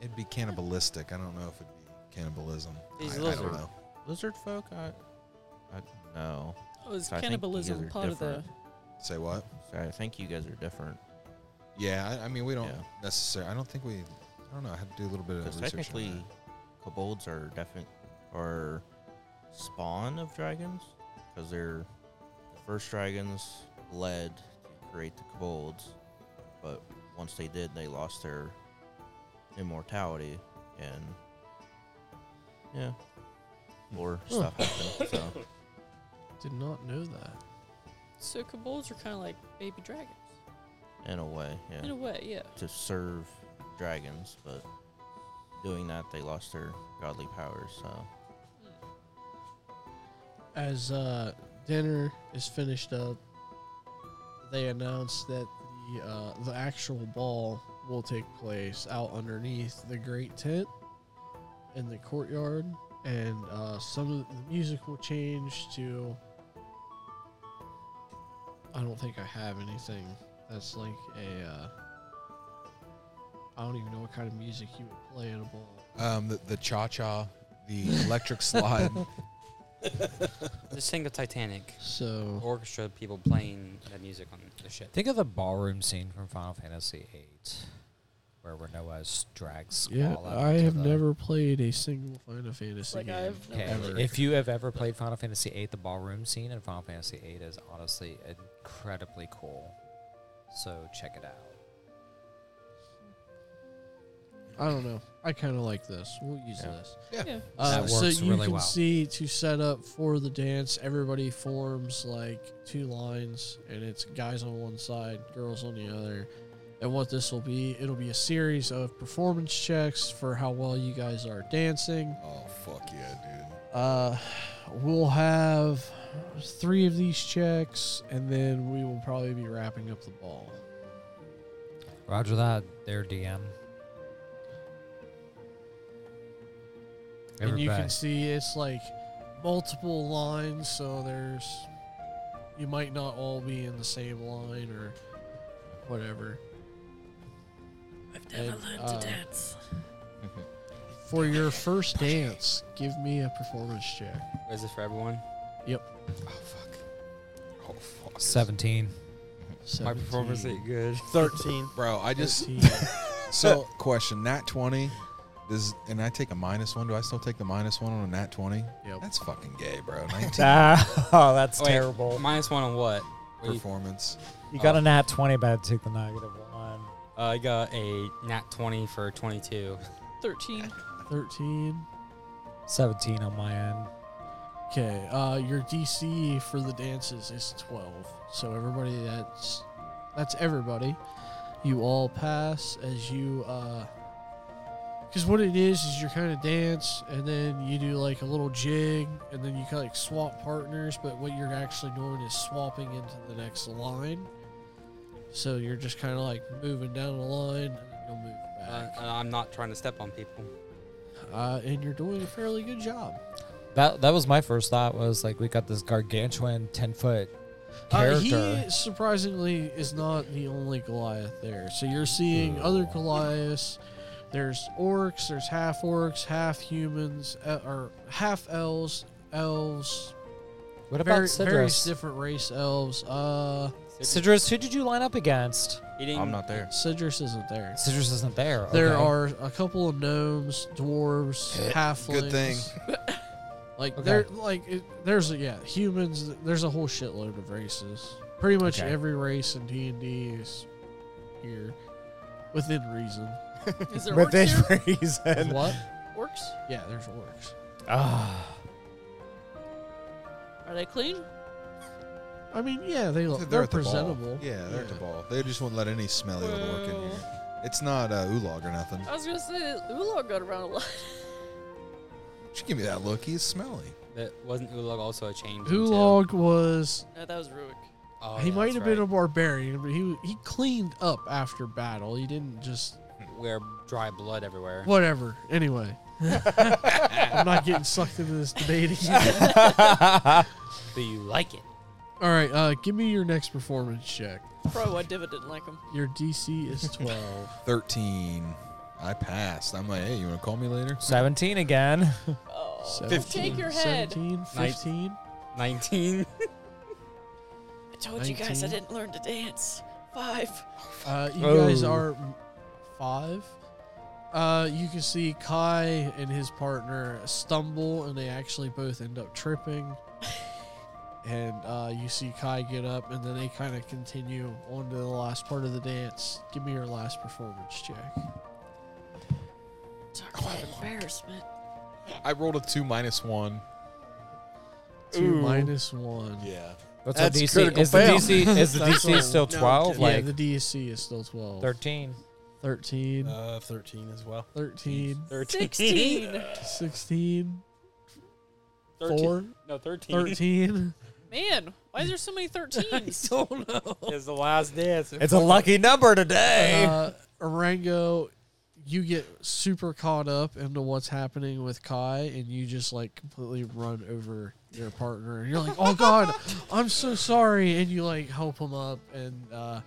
Speaker 4: It'd be cannibalistic. I don't know if it'd be cannibalism.
Speaker 1: These
Speaker 4: I, I
Speaker 1: lizards.
Speaker 4: don't know.
Speaker 7: Lizard folk, I, I no.
Speaker 6: Oh, is
Speaker 7: So I think you guys
Speaker 6: cannibalism
Speaker 7: are
Speaker 6: part of
Speaker 7: different.
Speaker 4: Say what?
Speaker 7: So I think you guys are different.
Speaker 4: Yeah, I, I mean we don't
Speaker 7: Yeah.
Speaker 4: necessarily. I don't think we. I don't know. I had to do a little bit of
Speaker 7: Because
Speaker 4: research. on
Speaker 7: technically,
Speaker 4: that.
Speaker 7: kobolds are definite are spawn of dragons because they're the first dragons led to create the kobolds, but once they did, they lost their immortality and yeah, more
Speaker 2: Huh.
Speaker 4: Hmm.
Speaker 7: stuff happened. So
Speaker 4: (laughs)
Speaker 2: Did not know that.
Speaker 6: the. So kobolds are kind of like baby dragons.
Speaker 7: in a way,
Speaker 6: In
Speaker 7: yeah,
Speaker 6: a way, yeah.
Speaker 7: to serve dragons, but doing that, they lost their godly powers. So
Speaker 2: As uh, dinner is finished up, they announced that the uh, the actual ball will take place out underneath the great tent in the courtyard, and uh, some of the music will change to. I don't think I have anything that's like a. Uh, I don't even know what kind of music you would play at a ball.
Speaker 4: um, the, the cha-cha, the electric
Speaker 7: (laughs)
Speaker 4: slide.
Speaker 1: Just think of Titanic.
Speaker 2: So
Speaker 1: Orchestra people playing that music on the ship.
Speaker 9: Think of the ballroom scene from Final Fantasy VIII, where Renoa's drags.
Speaker 2: Yeah,
Speaker 9: Squall out
Speaker 2: I
Speaker 9: to
Speaker 2: have
Speaker 9: the-
Speaker 2: never played a single Final Fantasy
Speaker 6: Like,
Speaker 2: game.
Speaker 6: I've
Speaker 9: Okay,
Speaker 2: ever.
Speaker 9: if you have ever played Final Fantasy VIII, the ballroom scene in Final Fantasy VIII is honestly incredibly cool. So check it out.
Speaker 2: I don't know. I kind of like this. We'll use
Speaker 7: Yeah.
Speaker 2: this.
Speaker 6: Yeah.
Speaker 2: Uh,
Speaker 9: That
Speaker 2: so
Speaker 9: works
Speaker 2: you
Speaker 9: really
Speaker 2: can
Speaker 9: well.
Speaker 2: see to set up for the dance, everybody forms like two lines, and it's guys on one side, girls on the other. And what this will be, it'll be a series of performance checks for how well you guys are dancing.
Speaker 4: oh fuck yeah,
Speaker 2: Uh, we'll have three of these checks, and then we will probably be wrapping up the ball.
Speaker 9: Roger that, there, DM.
Speaker 2: and you can
Speaker 9: Everybody,
Speaker 2: see it's like multiple lines so there's you might not all be in the same line or whatever
Speaker 10: I've
Speaker 2: never
Speaker 10: never
Speaker 2: And, learned
Speaker 10: learned
Speaker 2: to uh,
Speaker 10: to dance.
Speaker 2: for your first dance give me a performance check
Speaker 1: Is this for everyone?
Speaker 4: dude. Oh fuck. Oh fuck.
Speaker 9: 17.
Speaker 1: My performance ain't good.
Speaker 3: (laughs) 13.
Speaker 4: Bro, I just
Speaker 2: 17.
Speaker 4: so question nat twenty. Does and I take a minus one. Do I still take the minus one on a nat twenty? (laughs)
Speaker 2: yep.
Speaker 4: That's fucking gay, bro. (laughs) Nineteen
Speaker 9: Ah, (laughs) oh,
Speaker 1: (laughs)
Speaker 9: that's
Speaker 1: Wait.
Speaker 9: terrible.
Speaker 1: Minus one on what? What do you-
Speaker 4: performance.
Speaker 9: You got a nat 20, but I took the negative one.
Speaker 1: uh, I got a nat 20 for 22.
Speaker 9: (laughs)
Speaker 6: 13.
Speaker 2: 13
Speaker 9: 17 on my end.
Speaker 2: okay uh your dc for the dances is 12 so everybody that's that's everybody you all pass as you uh because what it is is you're kind of dance and then you do like a little jig and then you kind of like swap partners but what you're actually doing is swapping into the next line so you're just kind of like moving down the line and then you'll move
Speaker 1: Uh,
Speaker 2: back
Speaker 1: and I'm not trying to step on people.
Speaker 2: uh, and you're doing a fairly good job
Speaker 9: That that was my first thought was like we got this gargantuan ten foot
Speaker 2: Uh,
Speaker 9: character.
Speaker 2: he surprisingly is not the only Goliath there. So you're seeing
Speaker 9: Hmm.
Speaker 2: other Goliaths. There's orcs. There's half orcs, half humans, uh, or half elves, elves.
Speaker 9: what about
Speaker 2: vari- various
Speaker 9: Sidrus?
Speaker 2: different race elves. Uh,
Speaker 9: Sidrus, who did you line up against?
Speaker 1: He didn't-
Speaker 7: I'm not there.
Speaker 2: Sidrus isn't there.
Speaker 9: Sidrus isn't there.
Speaker 2: There
Speaker 9: okay.
Speaker 2: are a couple of gnomes, dwarves, halflings.
Speaker 4: Eh, Good thing.
Speaker 2: (laughs) Like
Speaker 9: Okay.
Speaker 2: there, like it, there's a, yeah, humans. There's a whole shitload of races. Pretty much
Speaker 5: Okay.
Speaker 2: every race in D and D is here, within reason.
Speaker 9: Is (laughs) there
Speaker 5: But
Speaker 9: orcs
Speaker 5: they
Speaker 9: (laughs) here?
Speaker 5: reason.
Speaker 2: what?
Speaker 9: Orcs?
Speaker 2: Yeah, there's orcs.
Speaker 5: Ah,
Speaker 9: Are they clean?
Speaker 2: I mean, yeah, they look
Speaker 4: They're,
Speaker 2: they're
Speaker 4: at the ball.
Speaker 2: presentable.
Speaker 4: Yeah, they're at the
Speaker 2: Yeah.
Speaker 4: ball. They just won't let any smelly old orc in
Speaker 9: Well.
Speaker 4: here. It's not uh, Ulog or nothing.
Speaker 9: I was gonna say that Ulog got around a lot.
Speaker 6: (laughs)
Speaker 4: She give me that look. He's smelly.
Speaker 1: That wasn't Ulog also a change.
Speaker 2: Hulog was
Speaker 9: No, that was Ruik.
Speaker 1: Oh,
Speaker 2: he might
Speaker 1: that's
Speaker 2: have
Speaker 1: right.
Speaker 2: been a barbarian, but he he cleaned up after battle. He didn't just
Speaker 1: where dry blood everywhere.
Speaker 2: whatever. Anyway, I'm not getting sucked into this debate again.
Speaker 1: Do you like it?
Speaker 2: All right, uh, give me your next performance check.
Speaker 9: Probably why Diva didn't like him.
Speaker 2: Your DC is 12.
Speaker 4: 13. I passed. I'm like, hey, you want to call me later?
Speaker 5: 17 again.
Speaker 9: Oh,
Speaker 2: 17,
Speaker 9: take your head.
Speaker 2: 17, 15.
Speaker 1: 19.
Speaker 9: I told you guys I
Speaker 2: 19.
Speaker 9: didn't learn to dance. Five.
Speaker 2: Uh, you guys are m- five. Uh, you can see Kai and his partner stumble, and they actually both end up tripping. and uh, you see Kai get up, and then they kind of continue on to the last part of the dance. Give me your last performance check.
Speaker 9: Talk about embarrassment.
Speaker 4: I rolled a 2 minus 1.
Speaker 2: Two minus one.
Speaker 4: Yeah.
Speaker 5: That's,
Speaker 3: That's
Speaker 5: a DC.
Speaker 3: critical
Speaker 5: Is the
Speaker 3: fail.
Speaker 5: DC is the
Speaker 2: That's all.
Speaker 5: DC still
Speaker 3: No, I'm
Speaker 5: 12?
Speaker 3: kidding.
Speaker 2: Yeah,
Speaker 5: like
Speaker 2: the DSC is still 12.
Speaker 5: 13.
Speaker 2: 13,
Speaker 3: Uh, 13 as well.
Speaker 2: 13,
Speaker 9: 16.
Speaker 2: 16,
Speaker 1: 13.
Speaker 2: 4,
Speaker 1: (laughs) No, 13.
Speaker 2: 13.
Speaker 9: Man, why is there so (laughs) many 13s?
Speaker 2: don't know.
Speaker 1: It's the last dance.
Speaker 5: It's a lucky number today.
Speaker 2: uh, Arango, you get super caught up into what's happening with Kai, and you just like completely run over your partner. And you're like, "Oh God, I'm so sorry!" And you like help him up, and uh,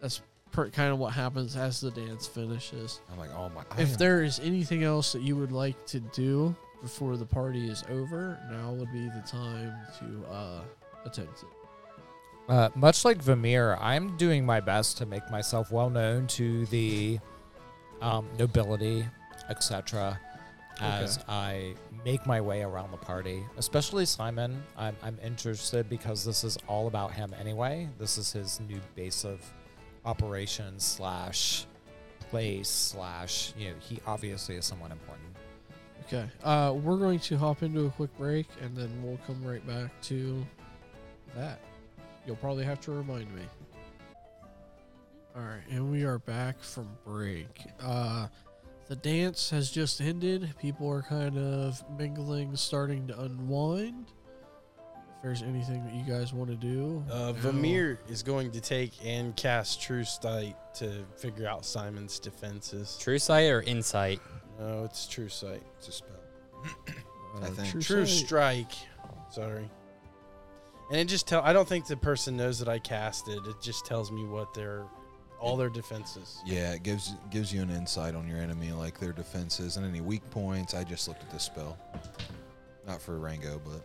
Speaker 2: that's per- kind of what happens as the dance finishes.
Speaker 4: I'm like, oh my.
Speaker 2: If there is anything else that you would like to do before the party is over, now would be the time to uh, attempt it.
Speaker 5: Uh, much like Vamir, I'm doing my best to make myself well known to the um, nobility, etc. As I make my way around the party, especially Simon, I'm, I'm interested because this is all about him anyway. This is his new base of operations slash place slash you know he obviously is someone important.
Speaker 2: Okay. Uh, we're going to hop into a quick break and then we'll come right back to that. You'll probably have to remind me. All right. And we are back from break. Uh, the dance has just ended. People are kind of mingling, starting to unwind. If there's anything that you guys want to do, now-
Speaker 3: Uh, Vamir is going to take and cast True Sight to figure out Simon's defenses.
Speaker 1: True sight or insight?
Speaker 3: No, it's True Sight.
Speaker 4: It's a spell.
Speaker 2: Uh,
Speaker 4: I think.
Speaker 2: True,
Speaker 3: True
Speaker 2: Sight.
Speaker 3: Strike. Sorry. And it just tell. I don't think the person knows that I cast it. It just tells me what their all their defenses.
Speaker 4: Yeah, it gives gives you an insight on your enemy, like their defenses and any weak points. I just looked at this spell. Not for Rango, but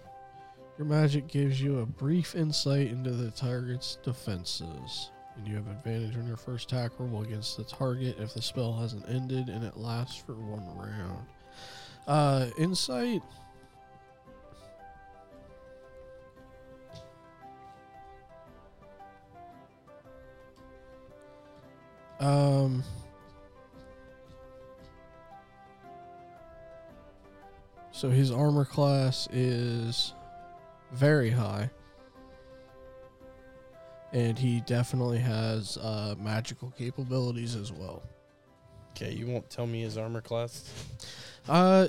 Speaker 2: Your magic gives you a brief insight into the target's defenses, and you have advantage on your first attack roll against the target if the spell hasn't ended and it lasts for one round. Uh, insight. Um. So his armor class is very high. And he definitely has uh, magical capabilities as well.
Speaker 3: Okay, you won't tell me his armor class.
Speaker 2: Uh,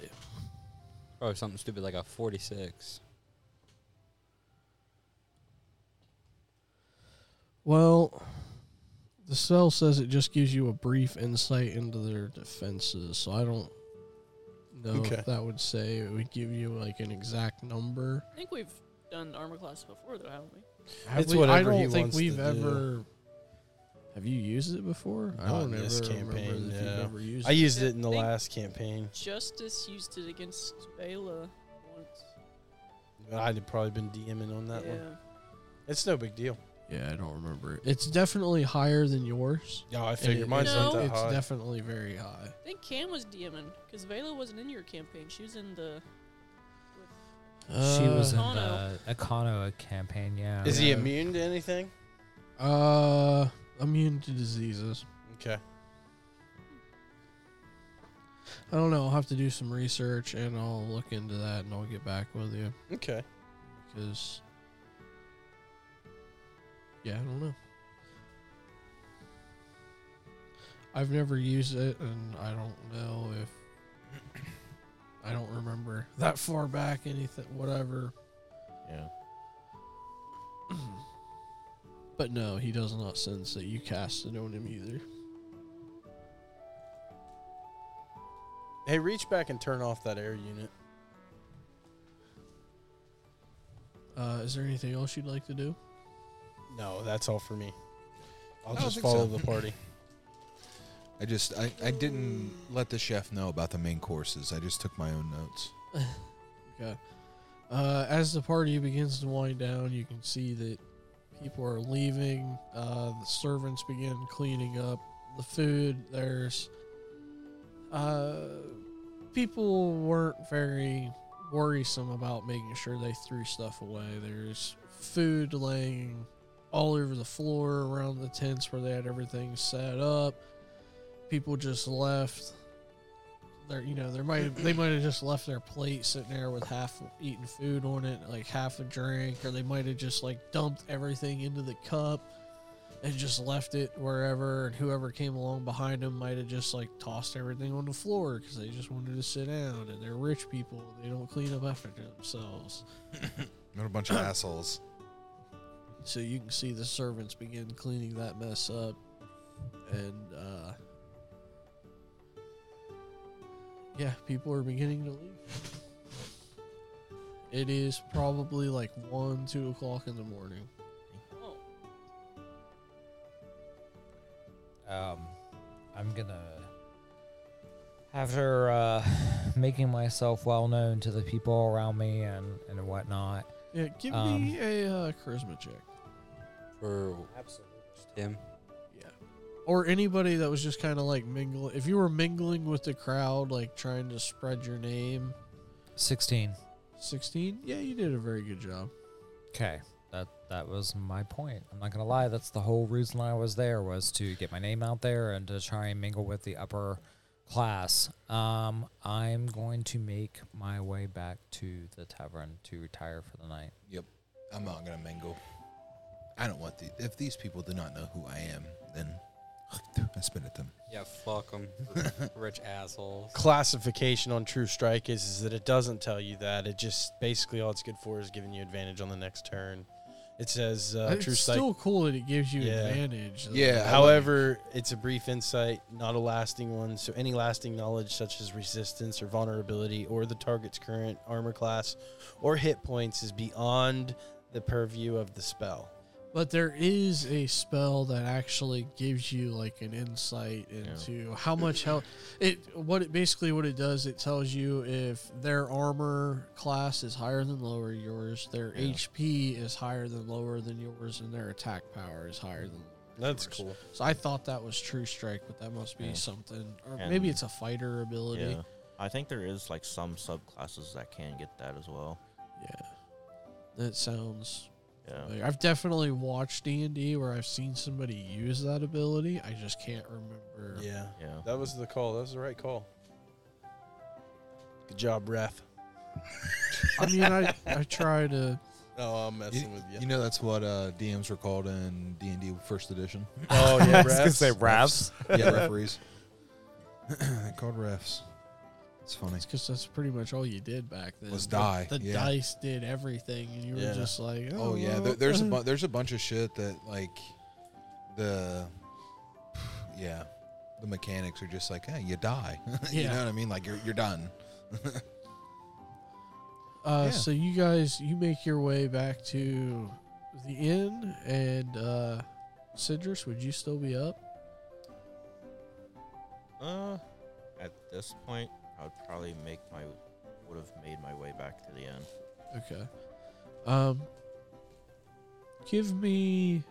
Speaker 1: Probably something stupid like a 46.
Speaker 2: well, the spell says it just gives you a brief insight into their defenses, so I don't know
Speaker 3: Okay.
Speaker 2: if that would say it would give you like an exact number.
Speaker 9: I think we've done armor class before, though, haven't we?
Speaker 2: Have
Speaker 3: It's
Speaker 2: we- I
Speaker 3: whatever
Speaker 2: don't
Speaker 3: he
Speaker 2: think
Speaker 3: wants to
Speaker 2: we've
Speaker 3: do.
Speaker 2: ever. Have you used it before? I
Speaker 3: Not
Speaker 2: don't
Speaker 3: in
Speaker 2: ever
Speaker 3: this
Speaker 2: remember
Speaker 3: campaign,
Speaker 2: that you've
Speaker 3: no.
Speaker 2: ever used
Speaker 3: I
Speaker 2: it.
Speaker 3: used it in the
Speaker 9: Think-
Speaker 3: last campaign.
Speaker 9: Justice used it against Bela once.
Speaker 3: I'd have probably been DMing on that
Speaker 9: yeah.
Speaker 3: one. It's no big deal.
Speaker 2: Yeah, I don't remember. it. It's definitely higher than yours.
Speaker 3: No, I
Speaker 2: And
Speaker 3: figure
Speaker 2: it-
Speaker 3: mine's
Speaker 2: it's-
Speaker 3: not
Speaker 9: No.
Speaker 3: that
Speaker 2: It's
Speaker 3: high.
Speaker 2: definitely very high.
Speaker 9: I think Cam was DMing because Vela wasn't in your campaign. She was in the.
Speaker 5: she was in
Speaker 9: Econo.
Speaker 5: the Econo campaign, yeah.
Speaker 3: Is he
Speaker 2: Yeah.
Speaker 3: immune to anything?
Speaker 2: Uh, immune to diseases.
Speaker 3: Okay.
Speaker 2: I don't know. I'll have to do some research and I'll look into that and I'll get back with you
Speaker 3: Okay.
Speaker 2: because. Yeah, I don't know. I've never used it and I don't know if. I don't remember that far back, anything, whatever.
Speaker 7: Yeah.
Speaker 2: But no, he does not sense that you cast it on him either.
Speaker 3: Hey, reach back and turn off that air unit.
Speaker 2: Uh, is there anything else you'd like to do?
Speaker 3: No, that's all for me. I'll
Speaker 4: I don't
Speaker 3: just
Speaker 4: think
Speaker 3: follow
Speaker 4: so.
Speaker 3: the party.
Speaker 4: (clears throat) I just I, I didn't let the chef know about the main courses. I just took my own notes.
Speaker 2: Uh, as the party begins to wind down, you can see that people are leaving. Uh, the servants begin cleaning up the food. There's uh, people weren't very worrisome about making sure they threw stuff away. There's food laying all over the floor around the tents where they had everything set up. People just left there you know there might they might have just left their plate sitting there with half eaten food on it like half a drink or they might have just like dumped everything into the cup and just left it wherever and whoever came along behind them might have just like tossed everything on the floor because they just wanted to sit down and they're rich people they don't clean up after themselves
Speaker 4: Not a bunch of assholes.
Speaker 2: so you can see the servants begin cleaning that mess up and uh yeah people are beginning to leave (laughs) it is probably like one two o'clock in the morning
Speaker 6: Oh,
Speaker 5: Um, I'm gonna after uh, making myself well known to the people around me and and whatnot.
Speaker 2: yeah give
Speaker 5: Um,
Speaker 2: me a uh, charisma check
Speaker 1: For
Speaker 5: Absolutely.
Speaker 1: him.
Speaker 2: yeah or anybody that was just kind of like mingling if you were mingling with the crowd like trying to spread your name
Speaker 5: Sixteen.
Speaker 2: 16 yeah you did a very good job
Speaker 5: Okay. That that was my point. I'm not gonna lie. That's the whole reason I was there was to get my name out there and to try and mingle with the upper class. Um, I'm going to make my way back to the tavern to retire for the night.
Speaker 4: (clears throat) I'm not gonna mingle. I don't want the if these people do not know who I am, then (laughs) I spit at them.
Speaker 1: Yeah, fuck
Speaker 2: (laughs)
Speaker 1: him. Rich assholes.
Speaker 3: Classification on True Strike is, is that it doesn't tell you that. It just basically all it's good for is giving you advantage on the next turn. It says uh,
Speaker 2: it's
Speaker 3: True Strike.
Speaker 2: still cool that it gives you
Speaker 3: Yeah.
Speaker 2: advantage
Speaker 4: Yeah, I
Speaker 3: Um, However, it's a brief insight, not a lasting one. So, any lasting knowledge such as resistance or vulnerability or the target's current armor class or hit points is beyond the purview of the spell.
Speaker 2: But there is a spell that actually gives you like an insight into how much
Speaker 7: (clears throat)
Speaker 2: health it what it basically what it does it tells you if their armor class is higher than lower yours, their HP is higher than lower than yours and their attack power is higher than
Speaker 7: Mm.
Speaker 3: That's
Speaker 2: yours.
Speaker 3: cool.
Speaker 2: So I thought that was true strike, but that must be something or
Speaker 7: And-
Speaker 2: maybe it's a fighter ability.
Speaker 7: Yeah. I think there is like some subclasses that can get that as well.
Speaker 2: Yeah. That sounds
Speaker 7: Yeah.
Speaker 2: Like, I've definitely watched D and D where I've seen somebody use that ability. I just can't remember.
Speaker 3: Yeah.
Speaker 7: Yeah.
Speaker 3: That was the call. That was the right call. Good job, ref.
Speaker 2: I mean, I, I try
Speaker 4: (laughs)
Speaker 2: to.
Speaker 3: Oh, I'm messing with you.
Speaker 4: You know that's what uh, DMs were called in D and D first (laughs) edition.
Speaker 3: (laughs) Oh, (laughs) yeah,
Speaker 9: (laughs) I was gonna
Speaker 3: refs.
Speaker 9: say refs.
Speaker 4: Yeah, (laughs) referees. (clears throat) They're called refs. It's funny.
Speaker 2: It's because that's pretty much all you did back then.
Speaker 4: Was
Speaker 2: The-
Speaker 4: die,
Speaker 2: The,
Speaker 4: yeah.
Speaker 2: dice did everything, and you were
Speaker 3: Yeah.
Speaker 2: just like, oh,
Speaker 4: Oh yeah,
Speaker 2: well,
Speaker 4: there, there's a bu- there's a bunch of shit that like the yeah the mechanics are just like hey you die (laughs) you
Speaker 2: Yeah.
Speaker 4: know what I mean like you're you're done
Speaker 2: Uh,
Speaker 4: Yeah.
Speaker 2: So you guys, you make your way back to the inn, and uh, Sidrus, would you still be up?
Speaker 7: Uh, at this point, I would probably make my would have made my way back to the end.
Speaker 2: Okay. Um, give me.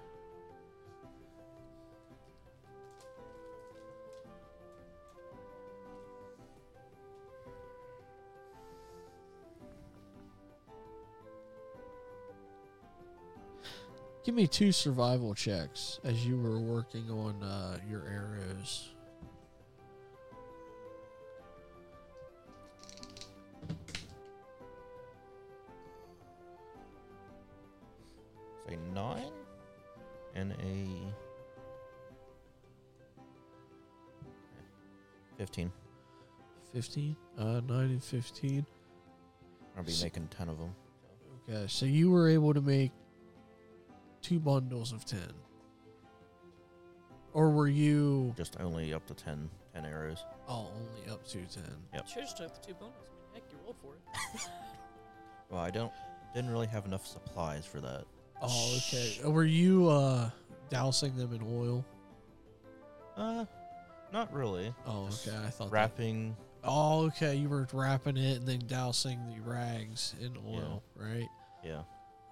Speaker 2: Give me two survival checks as you were working on uh, your arrows.
Speaker 7: Say nine and a fifteen.
Speaker 2: 15? Uh, 9 and 15.
Speaker 7: I'll be
Speaker 2: S-
Speaker 7: making ten of them.
Speaker 2: Okay, so you were able to make two bundles of 10. Or were you.
Speaker 7: Just only up to 10, 10 arrows.
Speaker 2: Oh, only up to 10.
Speaker 6: Should have took the two bonus. I mean, heck, you rolled for it.
Speaker 7: Well, I don't didn't really have enough supplies for that.
Speaker 2: Oh, okay. Uh, Were you uh dousing them in oil?
Speaker 7: Uh, not really.
Speaker 2: Oh,
Speaker 7: Just
Speaker 2: okay. I thought. that-
Speaker 7: Wrapping.
Speaker 2: oh, okay. You were wrapping it and then dousing the rags in oil, right?
Speaker 7: Yeah.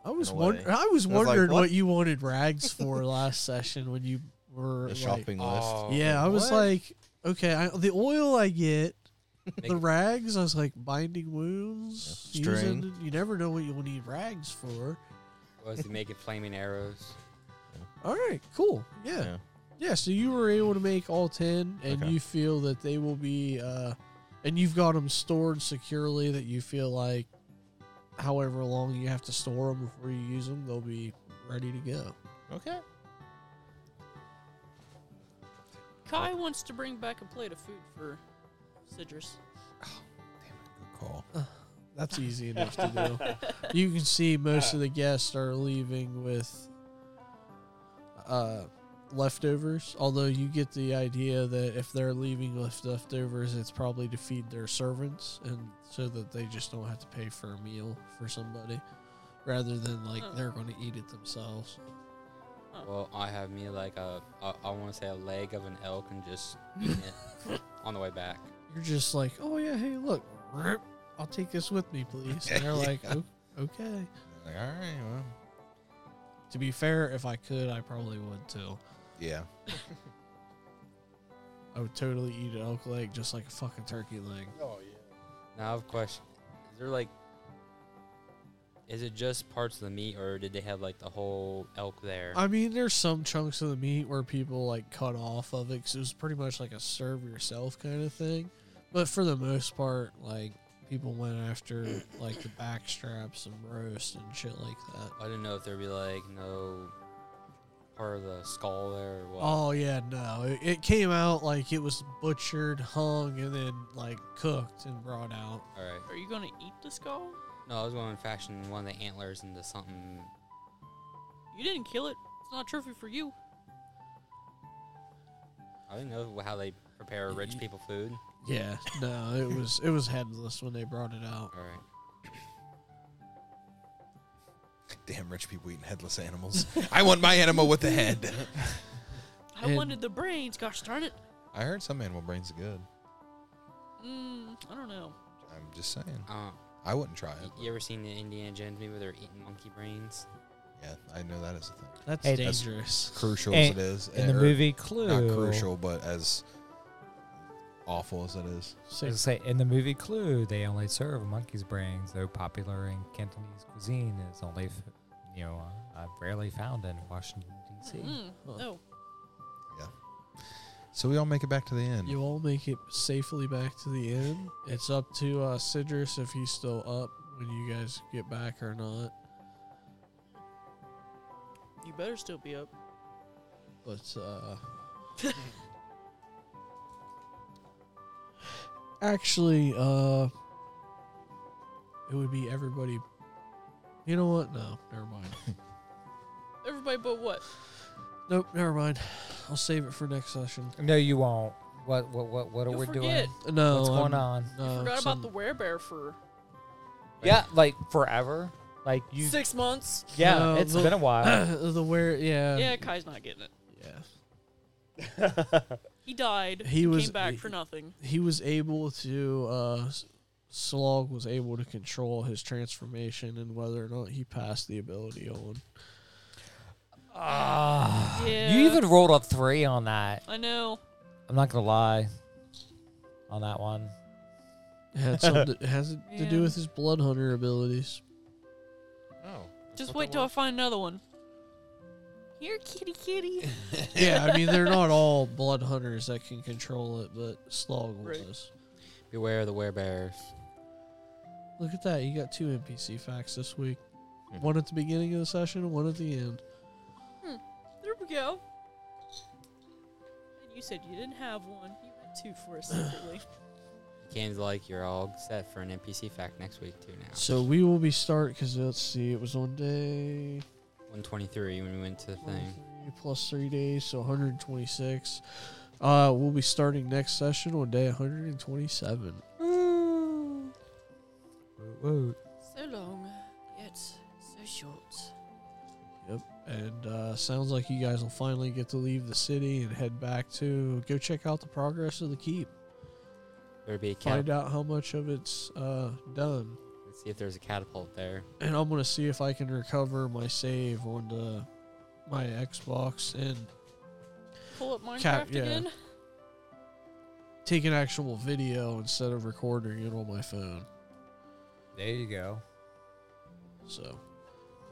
Speaker 2: I was
Speaker 7: a
Speaker 2: wonder.
Speaker 7: way.
Speaker 2: I was
Speaker 7: I was like,
Speaker 2: wondering what?
Speaker 7: "What?"
Speaker 2: you wanted rags for last (laughs) session when you were
Speaker 7: The
Speaker 2: like-
Speaker 7: shopping list.
Speaker 1: Oh,
Speaker 2: yeah, I was
Speaker 1: what?
Speaker 2: like, okay, I, the oil I get. The
Speaker 1: Make-
Speaker 2: rags, I was like binding wounds.
Speaker 7: Yeah, string.
Speaker 2: Using, you never know what you'll need rags for.
Speaker 1: was to make it flaming arrows.
Speaker 2: All right, cool. Yeah.
Speaker 7: Yeah.
Speaker 2: Yeah, so you were able to make all 10, and
Speaker 7: Okay.
Speaker 2: you feel that they will be, uh, and you've got them stored securely that you feel like however long you have to store them before you use them, they'll be ready to go.
Speaker 7: Okay.
Speaker 6: Kai wants to bring back a plate of food for Sidrus.
Speaker 4: Good call.
Speaker 2: That's easy enough to do. You can see most of the guests are leaving with uh, leftovers, although you get the idea that if they're leaving with leftovers, it's probably to feed their servants and so that they just don't have to pay for a meal for somebody rather than like
Speaker 6: Oh.
Speaker 2: they're going to eat it themselves.
Speaker 1: Well, I have me like a, I, I want to say a leg of an elk and just eating it
Speaker 2: (laughs)
Speaker 1: on the way back.
Speaker 2: You're just like, oh, yeah, hey, look, rip, I'll take this with me, please. And they're like, "O- okay.
Speaker 4: Like, all right, well,
Speaker 2: To be fair, if I could, I probably would too.
Speaker 4: yeah. (laughs)
Speaker 2: I would totally eat an elk leg just like a fucking turkey leg.
Speaker 3: Oh yeah.
Speaker 1: Now I have a question: Is there like, is it just parts of the meat, or did they have like the whole elk there?
Speaker 2: I mean, there's some chunks of the meat where people like cut off of it because it was pretty much like a serve yourself kind of thing. But for the most part, like people went after like the back straps and roast and shit like that.
Speaker 1: I didn't know if there'd be like no part of the skull there or what.
Speaker 2: Oh yeah, no, it, it came out like it was butchered, hung, and then like cooked and brought out.
Speaker 1: All right.
Speaker 6: Are you gonna eat the skull?
Speaker 1: No, I was going to fashion one of the antlers into something.
Speaker 6: You didn't kill it. It's not a trophy for you.
Speaker 1: I didn't know how they prepare rich people food.
Speaker 2: Yeah, no, it was it was headless when they brought it out.
Speaker 1: All right.
Speaker 4: Damn rich people eating headless animals. (laughs) I want my animal with the head. (laughs)
Speaker 6: I
Speaker 2: And-
Speaker 6: wanted the brains. Gosh darn it.
Speaker 4: I heard some animal brains are good.
Speaker 6: Mm, I don't know.
Speaker 4: I'm just saying.
Speaker 1: Uh,
Speaker 4: I wouldn't try it.
Speaker 1: y- you ever seen the Indiana Jones movie where they're eating monkey brains?
Speaker 4: Yeah, I know that is a thing.
Speaker 2: That's
Speaker 5: Hey, that's-
Speaker 2: dangerous.
Speaker 4: Crucial as
Speaker 5: And-
Speaker 4: it is.
Speaker 5: in the
Speaker 4: or
Speaker 5: movie Clue.
Speaker 4: Not crucial, but as awful as it is.
Speaker 5: I
Speaker 2: So
Speaker 5: was gonna say in the movie Clue, they only serve monkey's brains, though popular in Cantonese cuisine is only, f- you know, uh, rarely found in Washington D.C.
Speaker 6: Mm,
Speaker 2: Huh.
Speaker 6: No.
Speaker 4: So we all make it back to the end.
Speaker 2: You all make it safely back to the inn. It's up to uh, Sidrus if he's still up when you guys get back or not.
Speaker 6: You better still be up.
Speaker 2: But uh, (laughs) actually, uh, it would be everybody. You know what? No, never mind.
Speaker 6: Everybody but what?
Speaker 2: Nope, never mind. I'll save it for next session.
Speaker 5: No, you won't. What what what what are
Speaker 6: You'll
Speaker 5: we
Speaker 6: forget.
Speaker 5: doing?
Speaker 2: No,
Speaker 5: What's going
Speaker 2: Oh, I'm-
Speaker 5: on?
Speaker 2: No,
Speaker 6: Forgot
Speaker 2: Uh, some-
Speaker 6: about the werebear for
Speaker 5: Yeah, like forever. Like you.
Speaker 6: six months.
Speaker 5: Yeah,
Speaker 2: No,
Speaker 5: it's
Speaker 2: the-
Speaker 5: been
Speaker 2: (laughs)
Speaker 5: a while.
Speaker 2: (coughs) the where? Yeah,
Speaker 6: yeah, Kai's not getting it.
Speaker 2: yeah.
Speaker 6: He died.
Speaker 2: He was-
Speaker 6: came back
Speaker 2: he-
Speaker 6: for nothing.
Speaker 2: he was able to uh S- slog was able to control his transformation and whether or not he passed the ability on
Speaker 5: Ah,
Speaker 6: Yeah.
Speaker 5: You even rolled a three on that.
Speaker 6: I know.
Speaker 5: I'm not gonna lie. On that one,
Speaker 2: it had something (laughs) it has to
Speaker 6: Yeah.
Speaker 2: do with his blood hunter abilities
Speaker 7: Oh.
Speaker 6: Just wait till I find another one. Here, kitty, kitty.
Speaker 2: (laughs) yeah, I mean they're not all blood hunters that can control it, but Slog
Speaker 6: Right.
Speaker 2: was.
Speaker 1: Beware the werebears.
Speaker 2: Look at that! You got two NPC facts this week.
Speaker 7: Hmm.
Speaker 2: One at the beginning of the session, one at the end.
Speaker 6: There we go. And you said you didn't have one. You had two
Speaker 2: (sighs)
Speaker 6: for us secretly.
Speaker 1: Ken's like, you're all set for an NPC fact next week too now.
Speaker 2: So we will be start because let's see, it was on day
Speaker 1: 123 when we went to the thing.
Speaker 2: 23 plus three days, so 126. Uh, we'll be starting next session on day 127.
Speaker 6: so long, yet so short.
Speaker 2: And uh, sounds like you guys will finally get to leave the city and head back to go check out the progress of the keep.
Speaker 1: There'd be a catapult.
Speaker 2: Find out how much of it's uh, done.
Speaker 1: Let's see if there's a catapult there.
Speaker 2: And I'm gonna see if I can recover my save on the my Xbox and
Speaker 6: Pull up Minecraft
Speaker 2: yeah.
Speaker 6: again.
Speaker 2: take an actual video instead of recording it on my phone.
Speaker 5: There you go.
Speaker 2: So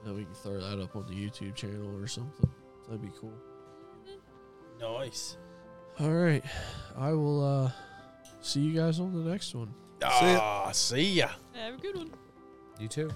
Speaker 2: now we can throw that up on the YouTube channel or something. That'd be cool.
Speaker 3: Nice.
Speaker 2: All right, I will uh, see you guys on the next one.
Speaker 3: Ah, see ya.
Speaker 6: Have a good one.
Speaker 5: You too.